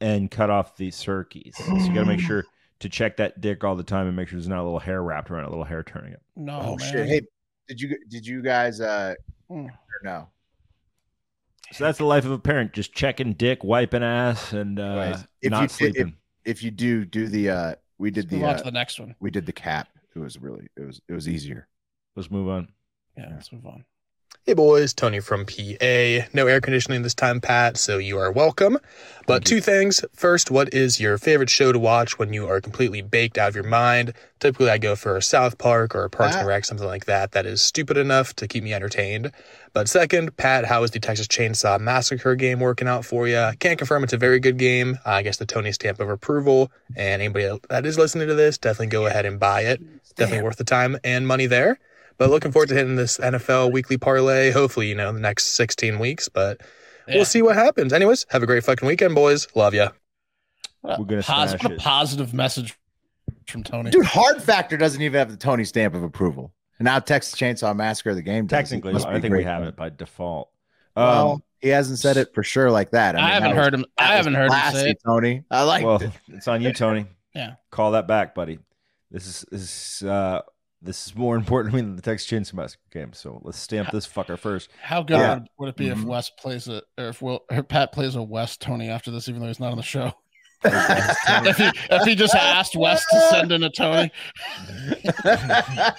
Speaker 2: and cut off the circes. So you got to
Speaker 1: (gasps)
Speaker 2: make sure to check that dick all the time and make sure there's not a little hair wrapped around it, a little hair turning it.
Speaker 3: No,
Speaker 1: Oh,
Speaker 3: man.
Speaker 1: shit! Hey, did you did you guys uh
Speaker 3: Mm.
Speaker 1: or no?
Speaker 2: So that's the life of a parent, just checking dick, wiping ass, and uh,
Speaker 1: Right. If
Speaker 2: not
Speaker 1: you- if-
Speaker 2: sleeping.
Speaker 1: If you do, do the uh we did
Speaker 3: Let's move
Speaker 1: the,
Speaker 3: on
Speaker 1: uh,
Speaker 3: to the next one.
Speaker 1: we did the cap. It was really it was it was easier.
Speaker 2: Let's move on.
Speaker 3: Yeah, let's move on.
Speaker 9: Hey boys, Tony from PA. No air conditioning this time, Pat, so you are welcome. But two things. First, what is your favorite show to watch when you are completely baked out of your mind? Typically, I go for a South Park or a Parks and Rec, something like that, that is stupid enough to keep me entertained. But second, Pat, how is the Texas Chainsaw Massacre game working out for you? Can't confirm it's a very good game. I guess the Tony stamp of approval. And anybody that is listening to this, definitely go ahead and buy it. Definitely worth the time and money there. But looking forward to hitting this NFL weekly parlay, hopefully, you know, the next 16 weeks. But
Speaker 3: Yeah.
Speaker 9: we'll see what happens. Anyways, have a great fucking weekend, boys. Love ya.
Speaker 2: We're gonna
Speaker 3: Pos-
Speaker 2: smash
Speaker 3: what a
Speaker 2: it.
Speaker 3: positive message from Tony.
Speaker 1: Dude, Hard Factor doesn't even have the Tony stamp of approval. And now Texas Chainsaw Massacre, the game. does. It
Speaker 2: Technically,
Speaker 1: must
Speaker 2: I
Speaker 1: be
Speaker 2: think we
Speaker 1: great.
Speaker 2: have it by default. Um,
Speaker 1: Well, he hasn't said it for sure like that.
Speaker 3: I haven't heard him- I haven't heard him say it.
Speaker 1: Tony. I like
Speaker 2: well, (laughs) it's on you, Tony.
Speaker 3: (laughs) Yeah.
Speaker 2: Call that back, buddy. This is this is, uh, this is more (laughs) important to me than the Texas Chainsaw Massacre game. So let's stamp this fucker first.
Speaker 3: (laughs) How good
Speaker 2: Yeah.
Speaker 3: would, would it be if
Speaker 1: Mm-hmm.
Speaker 2: Mhm.
Speaker 3: Wes plays it, or if Will, or Pat plays a Wes Tony after this, even though he's not on the show? (laughs) if he if he just asked Wes to send in a Tony,
Speaker 2: (laughs)
Speaker 3: hey,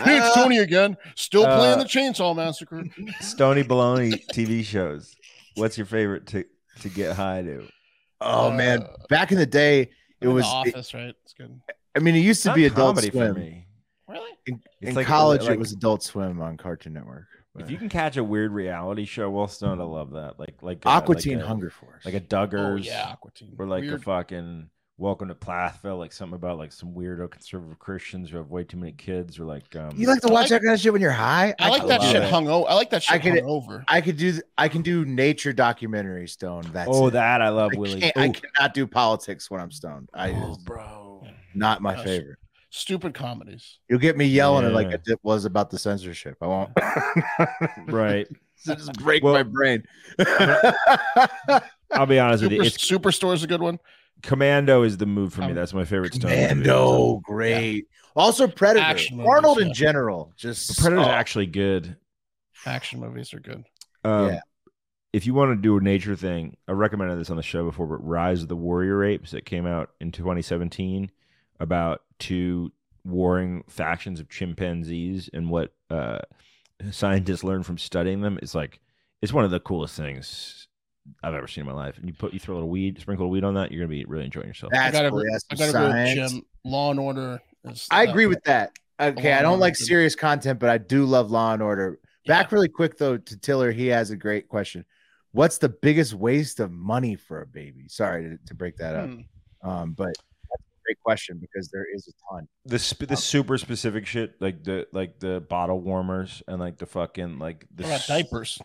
Speaker 3: it's Tony again, still playing
Speaker 2: Uh,
Speaker 3: the Chainsaw Massacre.
Speaker 2: Stony Baloney TV shows. What's your favorite to to get high to?
Speaker 1: (laughs) Oh man, back in the day, it
Speaker 3: In
Speaker 1: was.
Speaker 3: the
Speaker 1: it-
Speaker 3: office, right? It's good.
Speaker 1: I mean, it used to
Speaker 2: Not
Speaker 1: be Adult
Speaker 2: comedy
Speaker 1: Swim.
Speaker 2: for me.
Speaker 3: Really? Oh,
Speaker 1: In,
Speaker 2: It's
Speaker 1: in
Speaker 2: like-
Speaker 1: college,
Speaker 2: like-
Speaker 1: it was Adult Swim on Cartoon Network.
Speaker 2: If you can catch a weird reality show, well, Stone, I love that. Like like uh,
Speaker 1: Aqua
Speaker 2: like
Speaker 1: Teen
Speaker 2: a-
Speaker 1: Hunger Force.
Speaker 2: like a Duggars.
Speaker 3: Oh yeah, Aquatine.
Speaker 2: Or like a
Speaker 3: Weird.
Speaker 2: fucking Welcome to Plathville, like something about like some weirdo conservative Christians who have way too many kids, or like um,
Speaker 1: you like to
Speaker 3: I
Speaker 1: watch
Speaker 3: like-
Speaker 1: that kind of shit when you're high.
Speaker 3: I like
Speaker 1: could
Speaker 3: that
Speaker 1: do
Speaker 2: love
Speaker 3: shit
Speaker 2: it.
Speaker 3: hung over. I like that
Speaker 1: I
Speaker 3: shit
Speaker 1: could-
Speaker 3: hung over.
Speaker 1: I could do. I can do nature documentaries. Stone. That's
Speaker 2: oh
Speaker 1: it.
Speaker 2: that I love
Speaker 1: I,
Speaker 2: Willie. Oh.
Speaker 1: can't- I
Speaker 2: Ooh.
Speaker 1: cannot do politics when I'm stoned. I it's
Speaker 2: bro.
Speaker 1: not my
Speaker 3: Oh, Gosh.
Speaker 1: favorite.
Speaker 3: Stupid comedies.
Speaker 1: You'll get me yelling at like
Speaker 2: Yeah.
Speaker 1: it was about the censorship. I won't. (laughs)
Speaker 2: Right.
Speaker 1: So just break
Speaker 2: Well-
Speaker 1: my brain. (laughs)
Speaker 2: I'll be honest with you.
Speaker 3: Super,
Speaker 2: It's
Speaker 3: Superstore is a good one.
Speaker 2: Commando is the move for me.
Speaker 3: Um,
Speaker 2: That's my favorite Stone. movie.
Speaker 1: Commando,
Speaker 2: Oh,
Speaker 1: great. Also, Predator.
Speaker 3: Action movies,
Speaker 1: Arnold in
Speaker 3: yeah.
Speaker 1: general, just
Speaker 2: Predator's
Speaker 1: oh,
Speaker 2: actually good.
Speaker 3: Action movies are good.
Speaker 2: Um,
Speaker 1: Yeah.
Speaker 2: If you want to do a nature thing, I recommended this on the show before, but Rise of the Warrior Apes that came out in 2017 about two warring factions of chimpanzees and what uh, scientists learn from studying them is like it's one of the coolest things I've ever seen in my life. And you put you throw a little weed, sprinkle a weed on that, you're gonna be really enjoying yourself.
Speaker 1: That's
Speaker 3: I gotta,
Speaker 1: cool.
Speaker 3: agree-
Speaker 1: That's
Speaker 3: I
Speaker 1: some
Speaker 3: gotta agree with
Speaker 1: science.
Speaker 3: Jim. Law and Oh, Order. Is
Speaker 1: I
Speaker 3: that
Speaker 1: agree
Speaker 3: one.
Speaker 1: with that. Okay,
Speaker 3: Law
Speaker 1: I
Speaker 3: and
Speaker 1: don't
Speaker 3: Order
Speaker 1: like
Speaker 3: is-
Speaker 1: serious content, but I do love Law and Order.
Speaker 3: Hmm.
Speaker 1: Back really quick though to Tiller, he has a great question. What's the biggest waste of money for a baby? Sorry to, to break that up,
Speaker 3: Hmm.
Speaker 1: um, but that's a great question because there is a ton.
Speaker 2: the sp-
Speaker 1: Uh,
Speaker 2: the super specific shit like the like the bottle warmers and like the fucking like the
Speaker 3: What about
Speaker 2: s-
Speaker 3: diapers?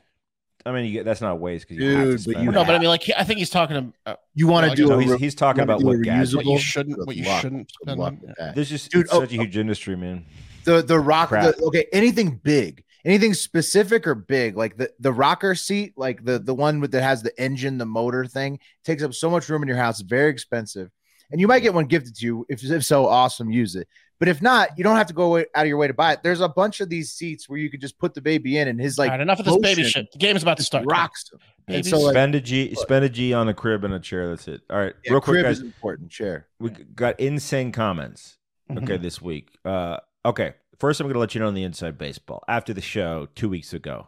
Speaker 2: I mean, you get, that's not waste because you have to
Speaker 1: Dude, but
Speaker 2: spend
Speaker 1: you
Speaker 2: it.
Speaker 3: No, but I mean, like, he- I think he's talking about
Speaker 1: You want to
Speaker 3: No, I
Speaker 1: do?
Speaker 3: get
Speaker 2: No,
Speaker 1: a
Speaker 2: he's,
Speaker 1: re-
Speaker 2: he's talking
Speaker 1: wanna
Speaker 2: about
Speaker 1: do
Speaker 2: what
Speaker 1: a
Speaker 2: gadget.
Speaker 3: what you
Speaker 1: reusable-
Speaker 3: shouldn't,
Speaker 1: Good
Speaker 3: what you
Speaker 1: luck.
Speaker 3: shouldn't
Speaker 1: Good
Speaker 3: spend
Speaker 1: luck
Speaker 3: on.
Speaker 1: with
Speaker 3: yeah.
Speaker 1: that.
Speaker 2: There's just
Speaker 1: Dude,
Speaker 2: such
Speaker 1: oh,
Speaker 2: a huge industry, man.
Speaker 1: the the rock
Speaker 2: Crap.
Speaker 1: the- okay anything big anything specific or big like the the rocker seat like the the one with that has the engine the motor thing takes up so much room in your house very expensive and you might get one gifted to you if, if so awesome use it but if not you don't have to go away, out of your way to buy it there's a bunch of these seats where you could just put the baby in and his like
Speaker 3: All right, enough of this baby
Speaker 1: motion
Speaker 3: shit. The game is about to
Speaker 1: just
Speaker 3: start.
Speaker 1: rocks him. And
Speaker 3: Babies-
Speaker 1: so oh, like
Speaker 2: spend a G, spend a G on a crib and a chair. That's it. All right,
Speaker 1: yeah,
Speaker 2: real quick,
Speaker 1: crib
Speaker 2: guys.
Speaker 1: is important chair
Speaker 2: We got insane comments.
Speaker 3: Mm-hmm.
Speaker 2: okay this week uh okay first i'm gonna let you know on the inside baseball after the show two weeks ago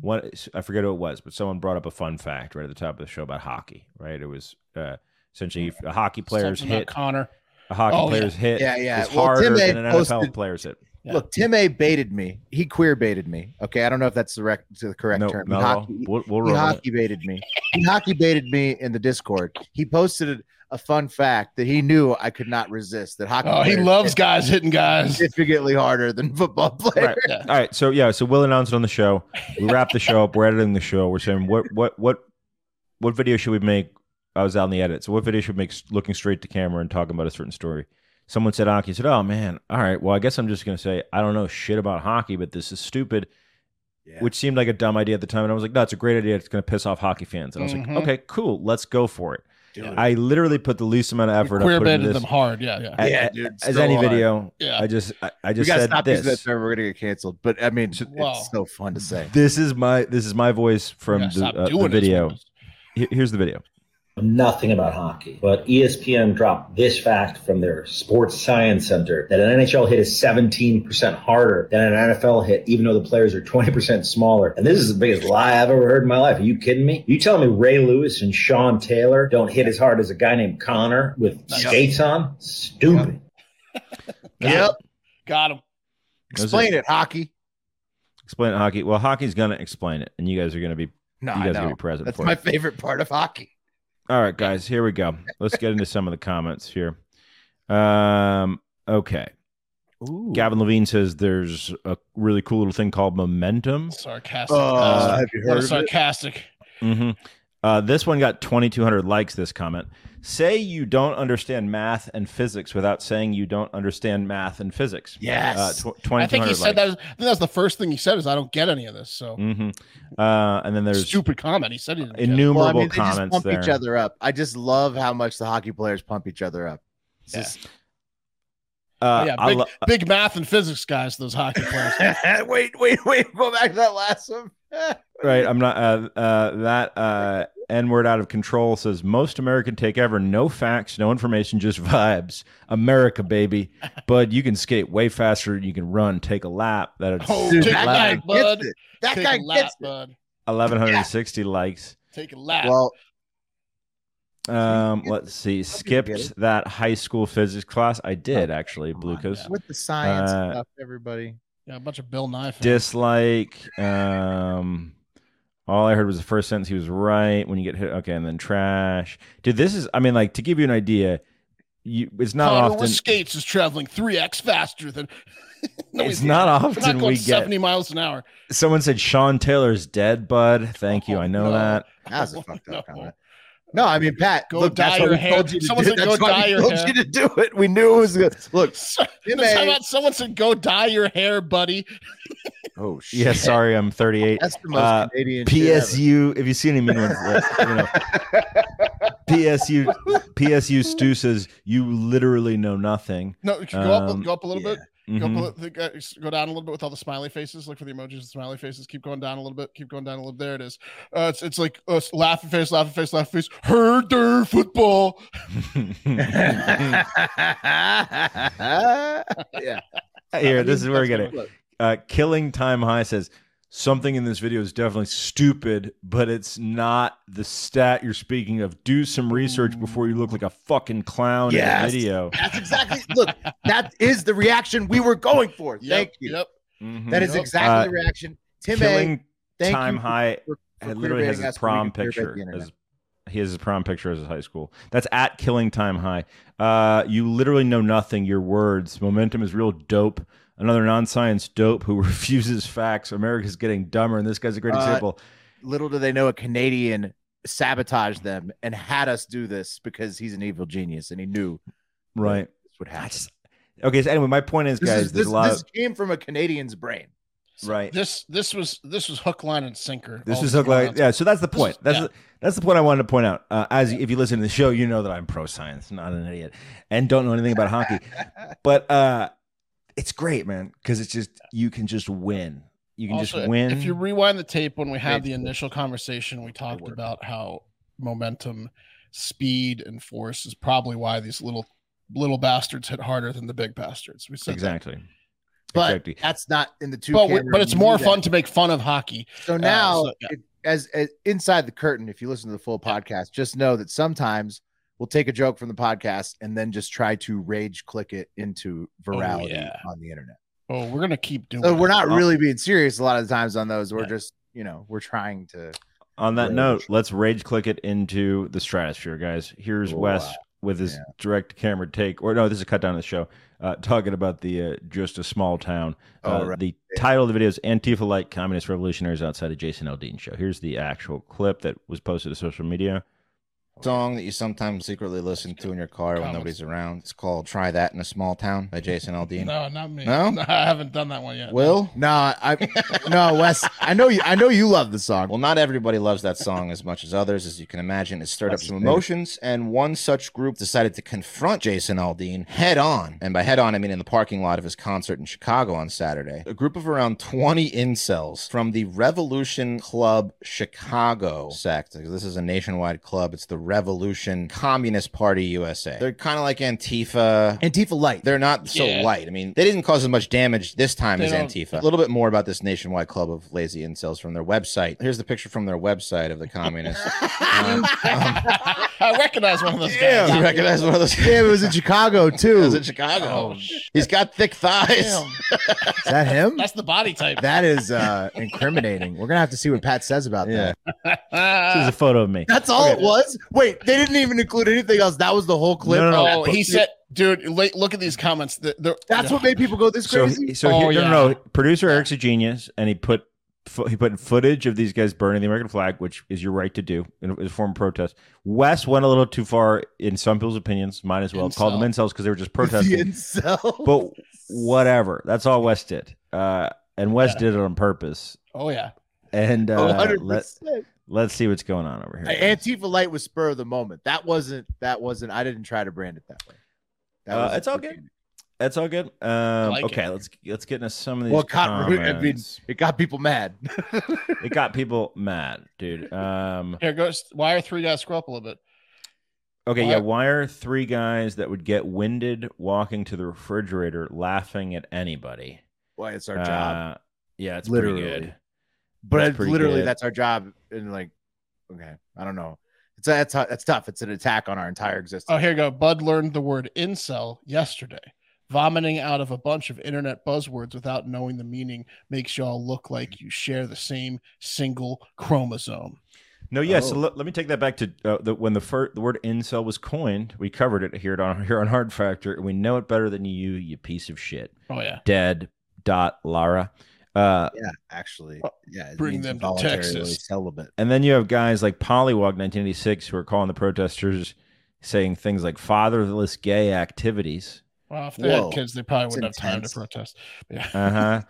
Speaker 2: what i forget who it was but someone brought up a fun fact right at the top of the show about hockey right it was uh essentially if a hockey player's
Speaker 3: Something about
Speaker 2: hit
Speaker 3: Connor.
Speaker 2: a hockey
Speaker 3: Oh,
Speaker 2: player's hit
Speaker 1: Yeah, yeah.
Speaker 2: is
Speaker 1: Well,
Speaker 2: harder
Speaker 1: Tim A
Speaker 2: than an nfl
Speaker 1: posted-
Speaker 2: player's hit
Speaker 3: Yeah.
Speaker 1: Look, Tim A baited me. He queer baited me. Okay, I don't know if that's the, rec- the correct
Speaker 2: no,
Speaker 1: term.
Speaker 2: no,
Speaker 1: Hockey-
Speaker 2: we'll, we'll
Speaker 1: he
Speaker 2: roll with
Speaker 1: hockey baited me. He hockey baited me in the Discord. He posted a, a fun fact that he knew I could not resist. That hockey
Speaker 3: Oh, he
Speaker 1: players
Speaker 3: loves
Speaker 1: hit
Speaker 3: guys hitting guys.
Speaker 1: significantly harder than (laughs) football
Speaker 2: it.
Speaker 1: players.
Speaker 2: Right.
Speaker 3: Yeah.
Speaker 2: All right. So yeah. So we'll announce it on the show. We wrap the show up. We're editing the show. We're saying what what what what video should we make? I was out in the edit. So what video should we make s- looking straight to camera and talking about a certain story? Someone said hockey. I said, oh man. All right. Well, I guess I'm just gonna say I don't know shit about hockey, but this is stupid.
Speaker 1: Yeah.
Speaker 2: Which seemed like a dumb idea at the time, and I was like, "No, it's a great idea. It's going to piss off hockey fans." And I was
Speaker 3: Mhm.
Speaker 1: Mm-hmm.
Speaker 2: like, "Okay, cool, let's go for it."
Speaker 1: Dude.
Speaker 2: I literally put the least amount of effort. I
Speaker 3: Queer
Speaker 2: put into
Speaker 3: baited
Speaker 2: this
Speaker 3: them hard. Yeah, yeah.
Speaker 2: a-
Speaker 1: Yeah,
Speaker 2: a-
Speaker 1: dude,
Speaker 2: as
Speaker 1: so
Speaker 2: any
Speaker 1: hard.
Speaker 2: video.
Speaker 3: Yeah.
Speaker 2: I just, I, I
Speaker 1: We
Speaker 2: just
Speaker 1: gotta
Speaker 2: said
Speaker 1: stop
Speaker 2: this.
Speaker 1: using that term. We're gonna get canceled. But I mean,
Speaker 3: Wow.
Speaker 1: it's so fun to say.
Speaker 2: This is my this is my voice
Speaker 3: We
Speaker 2: from
Speaker 3: gotta
Speaker 2: the,
Speaker 3: stop
Speaker 2: uh, the
Speaker 3: doing this,
Speaker 2: video.
Speaker 3: Marcus.
Speaker 2: Here- Here's the video.
Speaker 10: nothing about hockey, but E ESPN dropped this fact from their sports science center that an NHL hit is 17% harder than an NFL hit, even though the players are 20% smaller. And this is the biggest lie I've ever heard in my life. Are you kidding me? You telling me Ray Lewis and Sean Taylor don't hit as hard as a guy named Connor with skates on? Stupid.
Speaker 1: Yep.
Speaker 3: Got him.
Speaker 2: Those
Speaker 1: Explain
Speaker 2: are-
Speaker 1: it, hockey.
Speaker 2: Explain it, hockey. Well, hockey's gonna explain it, and you guys are gonna be
Speaker 1: No,
Speaker 2: you
Speaker 1: I
Speaker 2: guys are
Speaker 1: know.
Speaker 2: gonna be present
Speaker 1: That's
Speaker 2: for
Speaker 1: my
Speaker 2: it.
Speaker 1: favorite part of hockey.
Speaker 2: All right, guys, here we go. Let's get into some of the comments here. Um, okay.
Speaker 1: Ooh.
Speaker 2: Gavin Levine says there's a really cool little thing called momentum.
Speaker 3: Sarcastic.
Speaker 4: Oh,
Speaker 2: Uh, have you
Speaker 3: What a
Speaker 2: heard of it?
Speaker 3: sarcastic.
Speaker 2: hmm Uh, this one got 2,200 likes. This comment say you don't understand math and physics without saying you don't understand math and physics.
Speaker 3: Yes.
Speaker 2: uh, tw-
Speaker 3: I
Speaker 2: 2,200
Speaker 3: think he
Speaker 2: likes.
Speaker 3: said that. I think that's the first thing he said is I don't get any of this. So
Speaker 2: hmm Uh, and then there's
Speaker 3: stupid comment. He said he didn't. get it.
Speaker 2: innumerable
Speaker 1: Well, I mean, they just
Speaker 2: comments
Speaker 1: pump
Speaker 2: there.
Speaker 1: each other up. I just love how much the hockey players pump each other up. It's
Speaker 3: Yeah.
Speaker 1: just-
Speaker 2: Uh,
Speaker 3: yeah,
Speaker 2: I
Speaker 3: big,
Speaker 2: lo-
Speaker 3: big math and physics guys. Those hockey players.
Speaker 1: (laughs) wait, wait, wait. Go back to that last one. (laughs)
Speaker 2: right. I'm not uh, uh, that uh, N word out of control says most American take ever. No facts, no information, just vibes. America, baby. But you can skate way faster. than You can run, take a lap. That
Speaker 3: Oh,
Speaker 1: Dude,
Speaker 3: take
Speaker 1: that
Speaker 3: a
Speaker 1: guy
Speaker 3: lap,
Speaker 1: gets
Speaker 3: bud.
Speaker 1: it. That
Speaker 3: Take
Speaker 1: guy
Speaker 3: a lap,
Speaker 1: gets it.
Speaker 3: bud.
Speaker 2: 1160 likes.
Speaker 3: Take a lap.
Speaker 1: Well,
Speaker 2: Um, let's see.
Speaker 1: get
Speaker 2: Skipped that high school physics class. I did actually. Blucas
Speaker 1: with the science
Speaker 2: Uh,
Speaker 1: stuff, everybody.
Speaker 3: yeah, a bunch of Bill Nye. fans.
Speaker 2: dislike. Um, all I heard was the first sentence. He was right when you get hit. Okay, and then trash, dude. This is. I mean, like to give you an idea, you it's not
Speaker 3: Connor
Speaker 2: often.
Speaker 3: with skates is traveling three x faster than. (laughs) No,
Speaker 2: It's
Speaker 3: he's
Speaker 2: not
Speaker 3: We're
Speaker 2: often
Speaker 3: not going
Speaker 2: we get.
Speaker 3: seventy miles an hour. (laughs)
Speaker 2: Someone said Sean Taylor's dead, bud. Thank you.
Speaker 3: Oh,
Speaker 2: I know
Speaker 3: no.
Speaker 2: that.
Speaker 1: That was a (laughs)
Speaker 3: Oh,
Speaker 1: fucked
Speaker 3: no.
Speaker 1: up comment. No, I mean Pat.
Speaker 3: Go
Speaker 1: look,
Speaker 3: dye
Speaker 1: that's what
Speaker 3: your
Speaker 1: we
Speaker 3: hair.
Speaker 1: told you to
Speaker 3: Someone
Speaker 1: do.
Speaker 3: said
Speaker 1: That's
Speaker 3: go
Speaker 1: why
Speaker 3: dye
Speaker 1: we
Speaker 3: your
Speaker 1: told
Speaker 3: hair.
Speaker 1: you to do it. We knew it was good.
Speaker 3: (laughs)
Speaker 1: Look. Tim
Speaker 3: How
Speaker 1: A-
Speaker 3: about someone said, "Go dye your hair, buddy"?
Speaker 1: Oh shit.
Speaker 2: Yeah, sorry, I'm 38.
Speaker 1: That's the most
Speaker 2: Uh,
Speaker 1: Canadian. shit ever. (laughs)
Speaker 2: PSU. If you see any mean ones, uh, you know.
Speaker 3: (laughs)
Speaker 2: PSU. PSU. Stu says you literally know nothing.
Speaker 3: No, go up,
Speaker 2: Um,
Speaker 3: go up a little bit. Go,
Speaker 2: Mhm.
Speaker 3: up a, little- uh, go down a little bit with all the smiley faces. Look for the emojis, of smiley faces. Keep going down a little bit. Keep going down a little. There it is. Uh, it's it's like uh, laughing face, laughing face, laughing face. Herder football.
Speaker 2: Mm-hmm.
Speaker 1: yeah.
Speaker 2: (laughs) Here, this is where we get it.
Speaker 1: Look,
Speaker 2: Uh, Killing Time High says something in this video is definitely stupid, but it's not the stat you're speaking of. Do some research before you look like a fucking clown in
Speaker 1: Mm. Yes. (laughs)
Speaker 2: the video.
Speaker 1: That's exactly. Look, that is the reaction we were going for.
Speaker 3: Yep,
Speaker 1: Thank you.
Speaker 3: Yep.
Speaker 2: Mhm.
Speaker 1: That is
Speaker 3: Yep.
Speaker 1: exactly
Speaker 2: Uh,
Speaker 1: the reaction. Tim A.
Speaker 2: Killing
Speaker 1: Thank
Speaker 2: Time
Speaker 1: you for-
Speaker 2: High
Speaker 1: for- for
Speaker 2: had- literally has
Speaker 1: queerbaiting
Speaker 2: his
Speaker 1: us when we
Speaker 2: prom
Speaker 1: can queerbait
Speaker 2: picture.
Speaker 1: the internet.
Speaker 2: As, he has his prom picture as his high school. That's at Killing Time High. Uh, you literally know nothing. Your words. Momentum is real dope. Another non-science dope who (laughs) refuses facts. America's getting dumber, and this guy's a great
Speaker 1: Uh,
Speaker 2: example.
Speaker 1: Little do they know a Canadian sabotaged them and had us do this because he's an evil genius and he knew
Speaker 2: Right.
Speaker 1: this would
Speaker 2: I
Speaker 1: happen.
Speaker 2: just- okay. So anyway, my point is,
Speaker 1: This,
Speaker 2: guys,
Speaker 1: is,
Speaker 2: there's
Speaker 1: this,
Speaker 2: a lot.
Speaker 1: this came from a Canadian's brain.
Speaker 2: of, right.
Speaker 3: This this was this was hook, line, and sinker.
Speaker 2: This
Speaker 3: all
Speaker 2: is
Speaker 3: this
Speaker 2: so glad.
Speaker 3: nonsense.
Speaker 2: Yeah, so that's the
Speaker 3: This
Speaker 2: point.
Speaker 3: is-
Speaker 2: that's
Speaker 3: yeah.
Speaker 2: the, that's the point I wanted to point out. Uh, as if you listen to the show, you know that I'm pro science, not an idiot, and don't know anything about
Speaker 3: (laughs)
Speaker 2: hockey. But uh, it's great, man, because it's just you can just win. You can
Speaker 3: Also,
Speaker 2: just win.
Speaker 3: If you rewind the tape when we had the
Speaker 1: Basically.
Speaker 3: initial conversation, we talked
Speaker 1: work.
Speaker 3: about how momentum, speed, and force is probably why these little little bastards hit harder than the big bastards. We said that.
Speaker 2: exactly.
Speaker 1: But
Speaker 2: exactly.
Speaker 1: that's not in the two.
Speaker 3: But, we-
Speaker 1: camera
Speaker 3: but it's
Speaker 1: view
Speaker 3: more
Speaker 1: that-
Speaker 3: fun to make fun of hockey.
Speaker 1: So now,
Speaker 3: so, yeah.
Speaker 1: it- as, as inside the curtain, if you listen to the full podcast, just know that sometimes we'll take a joke from the podcast and then just try to rage click it into virality
Speaker 3: Oh, yeah.
Speaker 1: on the internet.
Speaker 3: Oh, we're gonna keep doing.
Speaker 1: So
Speaker 2: (laughs)
Speaker 1: we're not
Speaker 2: Oh.
Speaker 1: really being serious a lot of the times on those. We're
Speaker 3: Yeah.
Speaker 1: just, you know, we're trying to.
Speaker 2: On that
Speaker 1: Rage.
Speaker 2: note, let's rage click it into the stratosphere, guys. Here's Wes
Speaker 1: Wow.
Speaker 2: with his direct camera take, or no, this is a cut down of the show, uh, talking about the uh, just a small town. Uh,
Speaker 1: Oh, right.
Speaker 2: The title of the video is Antifa like communist revolutionaries outside of Jason Aldean show. Here's the actual clip that was posted to social media.
Speaker 11: song that you sometimes secretly listen to in your car when
Speaker 3: Comments.
Speaker 11: nobody's around. It's called "Try That in a Small Town" by Jason Aldean.
Speaker 3: (laughs) No, not me.
Speaker 11: No?
Speaker 3: I haven't done that one yet.
Speaker 11: Will?
Speaker 1: No, I no Wes. I know you. I know you love the song.
Speaker 11: Well, not everybody loves that song as much as others, as you can imagine. It stirred up
Speaker 1: That's
Speaker 11: some
Speaker 1: his favorite.
Speaker 11: emotions, and one such group decided to confront Jason Aldean head on. And by head on, I mean in the parking lot of his concert in Chicago on Saturday. A group of around 20 incels from the Revolution Club Chicago sect. This is a nationwide club. It's the Revolution Communist Party USA. They're kind of like Antifa. Antifa light. They're not so
Speaker 10: Yeah.
Speaker 11: light. I mean, they didn't cause as much damage this time
Speaker 10: They
Speaker 11: as
Speaker 10: don't-
Speaker 11: Antifa. A little bit more about this nationwide club of lazy incels from their website. Here's the picture from their website of the communists.
Speaker 10: (laughs)
Speaker 3: I recognize one of those guys.
Speaker 11: you recognize one of those?
Speaker 1: Yeah, it was in Chicago too. It
Speaker 11: was in (laughs) Chicago. Oh, He's got thick thighs.
Speaker 1: Is that him?
Speaker 3: That's the
Speaker 2: (laughs)
Speaker 3: body type.
Speaker 1: That is uh, incriminating. We're gonna have to see what Pat says about that.
Speaker 3: Ah.
Speaker 2: this is a photo of me.
Speaker 1: That's all it was. Wait, they didn't even include anything else. That was the whole clip.
Speaker 3: Oh, he said, dude, la- look at these comments. The- the-
Speaker 1: That's what made people go this
Speaker 2: So,
Speaker 1: crazy.
Speaker 2: so here, no, no, no. Producer Eric's a genius, and he put fo- he put in footage of these guys burning the American flag, which is your right to do in a, in a form of protest. Wes went a little too far, in some people's opinions, might as well call them incels because they were
Speaker 1: (laughs)
Speaker 2: just protesting. but whatever, that's all Wes did, uh, and Wes did it on purpose.
Speaker 3: Oh yeah.
Speaker 2: And
Speaker 1: Oh,
Speaker 2: uh, let,
Speaker 1: 100%.
Speaker 2: let's see what's going on over here.
Speaker 1: Antifa light was spur of the moment. That wasn't. That wasn't. I didn't try to brand it that way. That
Speaker 2: Uh,
Speaker 1: was-
Speaker 2: it's all good. It's all good. Um,
Speaker 1: like
Speaker 2: okay,
Speaker 1: it.
Speaker 2: let's let's get into some of these.
Speaker 1: Well, it got,
Speaker 2: comments.
Speaker 1: (laughs) I mean, it got people mad. (laughs)
Speaker 2: it got people (laughs) mad, dude. Um,
Speaker 3: Here goes. Why are three guys scroll up a little bit?
Speaker 2: Okay,
Speaker 3: Why-
Speaker 2: yeah. Why are three guys that would get winded walking to the refrigerator laughing at anybody?
Speaker 1: Why it's our job.
Speaker 2: Uh, Yeah, it's
Speaker 1: Literally.
Speaker 2: pretty good.
Speaker 1: But
Speaker 2: It's pretty
Speaker 1: literally,
Speaker 2: good.
Speaker 1: that's our job. And like, okay, I don't know. It's that's hu- that's tough. It's an attack on our entire existence.
Speaker 3: Oh, here you go. Bud learned the word incel yesterday. Vomiting out of a bunch of internet buzzwords without knowing the meaning makes y'all look like you share the same single chromosome.
Speaker 2: no, yeah.
Speaker 1: Oh.
Speaker 2: So let, let me take that back to uh, the, when the fir- the word incel was coined. We covered it here on here on Hard Factor, and we know it better than you, you piece of shit.
Speaker 3: Oh, yeah.
Speaker 2: Dead dot Lara. Uh,
Speaker 1: yeah, actually, yeah. it
Speaker 3: Bring
Speaker 1: means
Speaker 3: them to
Speaker 1: involuntarily
Speaker 3: Texas.
Speaker 1: Celibate.
Speaker 2: And then you have guys like Pollywog 1986 who are calling the protesters saying things like fatherless gay activities.
Speaker 3: Well, if they
Speaker 2: Whoa.
Speaker 3: had kids, they probably
Speaker 2: That's
Speaker 3: wouldn't have time to
Speaker 2: intense.
Speaker 3: protest. Yeah. (laughs)
Speaker 2: Uh-huh.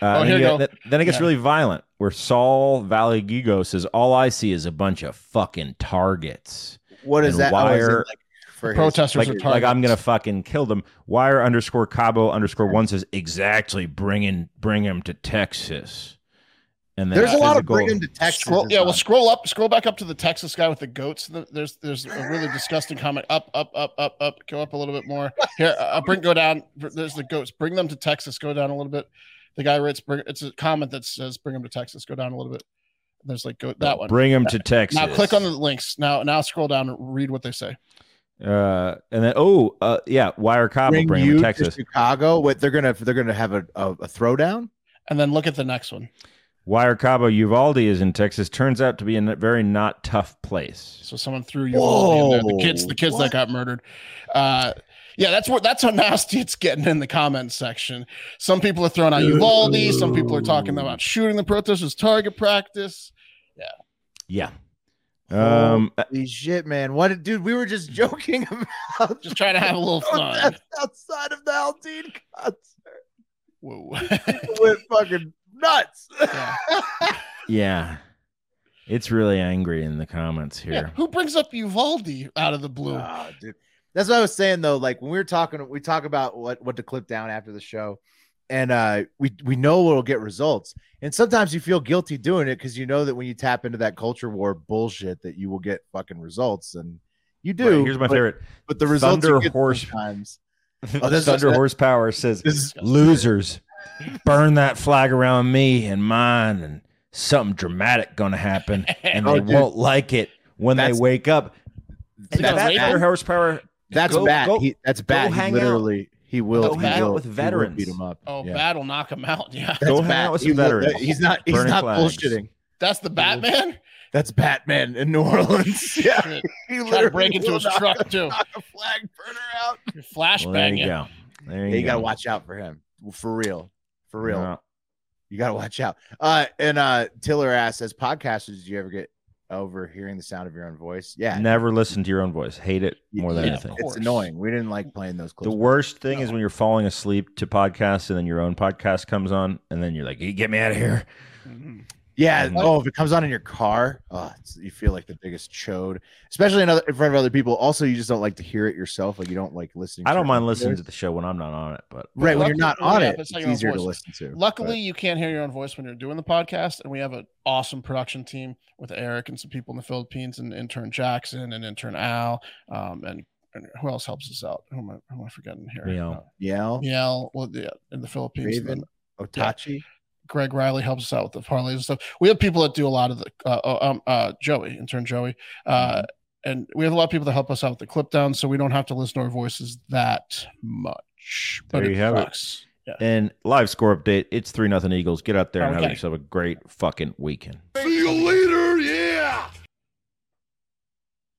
Speaker 2: Uh
Speaker 3: Oh,
Speaker 2: and then,
Speaker 3: here you
Speaker 2: you
Speaker 3: go.
Speaker 2: get- th- then it gets
Speaker 3: Yeah.
Speaker 2: really violent, where Saul Valley says, "All I see is a bunch of fucking targets."
Speaker 1: What is that?
Speaker 2: And
Speaker 1: Oh, is it
Speaker 2: Wire
Speaker 1: like for his-
Speaker 2: like, like I'm gonna fucking kill them. Wire underscore Cabo underscore one says exactly. Bring in, bring him to Texas. And then physical-
Speaker 3: Scroll, yeah, well, scroll up, scroll back up to the Texas guy with the goats. The- There's there's a really disgusting comment. Up, up, up, up, up. Go up a little bit more. Here, uh, bring go down. There's the goats. Bring them to Texas. Go down a little bit. The guy writes, bring, it's a comment that says, "Bring them to Texas." Go down a little bit. There's like go that one.
Speaker 2: Bring 'em to
Speaker 3: Now
Speaker 2: Texas.
Speaker 3: click on the links. Now now scroll down and read what they say.
Speaker 2: Uh, and then oh, uh, yeah, Wire Cabo, bring, him to Texas.
Speaker 1: Chicago. What they're gonna they're gonna have a, a, a throwdown.
Speaker 3: And then look at the next one.
Speaker 2: Wire Cabo Uvalde is in Texas. Turns out to be a very not tough place.
Speaker 3: So someone threw you all in there. the
Speaker 2: Whoa.
Speaker 3: kids, the kids that got murdered. Uh, yeah, that's what that's how nasty it's getting in the comment section. Some people are throwing out Uvalde. Some people are talking about shooting the protesters' target practice.
Speaker 2: Yeah. Um,
Speaker 1: Holy shit, man! What, did- dude? We were just joking (laughs) about
Speaker 3: just trying to have
Speaker 1: (laughs)
Speaker 3: a little fun.
Speaker 1: outside of the Aldine concert.
Speaker 3: Whoa, (laughs)
Speaker 1: went fucking nuts.
Speaker 2: Yeah. It's really angry in the comments here.
Speaker 3: Yeah, who brings up Uvalde out of the blue?
Speaker 1: dude. That's what I was saying though. Like when we were talking, we talk about what what to clip down after the show, and uh, we we know it'll get results. And sometimes you feel guilty doing it because you know that when you tap into that culture war bullshit, that you will get fucking results, and you do.
Speaker 2: Right, here's my
Speaker 1: but- Oh,
Speaker 2: favorite.
Speaker 1: But the results
Speaker 2: Thunder
Speaker 1: you get
Speaker 2: horse-
Speaker 1: sometimes.
Speaker 2: Thunder Horsepower says, losers, burn that flag around me and mine, and something dramatic going
Speaker 1: (laughs)
Speaker 2: to happen, and
Speaker 1: Oh,
Speaker 2: they
Speaker 1: dude.
Speaker 2: won't like it when they wake up.
Speaker 1: That's
Speaker 2: That
Speaker 1: bad.
Speaker 2: Thunder Horsepower.
Speaker 1: That's
Speaker 2: go-
Speaker 1: bad.
Speaker 2: go-
Speaker 1: he, that's
Speaker 2: go
Speaker 1: bad. He
Speaker 2: hang out.
Speaker 1: literally he will
Speaker 2: Go
Speaker 1: he
Speaker 2: hang out
Speaker 1: will-
Speaker 2: with
Speaker 1: he will
Speaker 2: veterans.
Speaker 1: beat him up.
Speaker 3: Oh,
Speaker 1: yeah.
Speaker 3: bad will knock him out. (laughs) Yeah,
Speaker 1: That's bad. He will- He's not. He's
Speaker 3: Burning
Speaker 1: not
Speaker 3: flags.
Speaker 1: bullshitting.
Speaker 3: That's
Speaker 1: (laughs)
Speaker 3: the Batman.
Speaker 1: That's Batman in New (laughs) Orleans. Yeah, he
Speaker 3: Trying to
Speaker 1: literally
Speaker 3: break into
Speaker 1: will
Speaker 3: his
Speaker 1: knock (laughs)
Speaker 3: truck too.
Speaker 1: flag burner
Speaker 3: out. Flashbang. it.
Speaker 2: There
Speaker 1: Yeah,
Speaker 2: you
Speaker 1: you gotta
Speaker 2: go.
Speaker 1: watch out for him. For real. For real.
Speaker 2: Yeah.
Speaker 1: You gotta watch out. Uh and uh Tiller asks as podcasters, did you ever get over hearing the sound of your own voice? Yeah.
Speaker 2: Never listen to your own voice. Hate it more than
Speaker 1: Yeah,
Speaker 2: anything.
Speaker 1: It's annoying. We didn't like playing those clips.
Speaker 2: The worst thing is when you're falling asleep to podcasts and then your own podcast comes on and then you're like, "Get me out of here."
Speaker 1: Yeah. Oh, if it comes on in your car, oh, it's, you feel like the biggest chode, especially in, other, in front of other people. Also, you just don't like to hear it yourself. Like you don't like listening.
Speaker 2: I
Speaker 1: to
Speaker 2: don't
Speaker 1: it.
Speaker 2: mind listening to the show when I'm not on it, but
Speaker 1: Right, when you're not on
Speaker 3: Yeah,
Speaker 1: it,
Speaker 3: if
Speaker 1: it's
Speaker 3: not your own
Speaker 1: easier to
Speaker 3: voice.
Speaker 1: listen to.
Speaker 3: Luckily, you can't hear your own voice when you're doing the podcast, and we have an awesome production team with Eric and some people in the Philippines, and intern Jackson and intern Al, um, and, and who else helps us out? Who am I, who am I forgetting here?
Speaker 2: Meow.
Speaker 1: Meow.
Speaker 3: Meow. Well, yeah, in the Philippines. and
Speaker 1: Raven,
Speaker 3: then-
Speaker 1: Otachi.
Speaker 3: Greg Riley helps us out with the parlays and stuff. We have people that do a lot of the uh, oh, um, uh, Joey, intern Joey, uh,
Speaker 2: Mm-hmm.
Speaker 3: and we have a lot of people that help us out with the clip down, so we don't have to listen to our voices that much.
Speaker 2: There you have
Speaker 3: sucks.
Speaker 2: it. And live score update. It's three nothing Eagles. Get out there and have
Speaker 3: Okay.
Speaker 2: yourself a great fucking weekend.
Speaker 4: See you later.